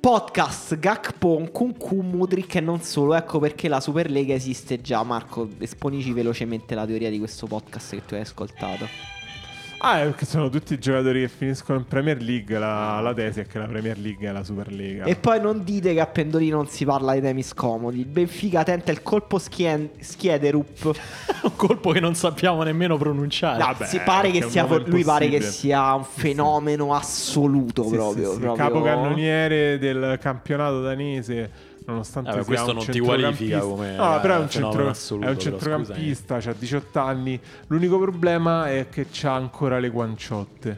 Podcast Gakpo, Nkunku, Mudrik e non solo. Ecco perché la Superlega esiste già. Marco, esponici velocemente la teoria di questo podcast che tu hai ascoltato. Ah, è perché sono tutti giocatori che finiscono in Premier League. La, la tesi è che la Premier League è la Superlega. E poi non dite che a Pendolino non si parla di temi scomodi. Il Benfica tenta il colpo schien- schiederup. (laughs) Un colpo che non sappiamo nemmeno pronunciare. Ah, Vabbè, si pare è che un sia uomo for- lui pare che impossibile. sia un fenomeno assoluto Sì, proprio, sì, sì. proprio. Capocannoniere del campionato danese. Nonostante Vabbè, sia questo un non ti centrocampista- qualifica come, No, eh, però è un, fenomeno centro- assoluto, è un però, centrocampista, ha 18 anni. L'unico problema è che ha ancora (laughs) le guanciotte.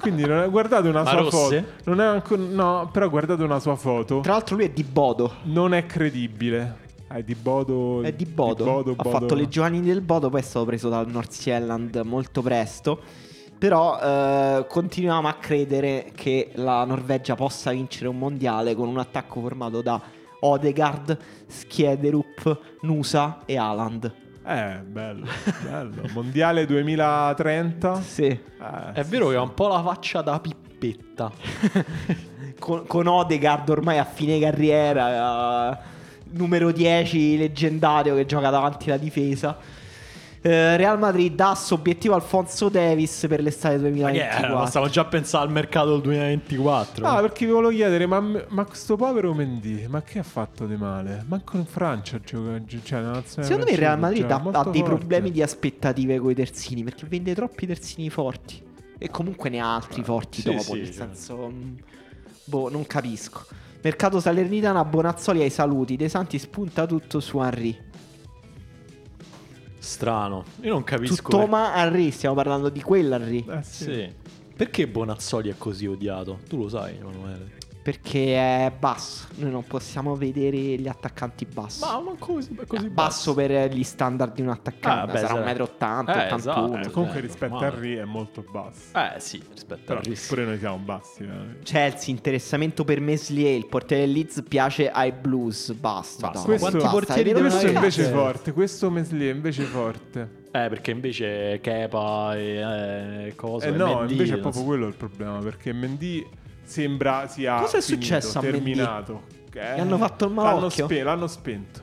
Quindi non è- guardate una Ma sua rosse? foto. Non è ancora, no, però guardate una sua foto. Tra l'altro lui è di Bodo. Non è credibile. È di Bodo. È Eh, di Bodo. ha Bodo- fatto le giovanili del Bodo, poi è stato preso dal North Zealand molto presto. Però eh, continuiamo a credere che la Norvegia possa vincere un mondiale con un attacco formato da Odegaard, Schiederup, Nusa e Haaland. Eh, bello, bello. Mondiale 2030. (laughs) Sì. Eh, È vero che ha un po' la faccia da pippetta. (laughs) con, con Odegaard ormai a fine carriera, eh, numero 10 leggendario che gioca davanti alla difesa. Eh, Real Madrid dà obiettivo Alfonso Davis per l'estate Ma eh, che è? 2024. Ma stiamo già a pensare al mercato del 2024. Ah, perché vi volevo chiedere, ma, ma questo povero Mendy, ma che ha fatto di male? Manco in Francia gioca, gi- cioè nella nazionale Secondo me il Real francese Madrid ha, gioca diciamo, molto ha dei forte. problemi di aspettative con i terzini perché vende troppi terzini forti e comunque ne ha altri forti Sì, dopo, sì, nel cioè. senso mh, boh, non capisco. Mercato Salernitana, Bonazzoli ai saluti, De Santi spunta tutto su Henry. Strano. Io non capisco. Su Toma Henry, stiamo parlando di quell'Henry. Eh, per- sì. Sì. Perché Bonazzoli è così odiato? Tu lo sai, Emanuele. Perché è basso. Noi non possiamo vedere gli attaccanti bassi. Cioè, Ma ma così, è così Eh, basso, per gli standard di un Ah, attaccante. beh, sarà sarà- 1,80 m, Eh, 81 esatto. Eh, comunque Eh, rispetto normale. a Ri è molto basso. Eh sì, rispetto Però a Riss. pure noi siamo bassi. veramente. Chelsea, interessamento per Meslier, il portiere del Leeds piace ai Blues, Basta. basta. dai. Questo- Basta, Quanti portieri è vero, Questo non è invece è cazzo. forte, questo Meslier è invece forte. Eh, perché invece Kepa e eh, cosa Eh, e no, Mendy, invece è non proprio so. quello il problema, perché Mendy sembra sia Cosa è finito, successo a Mendy? terminato. Eh, Gli hanno fatto il l'hanno, malocchio? spe- l'hanno spento.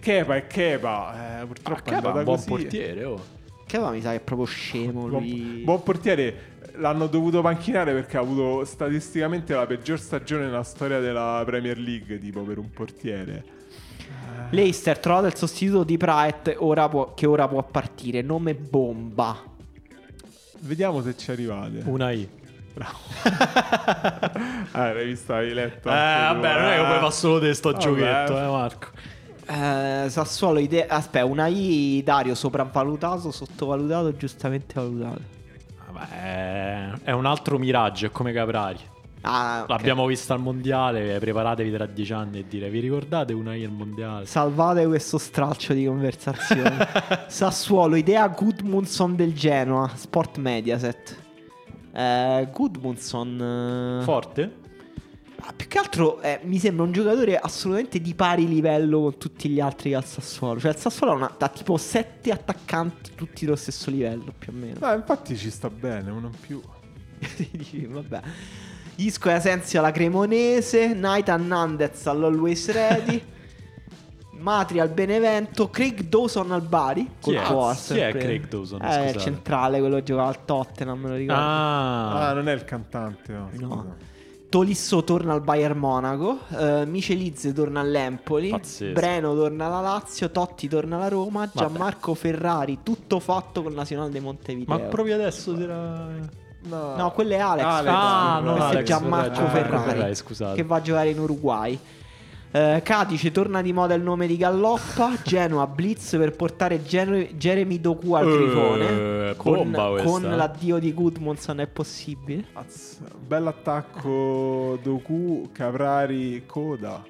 Kepa è Kepa, eh, Ah, purtroppo è Kepa è andata un buon così. portiere, oh. Che va, mi sa che è proprio scemo lui. Buon, buon portiere. L'hanno dovuto panchinare perché ha avuto statisticamente la peggior stagione nella storia della Premier League, tipo per un portiere. Leicester trovato il sostituto di Praet ora può- che ora può partire. Nome bomba. Vediamo se ci arrivate. Una I. Bravo. (laughs) ah, l'hai visto, hai letto. Eh, anche tu, vabbè, non è che eh. poi fa solo te sto Vabbè. giochetto, eh, Marco. Eh, Sassuolo idea. Aspetta, una I Dario sopravvalutato, sottovalutato, giustamente valutato. Vabbè, è un altro miraggio, è come Caprari. Ah, ok. L'abbiamo vista al mondiale, preparatevi tra dieci anni e dire, vi ricordate una I al mondiale? Salvate questo straccio di conversazione. Sassuolo, idea Gudmundsson del Genoa, Sport Mediaset. Eh, Gudmundsson. eh, Forte? ma più che altro eh, mi sembra un giocatore assolutamente di pari livello con tutti gli altri che ha il Sassuolo. Cioè, il Sassuolo ha, una- ha tipo sette attaccanti, tutti dello stesso livello più o meno. No, infatti ci sta bene, uno in più. (laughs) Dici, vabbè. Isco e Asensio alla Cremonese, Nathan Nandez (laughs) all'Always Ready, Matri al Benevento, Craig Dawson al Bari. Chi col è? Coas, Chi è sempre. Craig Dawson? Eh, il Scusate. centrale, quello che giocava al Tottenham, me lo ricordo. Ah, Ah, non è il cantante, no. scusa. No. Tolisso torna al Bayern Monaco, eh, Miceliz torna all'Empoli, Pazzesco. Breno torna alla Lazio, Totti torna alla Roma, Vabbè. Gianmarco Ferrari tutto fatto col Nazionale di Montevideo. ma proprio adesso si era... No, quello è Alex. Alex, Ah, sì, no, questo questo Alex, è Gianmarco Ferrari, Ferrari, Ferrari, scusate. che va a giocare in Uruguay. Eh, Cadice torna di moda il nome (laughs) di Galloppa. Genoa Blitz per portare Geno- Jeremy Doku al Eh, Grifone. con, bomba questa, con eh. l'addio di Goodmanson è possibile. (laughs) Azz, Bell'attacco Doku, Caprari, Coda.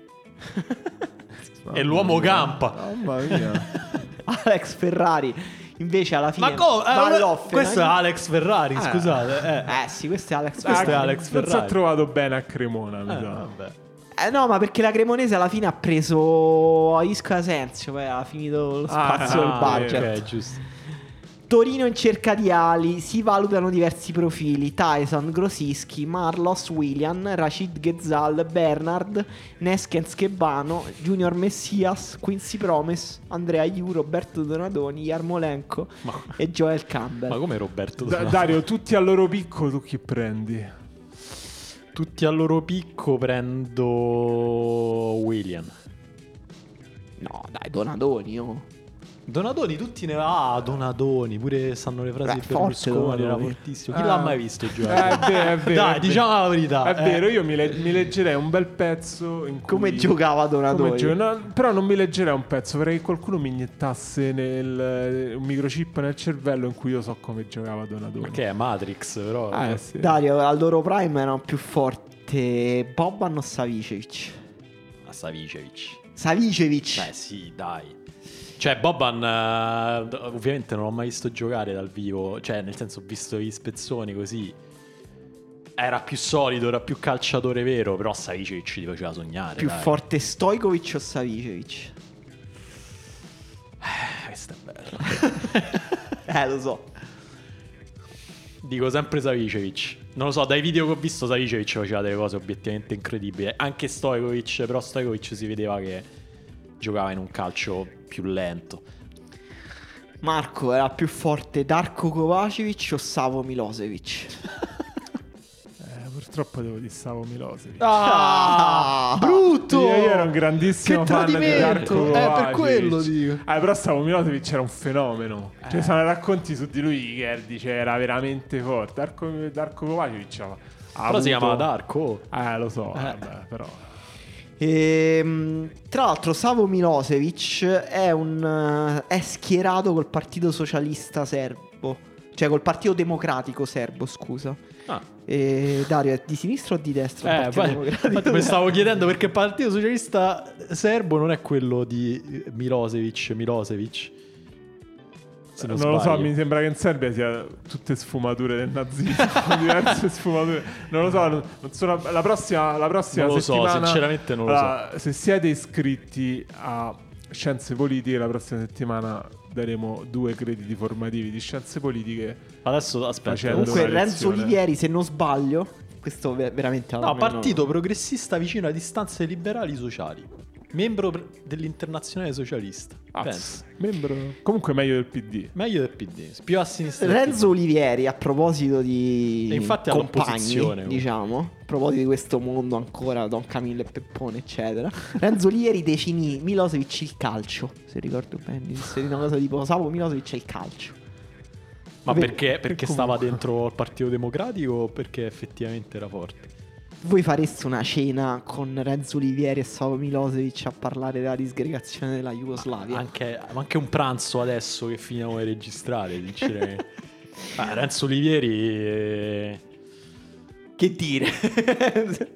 È l'uomo campa gamba. Mamma (laughs) mia. Alex Ferrari invece alla fine Ma co- eh, va vabbè, all'Hoffenheim. questo è Alex Ferrari, scusate. Eh. Eh sì, questo è Alex Questo è Ferrari. Alex non si è Ferrari. trovato bene a Cremona, mi Eh, sa. vabbè. Eh, no, ma perché la Cremonese alla fine ha preso Isco e Asensio, poi ha finito lo spazio Ah, del budget. ok, giusto. Torino in cerca di ali, si valutano diversi profili, Tyson, Grosischi, Marlos, William, Rashid Ghezal, Bernard, Neskens Chebano, Junior Messias, Quincy Promes, Andrea Iu, Roberto Donadoni, Yarmolenko e Joel Campbell. Ma come Roberto? Da- Dario, tutti al loro picco, tu chi prendi? Tutti al loro picco prendo William. No, dai, Donadoni, oh. Donadoni, tutti ne va. Ah, Donadoni, pure sanno le frasi Beh, di forte Berlusconi, era Donadoni. fortissimo. Chi Ah. l'ha mai visto Eh, giocare? è vero, è vero. Dai, è vero. diciamo la verità. È eh. vero, io mi, le- mi leggerei un bel pezzo in cui- Come giocava Donadoni? Come gio- no, però non mi leggerei un pezzo, vorrei che qualcuno mi iniettasse nel, un microchip nel cervello in cui io so come giocava Donadoni. Che è Matrix, però. Ah, eh, sì. Dario, al loro prime erano più forte Boban o Savicevic? A Savicevic. Savicevic! Beh, sì, dai. Cioè, Boban, eh, d- ovviamente non l'ho mai visto giocare dal vivo. Cioè, nel senso, ho visto gli spezzoni così. Era più solido, era più calciatore vero. Però Savicevic ci faceva sognare. più dai. forte Stojkovic o (laughs) Savicevic? Eh, Questa è bella. Eh, lo so. Dico sempre Savicevic. Non lo so, dai video che ho visto, Savicevic faceva delle cose obiettivamente incredibili. Anche Stojkovic, però Stojkovic si vedeva che giocava in un calcio più lento. Marco era più forte Darko Kovacevic o Savo Milosevic? Eh, purtroppo devo dire Savo Milosevic. Ah, Io, brutto! io ero un grandissimo Che fan di Darko tradimento! Eh, per Kovacic. quello dico. Eh. Eh, però Savo Milosevic era un fenomeno. Cioè, sono racconti su di lui che eh, dice era veramente forte. Darko, Darko Kovacic ha, diciamo, ha Però si avuto- chiamava oh. Darko. Eh, lo so, vabbè, però... eh. Ehm, tra l'altro, Savo Milosevic è un eh, è schierato col partito socialista serbo, cioè col partito democratico serbo, scusa. Ah. E Dario è di sinistra o di destra? il Eh, Partito poi- (laughs) Democratico? infatti mi stavo chiedendo perché il Partito Socialista Serbo non è quello di eh, Milosevic, Milosevic. Se Eh, Non, non, lo so, sbaglio. mi sembra che in Serbia sia tutte sfumature del nazismo, (laughs) diverse sfumature. Non lo so, non- non sono- la prossima, la prossima Non lo so, settimana... sinceramente non lo Allora, Se siete iscritti a Scienze Politiche, la prossima settimana daremo due crediti formativi di Scienze Politiche. Adesso aspetta. Facendo- Comunque, una lezione. Renzo Olivieri, se non sbaglio, questo ve- veramente alla No, mia- partito progressista vicino a distanze liberali sociali. Membro pre- dell'internazionale socialista. Pensa. Membro... Comunque meglio del PD. Meglio del PD, più a sinistra. del Renzo PD. Olivieri, a proposito di E infatti oh. all'opposizione, compagni, comunque. diciamo, a proposito di questo mondo ancora, Don Camillo e Peppone, eccetera. Renzo Olivieri definì Milosevic il calcio, se ricordo bene, disse una cosa tipo Savo Milosevic è il calcio. Ma Ve- perché, perché comunque- stava dentro al Partito Democratico o perché effettivamente era forte? Voi fareste una cena con Renzo Olivieri e Savo Milosevic a parlare della disgregazione della Jugoslavia? Anche, ma anche un pranzo adesso che finiamo di registrare. sinceramente. (laughs) Ah, Renzo Olivieri. eh, Che dire?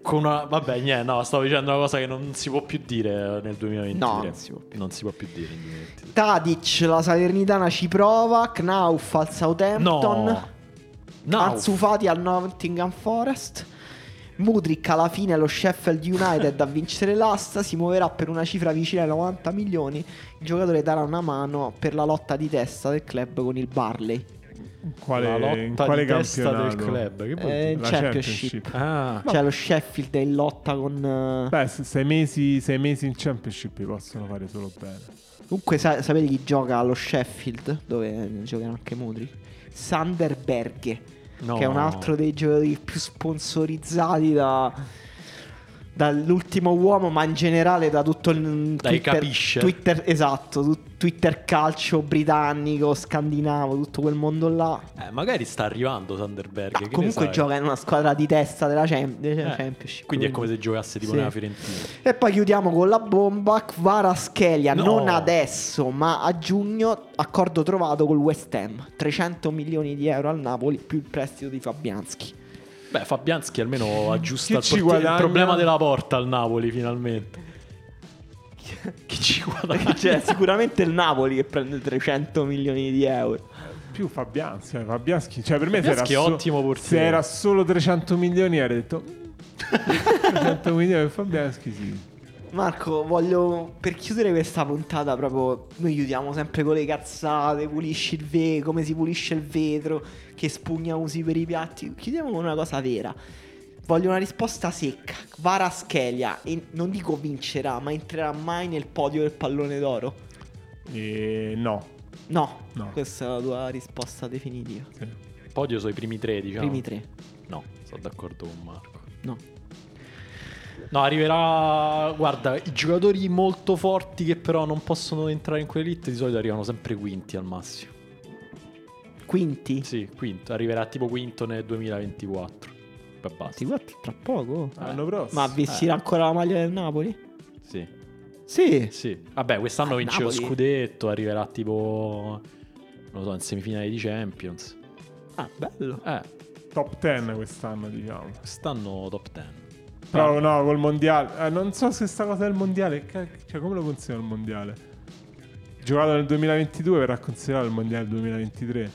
Con una... Vabbè, niente, no, stavo dicendo una cosa che non si può più dire nel 2023. No, non si può più. Non si può più dire nel 2023. Tadic, la Salernitana ci prova, Knauf al Southampton. No. No. Ah, Anzufati al Nottingham Forest. Mudrick alla fine è lo Sheffield United a vincere l'asta si muoverà per una cifra vicina ai 90 milioni. Il giocatore darà una mano per la lotta di testa del club con il Barley. In quale, la lotta in quale di testa del campionato? club. Che vuol Eh, dire? La championship. Ah, Cioè lo Sheffield è in lotta con... eh, Beh, se- sei mesi, sei mesi in Championship li possono fare solo bene. Comunque sa- sapete chi gioca allo Sheffield, dove gioca anche Mudri? Sander Berghe, No. che è un altro dei giocatori più sponsorizzati da- dall'ultimo uomo, ma in generale da tutto il Twitter, capisce. Twitter- esatto, tu- Twitter calcio britannico, scandinavo, tutto quel mondo là. eh, magari sta arrivando Thunderberg. Ma comunque gioca in una squadra di testa della, Champ- della Championship. Eh. Quindi è come se giocasse tipo Sì. nella Fiorentina. E poi chiudiamo con la bomba Kvaratskhelia, No. non adesso, ma a giugno, accordo trovato col West Ham, 300 milioni di euro al Napoli più il prestito di Fabianski. Beh, Fabianski almeno aggiusta Chi il, ci portiere- guadagna? il problema della porta al Napoli finalmente. Chi (laughs) ci guadagna? Cioè, sicuramente il Napoli che prende 300 milioni di euro. Più Fabianski, eh, Fabianski, cioè per me se era, Fabianski è ottimo portiere. se era solo 300 milioni avrei detto "Mm, 300 milioni per Fabianski sì. Marco, voglio per chiudere questa puntata proprio noi chiudiamo sempre con le cazzate, pulisci il vetro, come si pulisce il vetro, che spugna usi per i piatti. Chiudiamo con una cosa vera. Voglio una risposta secca. Varaschelia e non dico vincerà, ma entrerà mai nel podio del pallone d'oro? E no. No, No. questa è la tua risposta definitiva. Sì. Podio sono i primi tre, diciamo. Primi tre. No, sono d'accordo con Marco. No. No, arriverà. Guarda, i giocatori molto forti che però non possono entrare in quell'elite di solito arrivano sempre quinti al massimo. Quinti? Sì, quinto. Arriverà tipo quinto nel 2024. Poi basta. Sì, guarda, tra poco. L'anno prossimo. Ma vestirà ancora la maglia del Napoli? Sì. Sì. Sì. Vabbè, quest'anno Ah, vince lo Napoli. scudetto, arriverà tipo. Non lo so, in semifinale di Champions. Ah, bello. Eh, Top 10 quest'anno diciamo. quest'anno top 10. Però no, col mondiale. eh, non so se sta cosa del mondiale. ca- Cioè, come lo considero il mondiale? Giocato nel 2022 verrà considerato il mondiale del 2023.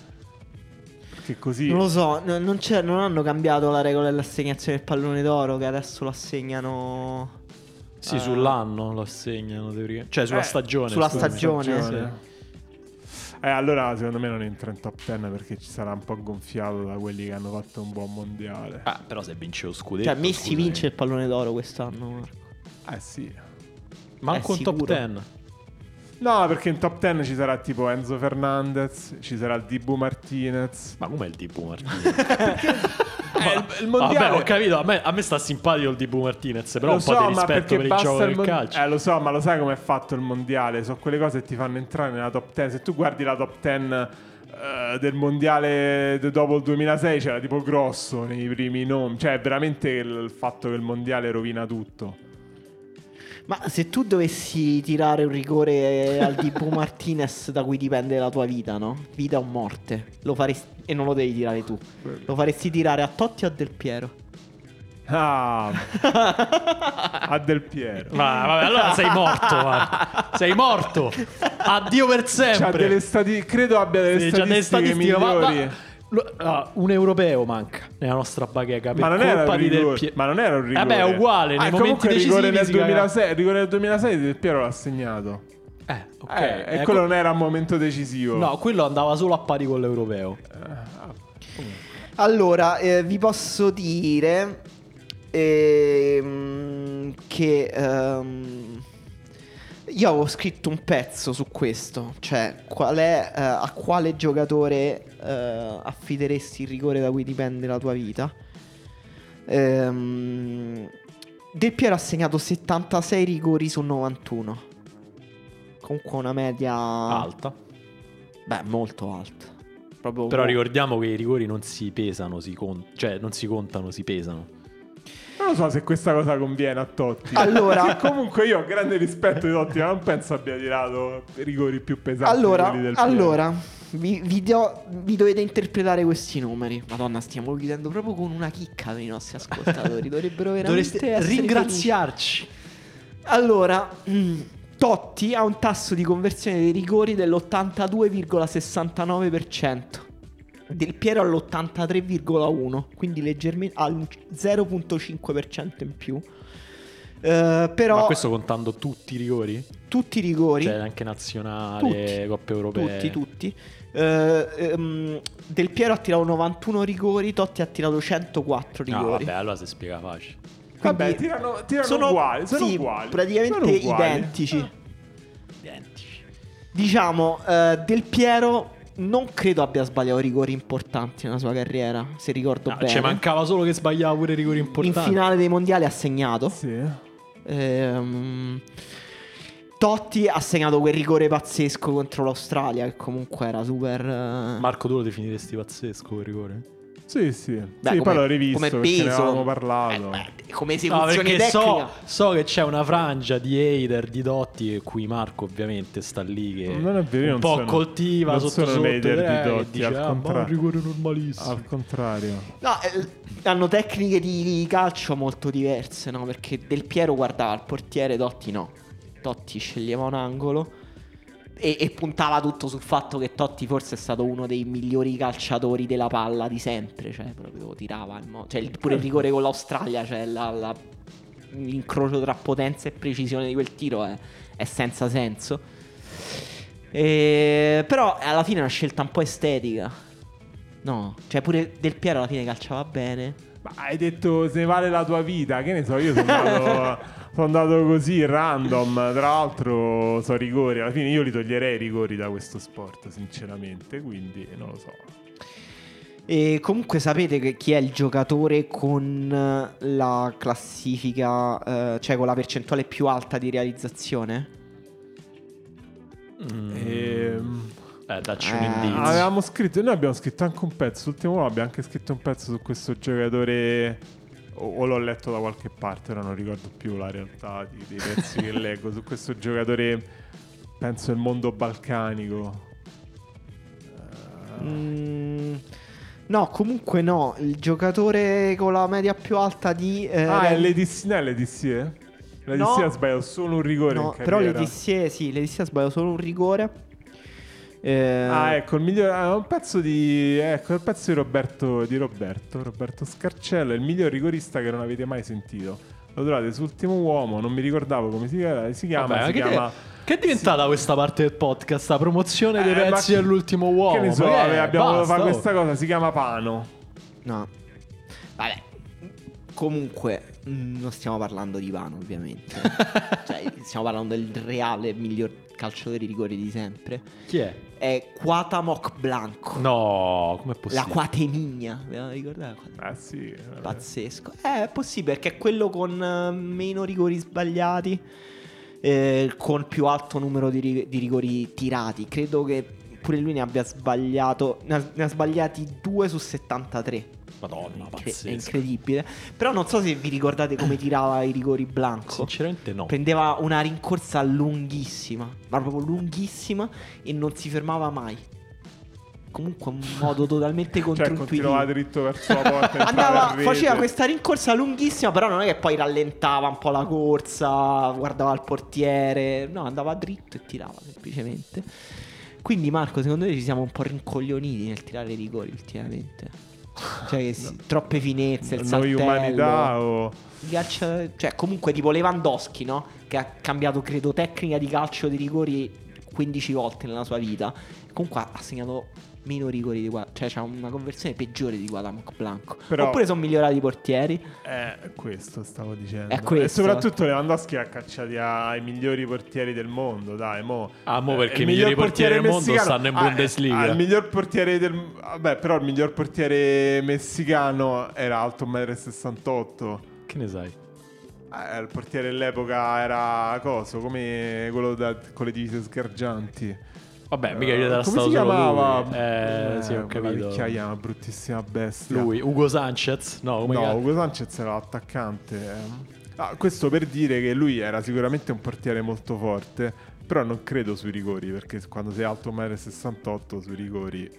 Perché così. Non lo so, n- non, c'è- non hanno cambiato la regola dell'assegnazione del pallone d'oro che adesso lo assegnano Sì, Eh. sull'anno lo assegnano, teoria. Cioè, sulla Eh, stagione. sulla scusami. stagione. Eh, allora secondo me non entra in top 10 perché ci sarà un po' gonfiato da quelli che hanno fatto un buon mondiale. Ah, però se vince lo scudetto. Cioè Messi scusami. vince il pallone d'oro quest'anno Marco. Eh sì. Manco Eh, un top sicuro. 10. No, perché in top 10 ci sarà tipo Enzo Fernandez, ci sarà il Dibu Martinez. Ma com'è il D.B. (laughs) Martinez? Eh, il- il mondiale- Vabbè, ho capito. A me, a me sta simpatico il D.B. Martinez. Però Lo un po' so, di ma rispetto perché per il basta gioco del mon- calcio. Eh, lo so, ma lo sai com'è fatto il mondiale? Sono quelle cose che ti fanno entrare nella top 10. Se tu guardi la top 10 eh, del mondiale de- dopo il 2006, c'era tipo grosso nei primi nomi. Cioè, è veramente il fatto che il mondiale rovina tutto. Ma se tu dovessi tirare un rigore eh, al Dibu Martinez da cui dipende la tua vita, no? Vita o morte, lo faresti e non lo devi tirare tu. Lo faresti tirare a Totti o a Del Piero? Ah, a Del Piero. Ma vabbè, allora sei morto. Marco. Sei (laughs) morto. Addio per C'ha sempre. delle stati- credo abbia delle Sì, c'ha statistiche, delle statistiche, ma- ma- migliori. lo- ah, un europeo manca nella nostra bacheca. Per Ma non, colpa era un di Del rigore, Pie- ma non era un rigore. Vabbè, è uguale. Nei Ah, momenti comunque il rigore decisivi nel si caga- 2006, il rigore del 2006 Del Piero l'ha segnato. Eh, ok. Eh, e ecco- quello non era un momento decisivo. No, quello andava solo a pari con l'europeo. Allora, eh, vi posso dire ehm, che ehm, io avevo scritto un pezzo su questo, cioè qual è, eh, a quale giocatore eh, affideresti il rigore da cui dipende la tua vita. Ehm, Del Piero ha segnato 76 rigori su 91. Comunque una media... Ah. Alta. Boh, Beh, molto alta. Proprio Però ricordiamo che i rigori non si pesano, si con- cioè non si contano, si pesano. Non lo so se questa cosa conviene a Totti. (laughs) Allora- Che comunque io ho grande rispetto di Totti, ma non penso abbia tirato rigori più pesanti. di Allora, quelli del Piero. allora vi, vi do- vi dovete interpretare questi numeri. Madonna, stiamo chiudendo proprio con una chicca per i (laughs) nostri ascoltatori. Dovrebbero veramente Dovreste essere ringraziarci. felici. Allora, mm, Totti ha un tasso di conversione dei rigori dell'82,69%. Del Piero all'83,1, quindi leggermente al 0.5% in più. Eh, però Ma questo contando tutti i rigori? tutti i rigori Cioè anche nazionale, Tutti. coppe europee. Tutti, tutti. Eh, ehm, Del Piero ha tirato 91 rigori, Totti ha tirato 104 No, rigori. vabbè, allora si spiega facile. Vabbè, Quindi tirano, tirano sono uguali, sono sì, uguali. praticamente sono uguali. Ah. identici. Identici. Diciamo, eh, Del Piero non credo abbia sbagliato rigori importanti nella sua carriera, se ricordo No, bene. cioè mancava solo che sbagliava pure i rigori In importanti. finale dei mondiali ha segnato. Sì. Ehm, Totti ha segnato quel rigore pazzesco contro l'Australia, che comunque era super... eh, Marco, tu lo definiresti pazzesco quel rigore? Sì, sì. beh, sì come- poi l'ho rivisto come perché ne peso. avevamo parlato. Eh, beh, come No, esecuzione perché tecnica. so, so che c'è una frangia di hater di Dotti, e qui Marco ovviamente sta lì che Non è vero, io un non po' sono- coltiva non sotto sono sotto, hater eh, che di Dotti, dice, al "Ah, ma è un contrario." rigore normalissimo. Al contrario. No, eh, hanno tecniche di, di calcio molto diverse, no? Perché Del Piero guardava il portiere, Totti no. Totti sceglieva un angolo e, e puntava tutto sul fatto che Totti forse è stato uno dei migliori calciatori della palla di sempre, cioè proprio tirava in modo... Cioè il- pure il rigore con l'Australia, cioè la- la- l'incrocio tra potenza e precisione di quel tiro è, è senza senso. E- però alla fine è una scelta un po' estetica. No, cioè pure Del Piero alla fine calciava bene. Ma hai detto se ne vale la tua vita, che ne so, io sono andato, (laughs) sono andato così random, tra l'altro so rigori, alla fine io li toglierei i rigori da questo sport, sinceramente, quindi non lo so. E comunque sapete che- chi è il giocatore con eh, la classifica, eh, cioè con la percentuale più alta di realizzazione? Mm. Ah, Ehm, Eh, dacci un Eh, indizio. avevamo scritto, noi abbiamo scritto anche un pezzo, l'ultimo anno abbiamo anche scritto un pezzo su questo giocatore, o, o l'ho letto da qualche parte, ora non ricordo più la realtà di- dei pezzi che leggo, su questo giocatore, penso il mondo balcanico. Mm, no, comunque no, il giocatore con la media più alta di... eh, Ah, è reali- l'EDC, non è l'EDC, eh? L'EDC No. ha sbagliato solo un rigore in no, carriera. però l'Edissia sì, l'Edissia ha sbagliato solo un rigore. Eh, Ah, ecco, il miglior... ah, un pezzo di... Ecco, il pezzo di Roberto, di Roberto, Roberto Scarcello, il miglior rigorista che non avete mai sentito. Lo trovate su Ultimo Uomo, non mi ricordavo come si chiama, si chiama... Vabbè, ma si che, chiama... che è diventata questa parte del podcast? La promozione dei Eh, ma pezzi che- dell'ultimo uomo. Che ne so, Ma vabbè, abbiamo dovuto basta, fare oh. questa cosa, si chiama Pano. No. Vabbè. Comunque, mh, non stiamo parlando di Ivano, ovviamente. cioè, stiamo parlando del reale miglior calciatore di rigore di sempre. Chi è? È Quatamoc Blanco. No, com'è possibile? La Quatemigna. Ve la ricordate? Ah, sì. vabbè. Pazzesco. Eh, è possibile perché è quello con eh, meno rigori sbagliati, eh, con più alto numero di, ri- di rigori tirati. Credo che pure lui ne abbia sbagliato, ne ha, ne ha sbagliati 2 su 73. Madonna, Che pazzesco. è incredibile. Però non so se vi ricordate come tirava i rigori Blanco. Sinceramente no. Prendeva una rincorsa lunghissima, ma proprio lunghissima e non si fermava mai. Comunque un modo (laughs) totalmente Cioè, controintuitivo. continuava dritto verso la porta. entrava a Andava, rete. faceva questa rincorsa lunghissima, però non è che poi rallentava un po' la corsa, guardava il portiere, no, andava dritto e tirava semplicemente. Quindi Marco, secondo te ci siamo un po' rincoglioniti nel tirare i rigori ultimamente? Cioè che si- troppe finezze, il Noi saltello. umanità oh. o... Il calcio- cioè comunque tipo Lewandowski, no? Che ha cambiato credo tecnica di calcio di rigori 15 volte nella sua vita. Comunque ha segnato meno rigori di qua, cioè c'ha una conversione peggiore di Guadamoc Blanco. Però- Oppure sono migliorati i portieri. Eh, questo stavo dicendo. È questo. E soprattutto Lewandowski ha cacciati ai migliori portieri del mondo, dai, mo. Ah, mo Eh, perché il i miglior migliori portieri del mondo stanno in ah, eh, Bundesliga. ah, il miglior portiere del vabbè, però il miglior portiere messicano era alto 1,68 m. Che ne sai? Eh, il portiere dell'epoca era coso, come quello da- con le divise sgargianti. Vabbè, Eh, mica gli era come stato si solo chiamava? lui. Eh, sì, ho quella capito. vecchiaia, una bruttissima bestia. Lui, Ugo Sanchez. No, oh come No, cazzo- Ugo Sanchez era attaccante. ehm. Ah, questo per dire che lui era sicuramente un portiere molto forte, però non credo sui rigori, perché quando sei alto 1,68 m sui rigori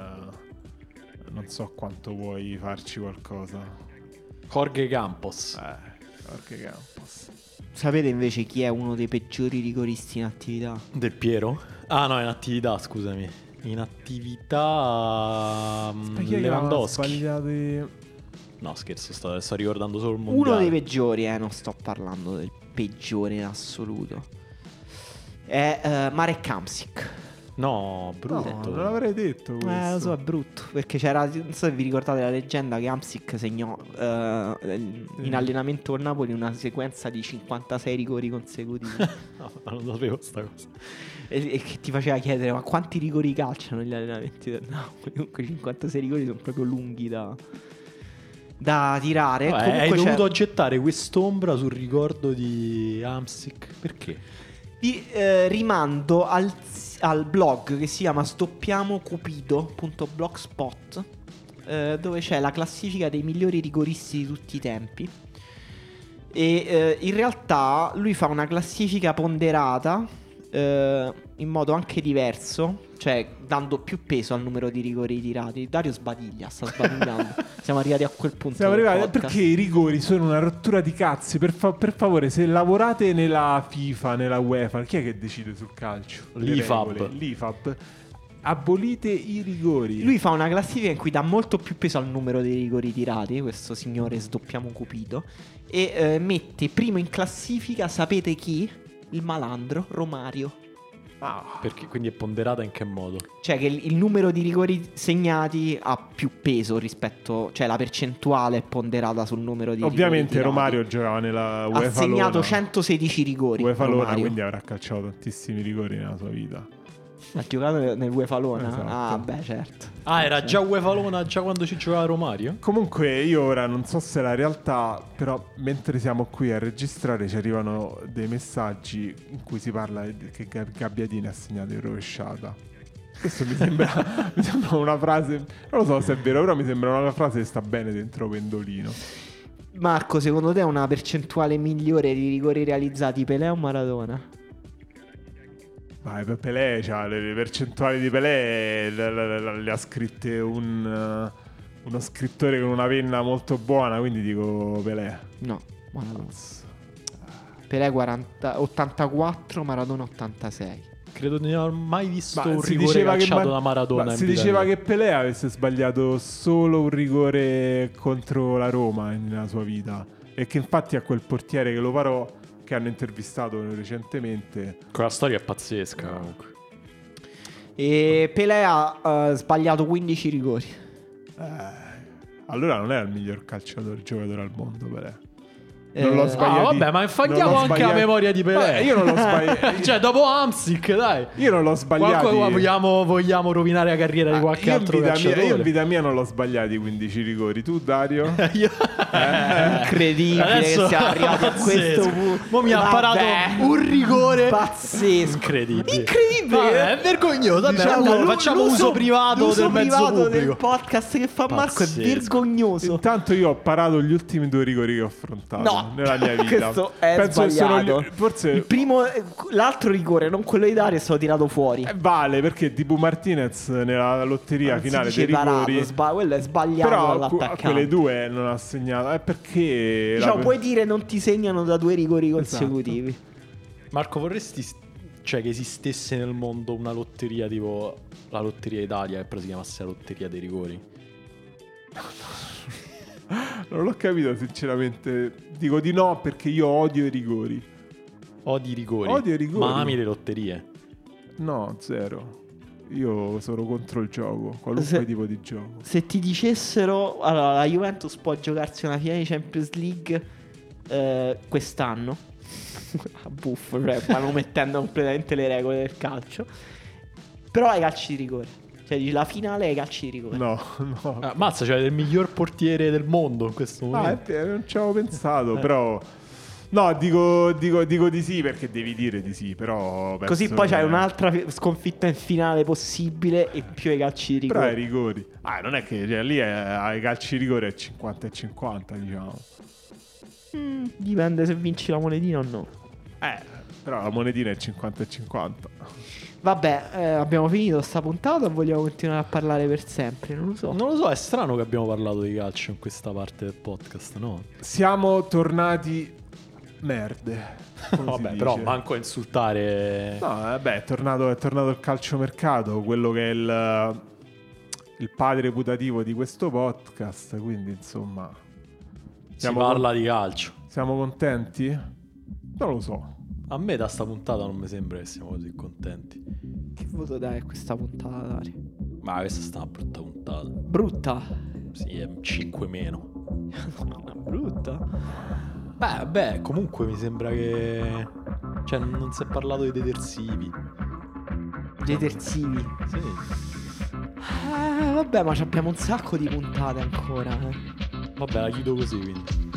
eh, non so quanto vuoi farci qualcosa. Jorge Campos. Eh, Jorge Campos. Sapete invece chi è uno dei peggiori rigoristi in attività? Del Piero? Ah, no, in attività, scusami. In attività. mm, chi è che aveva Lewandowski. sbagliato i- No, scherzo, sto, sto ricordando solo il mondiale. Uno dei peggiori, eh, non sto parlando del peggiore in assoluto. È eh, Marek Kamsik. No, No, brutto. non l'avrei detto questo. Eh, lo so, è brutto. Perché c'era, non so se vi ricordate la leggenda che Amsic segnò eh, in allenamento con Napoli una sequenza di 56 rigori (laughs) consecutivi. No, non lo sapevo sta cosa. e, e che ti faceva chiedere, ma quanti rigori calciano gli allenamenti del Napoli? Comunque 56 rigori sono proprio lunghi da, da tirare. Eh, Vabbè, Comunque hai c'è- dovuto gettare quest'ombra sul ricordo di Amsic. Perché? Vi eh, rimando al, al blog che si chiama stoppiamocupido.blogspot eh, dove c'è la classifica dei migliori rigoristi di tutti i tempi. E eh, in realtà lui fa una classifica ponderata eh, in modo anche diverso, cioè dando più peso al numero di rigori tirati. Dario sbadiglia, sta (laughs) sbadigliando. Siamo arrivati a quel punto. Siamo del arrivati podcast. perché i rigori sono una rottura di cazzi. Per, fa- per favore, se lavorate nella FIFA, nella UEFA, chi è che decide sul calcio? Le L'IFAB. regole? L'IFAB. Abolite i rigori. Lui fa una classifica in cui dà molto più peso al numero dei rigori tirati, questo signore sdoppiamo cupido, e eh, mette primo in classifica, sapete chi? Il malandro Romario. Ah, Perché quindi è ponderata in che modo? Cioè che il il numero di rigori segnati ha più peso rispetto, cioè la percentuale è ponderata sul numero di ovviamente rigori tirati. Romario giocava nella UEFA. ha segnato Lona. 116 rigori. UEFA Lona, Romario. quindi avrà calciato tantissimi rigori nella sua vita. Ha giocato nel, nel UEFA Lona? Esatto. Ah, beh, certo. Ah, era già Uefalona già quando ci giocava Romario? Comunque io ora non so se è la realtà, però mentre siamo qui a registrare ci arrivano dei messaggi in cui si parla di- che Gab- Gabbiadini ha segnato in rovesciata. Questo mi sembra, (laughs) mi sembra una frase, non lo so se è vero, però mi sembra una frase che sta bene dentro Pendolino. Marco, secondo te ha una percentuale migliore di rigori realizzati Pelé o Maradona? Vai, per Pelé, cioè, le, le percentuali di Pelé le, le- le- le ha scritte un, eh, uno scrittore con una penna molto buona, quindi dico Pelé. No, Maradona. Pelé 40 84, Maradona 86. Credo di non aver mai visto Ma un si rigore diceva che calciato Ma- da Maradona. ma in si vita diceva mia. che Pelé avesse sbagliato solo un rigore contro la Roma nella sua vita e che infatti a quel portiere che lo parò che hanno intervistato recentemente Quella storia è pazzesca comunque. E Pelé ha eh, sbagliato 15 rigori. eh, allora non era il miglior calciatore giocatore al mondo Pelé Eh, non l'ho sbagliato ah, vabbè, ma infanghiamo anche la memoria di Pelé. io non l'ho (laughs) sbagliato Cioè, dopo Amsic, dai. io non l'ho sbagliato Qualcuno- vogliamo, vogliamo rovinare la carriera di qualche io, in altro vita mia, calciatore? io in vita mia non l'ho sbagliato i 15 rigori tu Dario (laughs) Io- Eh. Incredibile Adesso- che siamo arrivati a questo pazzesco. punto. Mo mi ha Vabbè. parato un rigore pazzesco. Incredibile. Incredibile. Ah, Vabbè, è vergognoso. Vabbè, allora l'u- facciamo l'uso- uso privato l'uso del mezzo privato del pubblico. podcast che fa Marco è Pazzesco. vergognoso. Intanto io ho parato gli ultimi due rigori che ho affrontato No, nella mia vita. Questo è Penso che sono gli- sbagliato. forse Il primo, eh, l'altro rigore, non quello di Dario, è stato tirato fuori. eh, vale perché Dibu Martinez nella lotteria Anzi, finale dice dei rigori. varato, sba- quello è sbagliato però que- a dall'attaccante. quelle due non ha segnato. È perché la- Diciamo, puoi dire non ti segnano da due rigori Esatto. consecutivi. Marco, vorresti s- cioè, che esistesse nel mondo una lotteria tipo la Lotteria Italia, che però si chiamasse la Lotteria dei Rigori? (laughs) non l'ho capito sinceramente. Dico di no perché io odio i rigori. Odi i rigori. Odio i rigori. Ma ami le lotterie. No, zero. Io sono contro il gioco, qualunque Se- tipo di gioco. Se ti dicessero, allora la Juventus può giocarsi una finale di Champions League eh, quest'anno, (laughs) a buffo, cioè, (laughs) stanno mettendo completamente le regole del calcio, però ai calci di rigore, cioè dici, la finale ai calci di rigore. No, (laughs) no. Ah, mazza, cioè, è il miglior portiere del mondo in questo Ah, è momento. vero, non ci avevo (laughs) pensato, Eh. però... No, dico, dico- dico di sì perché devi dire di sì, però... penso Così poi che- c'hai un'altra fi- sconfitta in finale possibile e più ai calci di Però ai rigore. rigori. Ah, non è che cioè, lì è- ai calci rigore è 50 e 50, diciamo. Mm, dipende se vinci la monetina o no. Eh, però la monetina è 50 e 50. Vabbè, eh, abbiamo finito sta puntata o vogliamo continuare a parlare per sempre? Non lo so. Non lo so, è strano che abbiamo parlato di calcio in questa parte del podcast, no? Siamo tornati (laughs) merde. (laughs) come si Vabbè, dice. però manco a insultare. No, vabbè, è tornato, è tornato il calciomercato, quello che è il, il padre putativo di questo podcast, quindi insomma... Si Siamo- parla di calcio. Siamo contenti? Non lo so. A me da sta puntata non mi sembra che siamo così contenti. Che voto dai a questa puntata, Dario? Ma questa sta una brutta puntata. Brutta. Sì, è 5 meno. Madonna, brutta. Beh, beh, comunque mi sembra che. Cioè, non non si è parlato di detersivi. Dei terzini. Sì. Eh, vabbè, ma ci abbiamo un sacco di puntate ancora. eh. Vabbè, la chiudo così quindi.